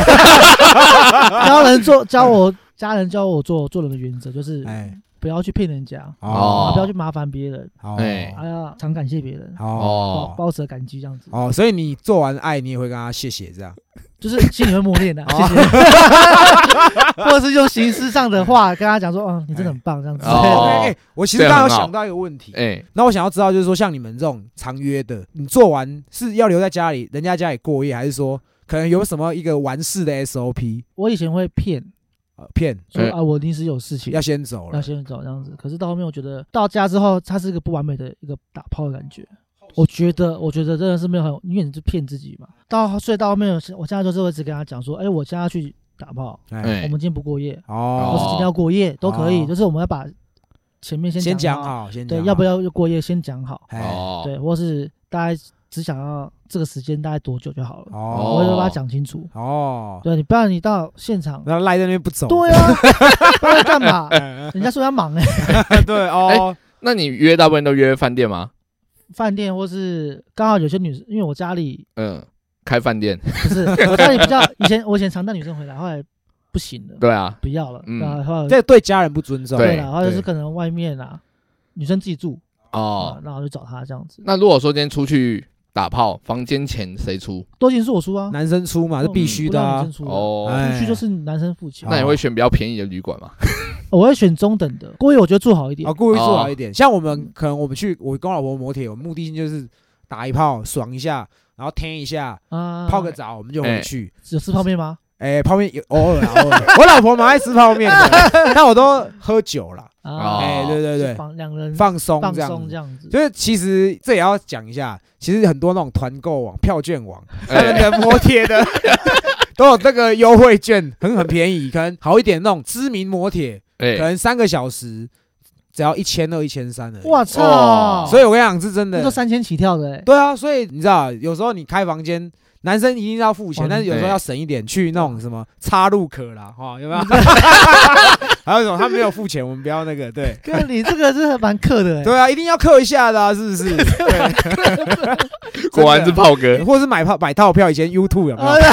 [SPEAKER 3] 家人做教我家人教我做做人的原则就是
[SPEAKER 1] 哎，
[SPEAKER 3] 不要去骗人家，啊
[SPEAKER 1] 哦
[SPEAKER 3] 不要去麻烦别人，
[SPEAKER 1] 哦
[SPEAKER 2] 哎
[SPEAKER 3] 还要常感谢别人，抱
[SPEAKER 1] 哦
[SPEAKER 3] 抱着感激这样子，
[SPEAKER 1] 哦，所以你做完爱，你也会跟他谢谢这样。
[SPEAKER 3] 就是心里会磨练的，
[SPEAKER 1] 哦
[SPEAKER 3] 谢谢。 或者是用形式上的话跟他讲说，哦，你真的很棒这样子。
[SPEAKER 2] 哦
[SPEAKER 1] 哎、我其实刚刚有想到一个问题，
[SPEAKER 2] 哎，
[SPEAKER 1] 那我想要知道就是说，像你们这种常约的，你做完是要留在家里人家家里过夜，还是说可能有什么一个完事的 SOP
[SPEAKER 3] 我以前会骗
[SPEAKER 1] 呃骗、
[SPEAKER 3] 说
[SPEAKER 2] 哎
[SPEAKER 3] 啊，我临时有事情
[SPEAKER 1] 要，先走
[SPEAKER 3] 要
[SPEAKER 1] 了？
[SPEAKER 3] 先走这样子。可是到后面，我觉得到家之后，它是一个不完美的一个打炮的感觉。我觉得，我觉得真的是没有很，因为你是骗自己嘛。到所以到后面，我现在就是会一直跟他讲说，哎、我现在要去打炮，
[SPEAKER 1] 哎，
[SPEAKER 3] 我
[SPEAKER 2] 哎
[SPEAKER 3] 们，今天不过夜，或是
[SPEAKER 1] 哦，
[SPEAKER 3] 今天要过夜都可以，
[SPEAKER 1] 哦
[SPEAKER 3] 就是我们要把前面先
[SPEAKER 1] 先
[SPEAKER 3] 讲
[SPEAKER 1] 讲，好，先
[SPEAKER 3] 哦对，
[SPEAKER 1] 讲
[SPEAKER 3] 要不
[SPEAKER 1] 好？
[SPEAKER 3] 要过夜先讲好，
[SPEAKER 1] 哎，
[SPEAKER 2] 哦，
[SPEAKER 3] 对，或是大概只想要这个时间大概多久就好了，我
[SPEAKER 1] 哦
[SPEAKER 3] 会把它讲清楚。
[SPEAKER 1] 哦，
[SPEAKER 3] 对你不然你到现场，
[SPEAKER 1] 然后赖在那边不走，
[SPEAKER 3] 对啊，不然 干嘛？人家说要忙哎、
[SPEAKER 1] 对
[SPEAKER 3] 哎
[SPEAKER 1] 哦，
[SPEAKER 2] 那你约大部分都约饭店吗？
[SPEAKER 3] 饭店，或是刚好有些女生，因为我家里
[SPEAKER 2] 嗯，开饭店，
[SPEAKER 3] 不是 我家里比 较以前，我以前常带女生回来，后来不行了，
[SPEAKER 2] 对啊，
[SPEAKER 3] 不要了，
[SPEAKER 2] 嗯
[SPEAKER 3] 然后后来
[SPEAKER 1] 这对家人不尊重，
[SPEAKER 2] 对
[SPEAKER 3] 对了，后来就是
[SPEAKER 1] 对
[SPEAKER 3] 可能外面啊，女生自己住啊
[SPEAKER 2] 哦，，
[SPEAKER 3] 然后就找她这样子，
[SPEAKER 2] 那如果说今天出去打炮，房间钱谁出？
[SPEAKER 3] 多钱是我出啊，
[SPEAKER 1] 男生出嘛，是必须的
[SPEAKER 3] 我
[SPEAKER 1] 啊
[SPEAKER 3] 不让女生。出啊
[SPEAKER 2] 哦，
[SPEAKER 1] 哎
[SPEAKER 3] 出去就是男生付钱
[SPEAKER 1] 好，
[SPEAKER 2] 那你会选比较便宜的旅 馆吗？
[SPEAKER 3] 我会选中等的，过夜我觉得住好一点
[SPEAKER 1] 啊，，故意做好一
[SPEAKER 3] 哦
[SPEAKER 1] 点。像我们可能我们去，我跟我老婆摩铁，我们目的性就是打一炮爽一下，然后天一下，
[SPEAKER 3] 啊，
[SPEAKER 1] 泡个澡，我们就回
[SPEAKER 2] 哎
[SPEAKER 1] 去。
[SPEAKER 3] 有吃泡面吗？
[SPEAKER 1] 哎、泡面 有偶尔啦，啊偶尔。我老婆蛮爱吃泡面的，但我都喝酒啦。
[SPEAKER 2] 哦
[SPEAKER 1] 哎、对对
[SPEAKER 3] 啊是
[SPEAKER 1] 对，
[SPEAKER 3] 放两人
[SPEAKER 1] 放松
[SPEAKER 3] 放
[SPEAKER 1] 这样
[SPEAKER 3] 松这
[SPEAKER 1] 子。
[SPEAKER 3] 样子，
[SPEAKER 1] 就是其实这也要讲一下，其实很多那种团购网、票券网、他们
[SPEAKER 2] 哎
[SPEAKER 1] 的摩铁的 都有那个优惠券，很很便宜，可能好一点那种知名摩铁，可
[SPEAKER 2] 哎，
[SPEAKER 1] 能三个小时只要一千二、一千三的。
[SPEAKER 3] 我
[SPEAKER 2] 哦
[SPEAKER 3] 操，
[SPEAKER 1] 所以我跟你讲是真的
[SPEAKER 3] 那都，三千起跳的哎，
[SPEAKER 1] 对啊，所以你知道，有时候你开房间，男生一定要付钱，
[SPEAKER 3] 哇
[SPEAKER 1] 但是有时候
[SPEAKER 2] 哦对
[SPEAKER 1] 要省一点，去那种什么插入可啦，哈，有没 有？还有一种他没有付钱，我们不要那个，对
[SPEAKER 3] 哥你这个真的蛮克的哎。
[SPEAKER 1] 对啊，一定要克一下的、啊，是不是？对，
[SPEAKER 2] 果然是炮哥
[SPEAKER 1] 真的，或是买票买套票，以前 YouTube 有没有？
[SPEAKER 3] 哎呀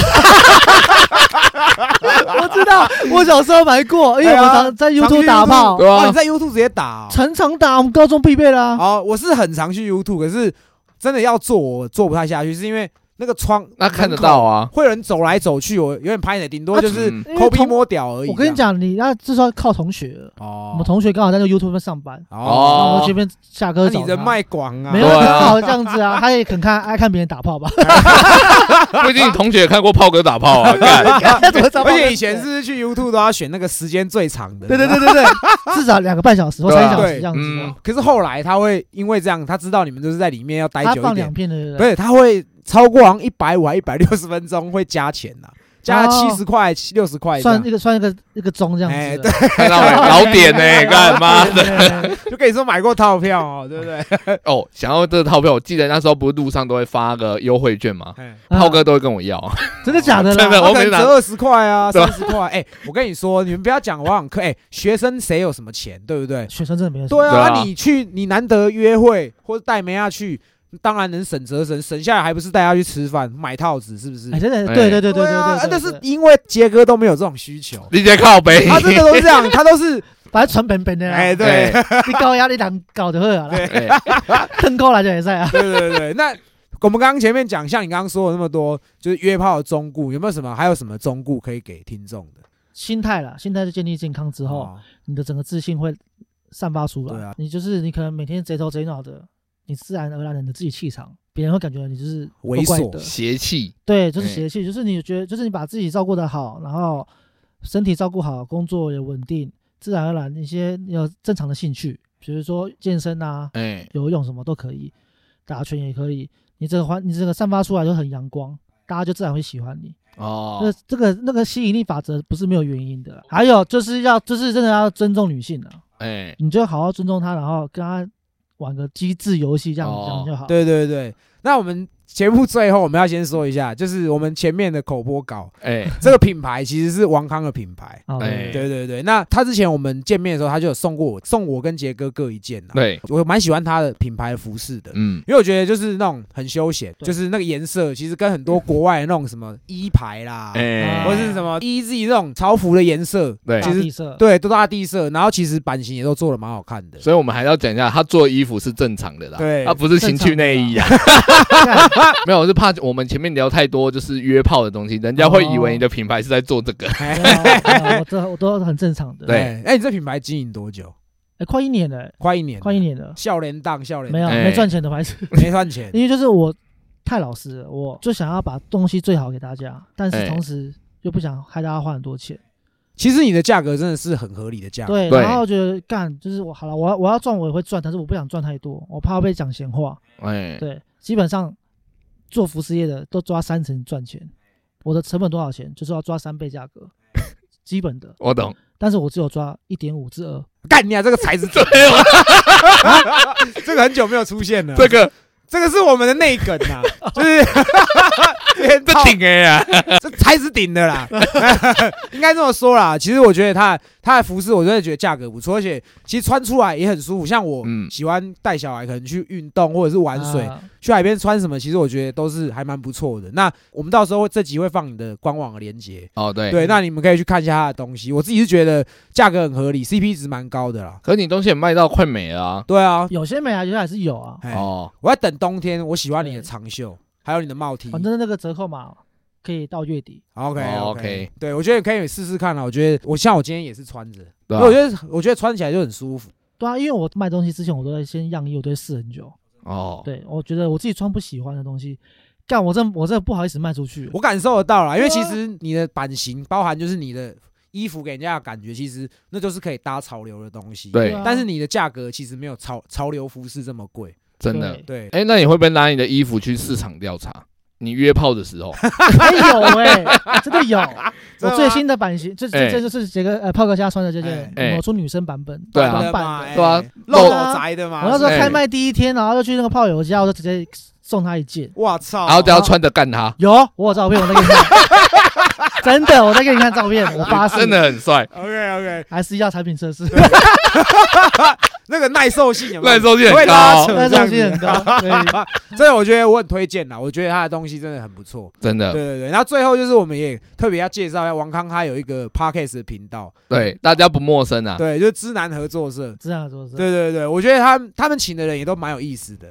[SPEAKER 3] 我知道，我小时候买过，呃因为我
[SPEAKER 1] 哎呀
[SPEAKER 3] 常在
[SPEAKER 1] 常去
[SPEAKER 3] YouTube 打炮，
[SPEAKER 2] 对啊
[SPEAKER 1] 哇，你在 YouTube 哦直接打、哦。
[SPEAKER 3] 常常打，我们高中必备啦。
[SPEAKER 1] 哦，我是很常去 YouTube，可是真的要做，我做不太下去，是因为那个窗，
[SPEAKER 2] 那看得到啊，
[SPEAKER 1] 会有人走来走去，我有点拍你，顶多就是
[SPEAKER 2] 嗯
[SPEAKER 3] 因为
[SPEAKER 1] 抠鼻
[SPEAKER 3] 同
[SPEAKER 1] 摸屌而已。啊
[SPEAKER 3] 我跟你，讲，你那至少靠同学了。
[SPEAKER 1] 哦，
[SPEAKER 3] 我们同学刚好在那个 YouTube 上上班，然
[SPEAKER 1] 哦
[SPEAKER 3] 后我这边下
[SPEAKER 1] 那
[SPEAKER 3] 课
[SPEAKER 1] 你
[SPEAKER 3] 找
[SPEAKER 1] 人
[SPEAKER 3] 他
[SPEAKER 1] 脉广啊，
[SPEAKER 3] 没有
[SPEAKER 2] 对
[SPEAKER 3] 很
[SPEAKER 2] 啊
[SPEAKER 3] 好这样子啊， 他也肯看爱看别人打 炮吧？
[SPEAKER 2] 不一定同学也看过炮哥打炮啊， 干
[SPEAKER 3] 怎么找炮
[SPEAKER 1] 而且以前是不是去 YouTube 都要选那个时间最长的，
[SPEAKER 3] 对对对 对对，至少两个半小时或
[SPEAKER 2] 对
[SPEAKER 3] 三
[SPEAKER 2] 啊
[SPEAKER 3] 小时
[SPEAKER 1] 对
[SPEAKER 3] 这样子
[SPEAKER 2] 嗯
[SPEAKER 3] 啊。
[SPEAKER 1] 可是后来他会因为这样，他知道你们就是在里面要待
[SPEAKER 3] 他
[SPEAKER 1] 久一
[SPEAKER 3] 放两
[SPEAKER 1] 点，
[SPEAKER 3] 片的，
[SPEAKER 1] 不是他会超过好像一百五还一百六十分钟会加钱呐、加了
[SPEAKER 3] 哦
[SPEAKER 1] 七十块、六十块这样，
[SPEAKER 3] 算一个算一个一个钟这样
[SPEAKER 1] 哎
[SPEAKER 3] 子
[SPEAKER 1] 对
[SPEAKER 3] 的。
[SPEAKER 2] 看到没？老点
[SPEAKER 1] 哎
[SPEAKER 2] 呢，干嘛？
[SPEAKER 3] 对对对
[SPEAKER 1] 就跟你说买过套票 哦，对不对？
[SPEAKER 2] 哦，想要这个套票，我记得那时候不是路上都会发个优惠券吗？
[SPEAKER 1] 哎
[SPEAKER 3] 啊
[SPEAKER 2] 炮哥都会跟我要，
[SPEAKER 3] 真的假的
[SPEAKER 2] 真的
[SPEAKER 3] 啦？
[SPEAKER 1] 他
[SPEAKER 2] 我
[SPEAKER 1] 可
[SPEAKER 2] 没
[SPEAKER 1] 能
[SPEAKER 2] 拿
[SPEAKER 1] 折二十块啊，
[SPEAKER 2] 对吧
[SPEAKER 1] 三十块。哎，我跟你说，你们不要讲我网课，哎，学生谁有什么钱，对不对？
[SPEAKER 3] 学生真的没有什么
[SPEAKER 1] 对
[SPEAKER 2] 对
[SPEAKER 1] 啊，
[SPEAKER 2] 啊
[SPEAKER 1] 那你去，你难得约会或者带梅亚去，当然能省则省，省下来还不是带她去吃饭、买套子，是不是
[SPEAKER 3] 哎，？真的，
[SPEAKER 2] 哎，
[SPEAKER 3] 对对对对对
[SPEAKER 1] 啊，
[SPEAKER 3] 对，
[SPEAKER 1] 但是因为杰哥都没有这种需求
[SPEAKER 2] 你在靠北。
[SPEAKER 1] 他啊真的都是这样，他都 是
[SPEAKER 3] 反正纯本本的啦，
[SPEAKER 1] 哎，对
[SPEAKER 2] 哎，
[SPEAKER 3] 你高压力难搞就好 啊，
[SPEAKER 2] 哎
[SPEAKER 3] 更高来就也在啊。
[SPEAKER 1] 对对对对，那我们刚刚前面讲，像你刚刚说的那么多，就是约炮的忠固，有没有什么还有什么忠固可以给听众的？
[SPEAKER 3] 心态啦，心态是建立健康之后，
[SPEAKER 1] 哦，
[SPEAKER 3] 你的整个自信会散发出
[SPEAKER 1] 对
[SPEAKER 3] 来
[SPEAKER 1] 啊。
[SPEAKER 3] 你就是你可能每天贼头贼脑的，你自然而然的你的自己气场，别人会感觉你就是
[SPEAKER 1] 猥琐
[SPEAKER 3] 怪怪的。
[SPEAKER 2] 邪气，
[SPEAKER 3] 对，就是
[SPEAKER 2] 哎
[SPEAKER 3] 邪气，就是你觉得，就是你把自己照顾得好，然后身体照顾好，工作也稳定，自然而然一些有正常的兴趣，比如说健身啊、
[SPEAKER 2] 哎，
[SPEAKER 3] 游泳什么都可以，打拳也可以。你这个环，你这个散发出来就很阳光，大家就自然会喜欢你。
[SPEAKER 2] 哦
[SPEAKER 3] 那，这个那个吸引力法则不是没有原因的啦。还有就是要就是真的要尊重女性啊，
[SPEAKER 2] 哎，
[SPEAKER 3] 你就好好尊重她，然后跟她玩个机智游戏，这样
[SPEAKER 2] 哦
[SPEAKER 3] 这样就好。，
[SPEAKER 1] 对对对，那我们节目最后我们要先说一下，就是我们前面的口播 稿，
[SPEAKER 2] 哎，
[SPEAKER 1] 这个品牌其实是王康的品牌。
[SPEAKER 3] 好
[SPEAKER 2] 哎
[SPEAKER 3] 的，
[SPEAKER 1] 对对对，那他之前我们见面的时候，他就有送过我，送我跟杰哥各一件呐。
[SPEAKER 2] 对，
[SPEAKER 1] 我蛮喜欢他的品牌服饰的，
[SPEAKER 2] 嗯，
[SPEAKER 1] 因为我觉得就是那种很休闲，
[SPEAKER 3] 对
[SPEAKER 1] 就是那个颜色其实跟很多国外的那种什么一牌啦，
[SPEAKER 2] 哎，
[SPEAKER 1] 啊或是什么 EZ 这种潮服的颜色，
[SPEAKER 2] 对
[SPEAKER 1] 其
[SPEAKER 3] 大
[SPEAKER 1] 实
[SPEAKER 3] 地色，
[SPEAKER 1] 对，都大地色，然后其实版型也都做的蛮好看的。
[SPEAKER 2] 所以我们还要讲一下，他做衣服是正常的啦，
[SPEAKER 1] 对
[SPEAKER 2] 他不是情趣内衣啊。 没有，我是怕我们前面聊太多就是约炮的东西，人家会以为你的品牌是在做这个。
[SPEAKER 3] 对啊对啊我这我都很正常的。
[SPEAKER 2] 对
[SPEAKER 1] 哎，哎，你这品牌经营多久？
[SPEAKER 3] 哎，快一年了，
[SPEAKER 1] 快一年，
[SPEAKER 3] 快一，年了，
[SPEAKER 1] 笑脸档，笑脸
[SPEAKER 3] 没有
[SPEAKER 2] 哎
[SPEAKER 3] 没赚钱的，我还是，
[SPEAKER 1] 没赚钱
[SPEAKER 3] 因为就是我太老实了，我就想要把东西最好给大家，但
[SPEAKER 2] 哎
[SPEAKER 3] 是同时又不想害大家花很多钱。
[SPEAKER 1] 其实你的价格真的是很合理的价格。
[SPEAKER 3] 对，
[SPEAKER 2] 对
[SPEAKER 3] 然后觉得干就是我好了，我要我要赚我也会赚，但是我不想赚太多，我怕被讲闲 话。
[SPEAKER 2] 哎，
[SPEAKER 3] 对，基本上做服饰业的都抓三成赚钱，我的成本多少钱就是要抓三倍价格，基本的，
[SPEAKER 2] 我懂。
[SPEAKER 3] 但是我只有抓一点五至二。
[SPEAKER 1] 干你啊，这个 才是对， 这个很久没有出现了。
[SPEAKER 2] 这个
[SPEAKER 1] 这个是我们的内梗 呐，就是这边
[SPEAKER 2] 这
[SPEAKER 1] 套
[SPEAKER 2] 挺 A 啊，
[SPEAKER 1] 这才是顶的啦， 应该这么说啦。其实我觉得它它的服饰，我真的觉得价格不错，而且其实穿出来也很舒服。像我
[SPEAKER 2] 嗯
[SPEAKER 1] 喜欢带小孩，可能去运动或者是玩水，
[SPEAKER 3] 啊
[SPEAKER 1] 去海边穿什么，其实我觉得都是还蛮不错的。那我们到时候这集会放你的官网的链接，
[SPEAKER 2] 哦对。
[SPEAKER 1] 对，那你们可以去看一下它的东西。我自己是觉得价格很合理，CP 值蛮高的啦。
[SPEAKER 2] 可是你东西也卖到快没了啊。
[SPEAKER 1] 对啊，
[SPEAKER 3] 有些美啊，有些还是有啊，
[SPEAKER 1] 哎，
[SPEAKER 2] 哦，
[SPEAKER 1] 我在等冬天，我喜欢你的长袖，还有你的帽 T。
[SPEAKER 3] 反正那个折扣嘛，可以到月底。
[SPEAKER 1] OK
[SPEAKER 2] 哦
[SPEAKER 1] OK，
[SPEAKER 2] OK
[SPEAKER 1] 对我觉得可以试试看啦。我觉得我像我今天也是穿着，
[SPEAKER 2] 对啊
[SPEAKER 1] 因为我觉得我觉得穿起来就很舒服。
[SPEAKER 3] 对啊，因为我卖东西之前，我都在先样衣，我都会试很久。
[SPEAKER 2] 哦，
[SPEAKER 3] 对，我觉得我自己穿不喜欢的东西，干我这我这不好意思卖出去。
[SPEAKER 1] 我感受得到啦，因为
[SPEAKER 3] 对
[SPEAKER 1] 其
[SPEAKER 3] 啊
[SPEAKER 1] 实你的版型，包含就是你的衣服给人家的感觉，其实那就是可以搭潮流的东西。
[SPEAKER 2] 对
[SPEAKER 3] 啊
[SPEAKER 1] 但是你的价格其实没有潮潮流服饰这么贵。
[SPEAKER 2] 真的。
[SPEAKER 1] 对，
[SPEAKER 2] 哎，那你会不会拿你的衣服去市场调查？你约炮的
[SPEAKER 1] 哦
[SPEAKER 2] 时候，
[SPEAKER 3] 还有哎、真的有。
[SPEAKER 1] 真的
[SPEAKER 3] 我最
[SPEAKER 1] 吗
[SPEAKER 3] 新的版型，这
[SPEAKER 2] 哎
[SPEAKER 3] 这这就是杰哥呃炮哥现在穿的这件
[SPEAKER 2] 哎
[SPEAKER 3] 某出女生版本，
[SPEAKER 2] 对啊
[SPEAKER 3] 短
[SPEAKER 1] 真的吗
[SPEAKER 3] 版的
[SPEAKER 1] 哎
[SPEAKER 2] 对啊
[SPEAKER 1] 露
[SPEAKER 3] 露
[SPEAKER 1] 头
[SPEAKER 3] 啊
[SPEAKER 1] 宅的嘛。
[SPEAKER 3] 我那时候
[SPEAKER 2] 哎
[SPEAKER 3] 开卖第一天，然后就去那个炮友家，我就直接送他一件。
[SPEAKER 1] 我操，
[SPEAKER 2] 然后就要穿着干他，
[SPEAKER 3] 有，我有照片，我再给你看。真的，我再给你看照片，我发誓。
[SPEAKER 2] 真，的很帅。
[SPEAKER 1] OK OK，
[SPEAKER 3] 还是要产品测试，
[SPEAKER 1] 那个耐受性有没有
[SPEAKER 2] 耐受性
[SPEAKER 1] 不会
[SPEAKER 2] 很
[SPEAKER 1] 拉扯
[SPEAKER 2] 高，
[SPEAKER 3] 但是东西很高。对，
[SPEAKER 1] 这个我觉得我很推荐啦，我觉得他的东西真的很不错。
[SPEAKER 2] 真
[SPEAKER 1] 对
[SPEAKER 2] 的。
[SPEAKER 1] 对对，然后最后就是我们也特别要介绍一下王康，他有一个 podcast 的频道，
[SPEAKER 2] 对，大家不陌生啊。
[SPEAKER 1] 对，就是知南合作社。
[SPEAKER 3] 这样说是。
[SPEAKER 1] 对对对，我觉得他们他们请的人也都蛮有意思的。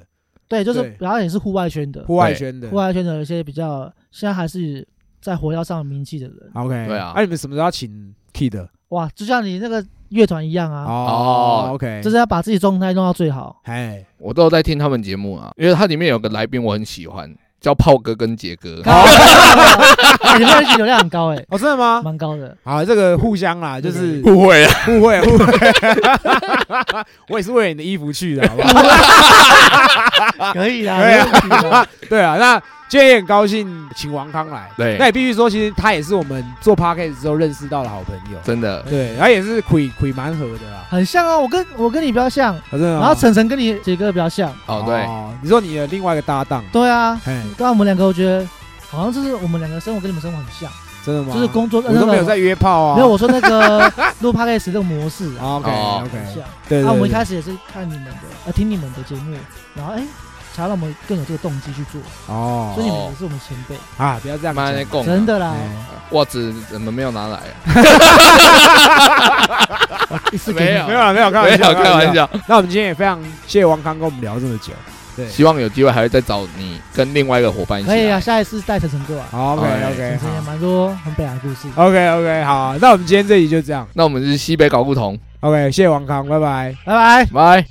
[SPEAKER 3] 对，就是
[SPEAKER 1] 对
[SPEAKER 3] 表演是户外圈的，
[SPEAKER 1] 户外圈的
[SPEAKER 3] 户。外圈的一些比较现在还是在火药上有名气的人，
[SPEAKER 1] OK，
[SPEAKER 2] 对啊
[SPEAKER 1] 那你们什么时候要请 Kid？
[SPEAKER 3] 哇，就像你那个乐团一样啊，
[SPEAKER 1] 哦
[SPEAKER 2] 哦
[SPEAKER 1] ，OK，
[SPEAKER 3] 就是要把自己状态弄到最好。
[SPEAKER 1] 哎，
[SPEAKER 2] 我都有在听他们节目啊，因为它里面有个来宾我很喜欢，叫炮哥跟杰 哥。
[SPEAKER 3] 看哎你们流量很高哎，
[SPEAKER 1] 哦，真的吗？
[SPEAKER 3] 蛮高的。
[SPEAKER 1] 好，这个互相啦，就是
[SPEAKER 2] 误会啊了，
[SPEAKER 1] 互惠互惠。 我也是为了你的衣服去的，好不 好？
[SPEAKER 3] 可以啦，
[SPEAKER 1] 可以啊
[SPEAKER 3] 没问题啦
[SPEAKER 1] 对啊，那今天也很高兴请王康来。
[SPEAKER 2] 对
[SPEAKER 1] 那也必须说，其实他也是我们做 podcast 之后认识到的好朋友。
[SPEAKER 2] 真的，
[SPEAKER 1] 对，他也是鬼鬼蛮合的啦，
[SPEAKER 3] 很像啊，我跟我跟你比较像，
[SPEAKER 1] 啊真的吗。
[SPEAKER 3] 然后晨晨跟你杰哥比较像，
[SPEAKER 2] 哦对，
[SPEAKER 1] 你说你的另外一个搭档，
[SPEAKER 3] 对啊，
[SPEAKER 1] 嘿，
[SPEAKER 3] 对啊，我们两个我觉得好像就是我们两个生活跟你们生活很像，
[SPEAKER 1] 真的吗？
[SPEAKER 3] 就是工作
[SPEAKER 1] 我都没有在约炮啊。
[SPEAKER 3] 没有，我说那个 录 podcast 这个模式啊，
[SPEAKER 1] OK
[SPEAKER 2] 哦
[SPEAKER 1] OK，
[SPEAKER 3] 很像。啊
[SPEAKER 1] 对对
[SPEAKER 3] 那我们
[SPEAKER 1] 对
[SPEAKER 3] 一开始也是看你们的，呃，听你们的节目，然后哎，才让我们更有这个动机去做，所以
[SPEAKER 1] 哦
[SPEAKER 3] 你们也是我们前辈，
[SPEAKER 1] 啊，不要这样
[SPEAKER 2] 慢慢在
[SPEAKER 1] 讲。
[SPEAKER 2] 供啊。
[SPEAKER 3] 真的啦，
[SPEAKER 1] 哎
[SPEAKER 2] 袜子怎么没有拿来啊？
[SPEAKER 3] 一次给你
[SPEAKER 2] 没有，
[SPEAKER 1] 没有啊啦没有，开
[SPEAKER 2] 没
[SPEAKER 1] 玩
[SPEAKER 2] 有
[SPEAKER 1] 笑，
[SPEAKER 2] 开玩。笑。
[SPEAKER 1] 那我们今天也非常谢谢王康跟我们聊这么久。对
[SPEAKER 2] 希望有机会还会再找你跟另外一个伙伴一起。
[SPEAKER 3] 可以啊，，下一次带晨晨哥啊，
[SPEAKER 1] 好，OK
[SPEAKER 2] 哎
[SPEAKER 1] OK，
[SPEAKER 3] 晨晨也
[SPEAKER 1] 好
[SPEAKER 3] 蛮多很北的故事。
[SPEAKER 1] ，OK OK，好，那我们今天这集就这样。
[SPEAKER 2] 那我们是西北搞不同，
[SPEAKER 1] OK，谢谢王康，拜拜。
[SPEAKER 3] 拜拜。
[SPEAKER 2] 拜。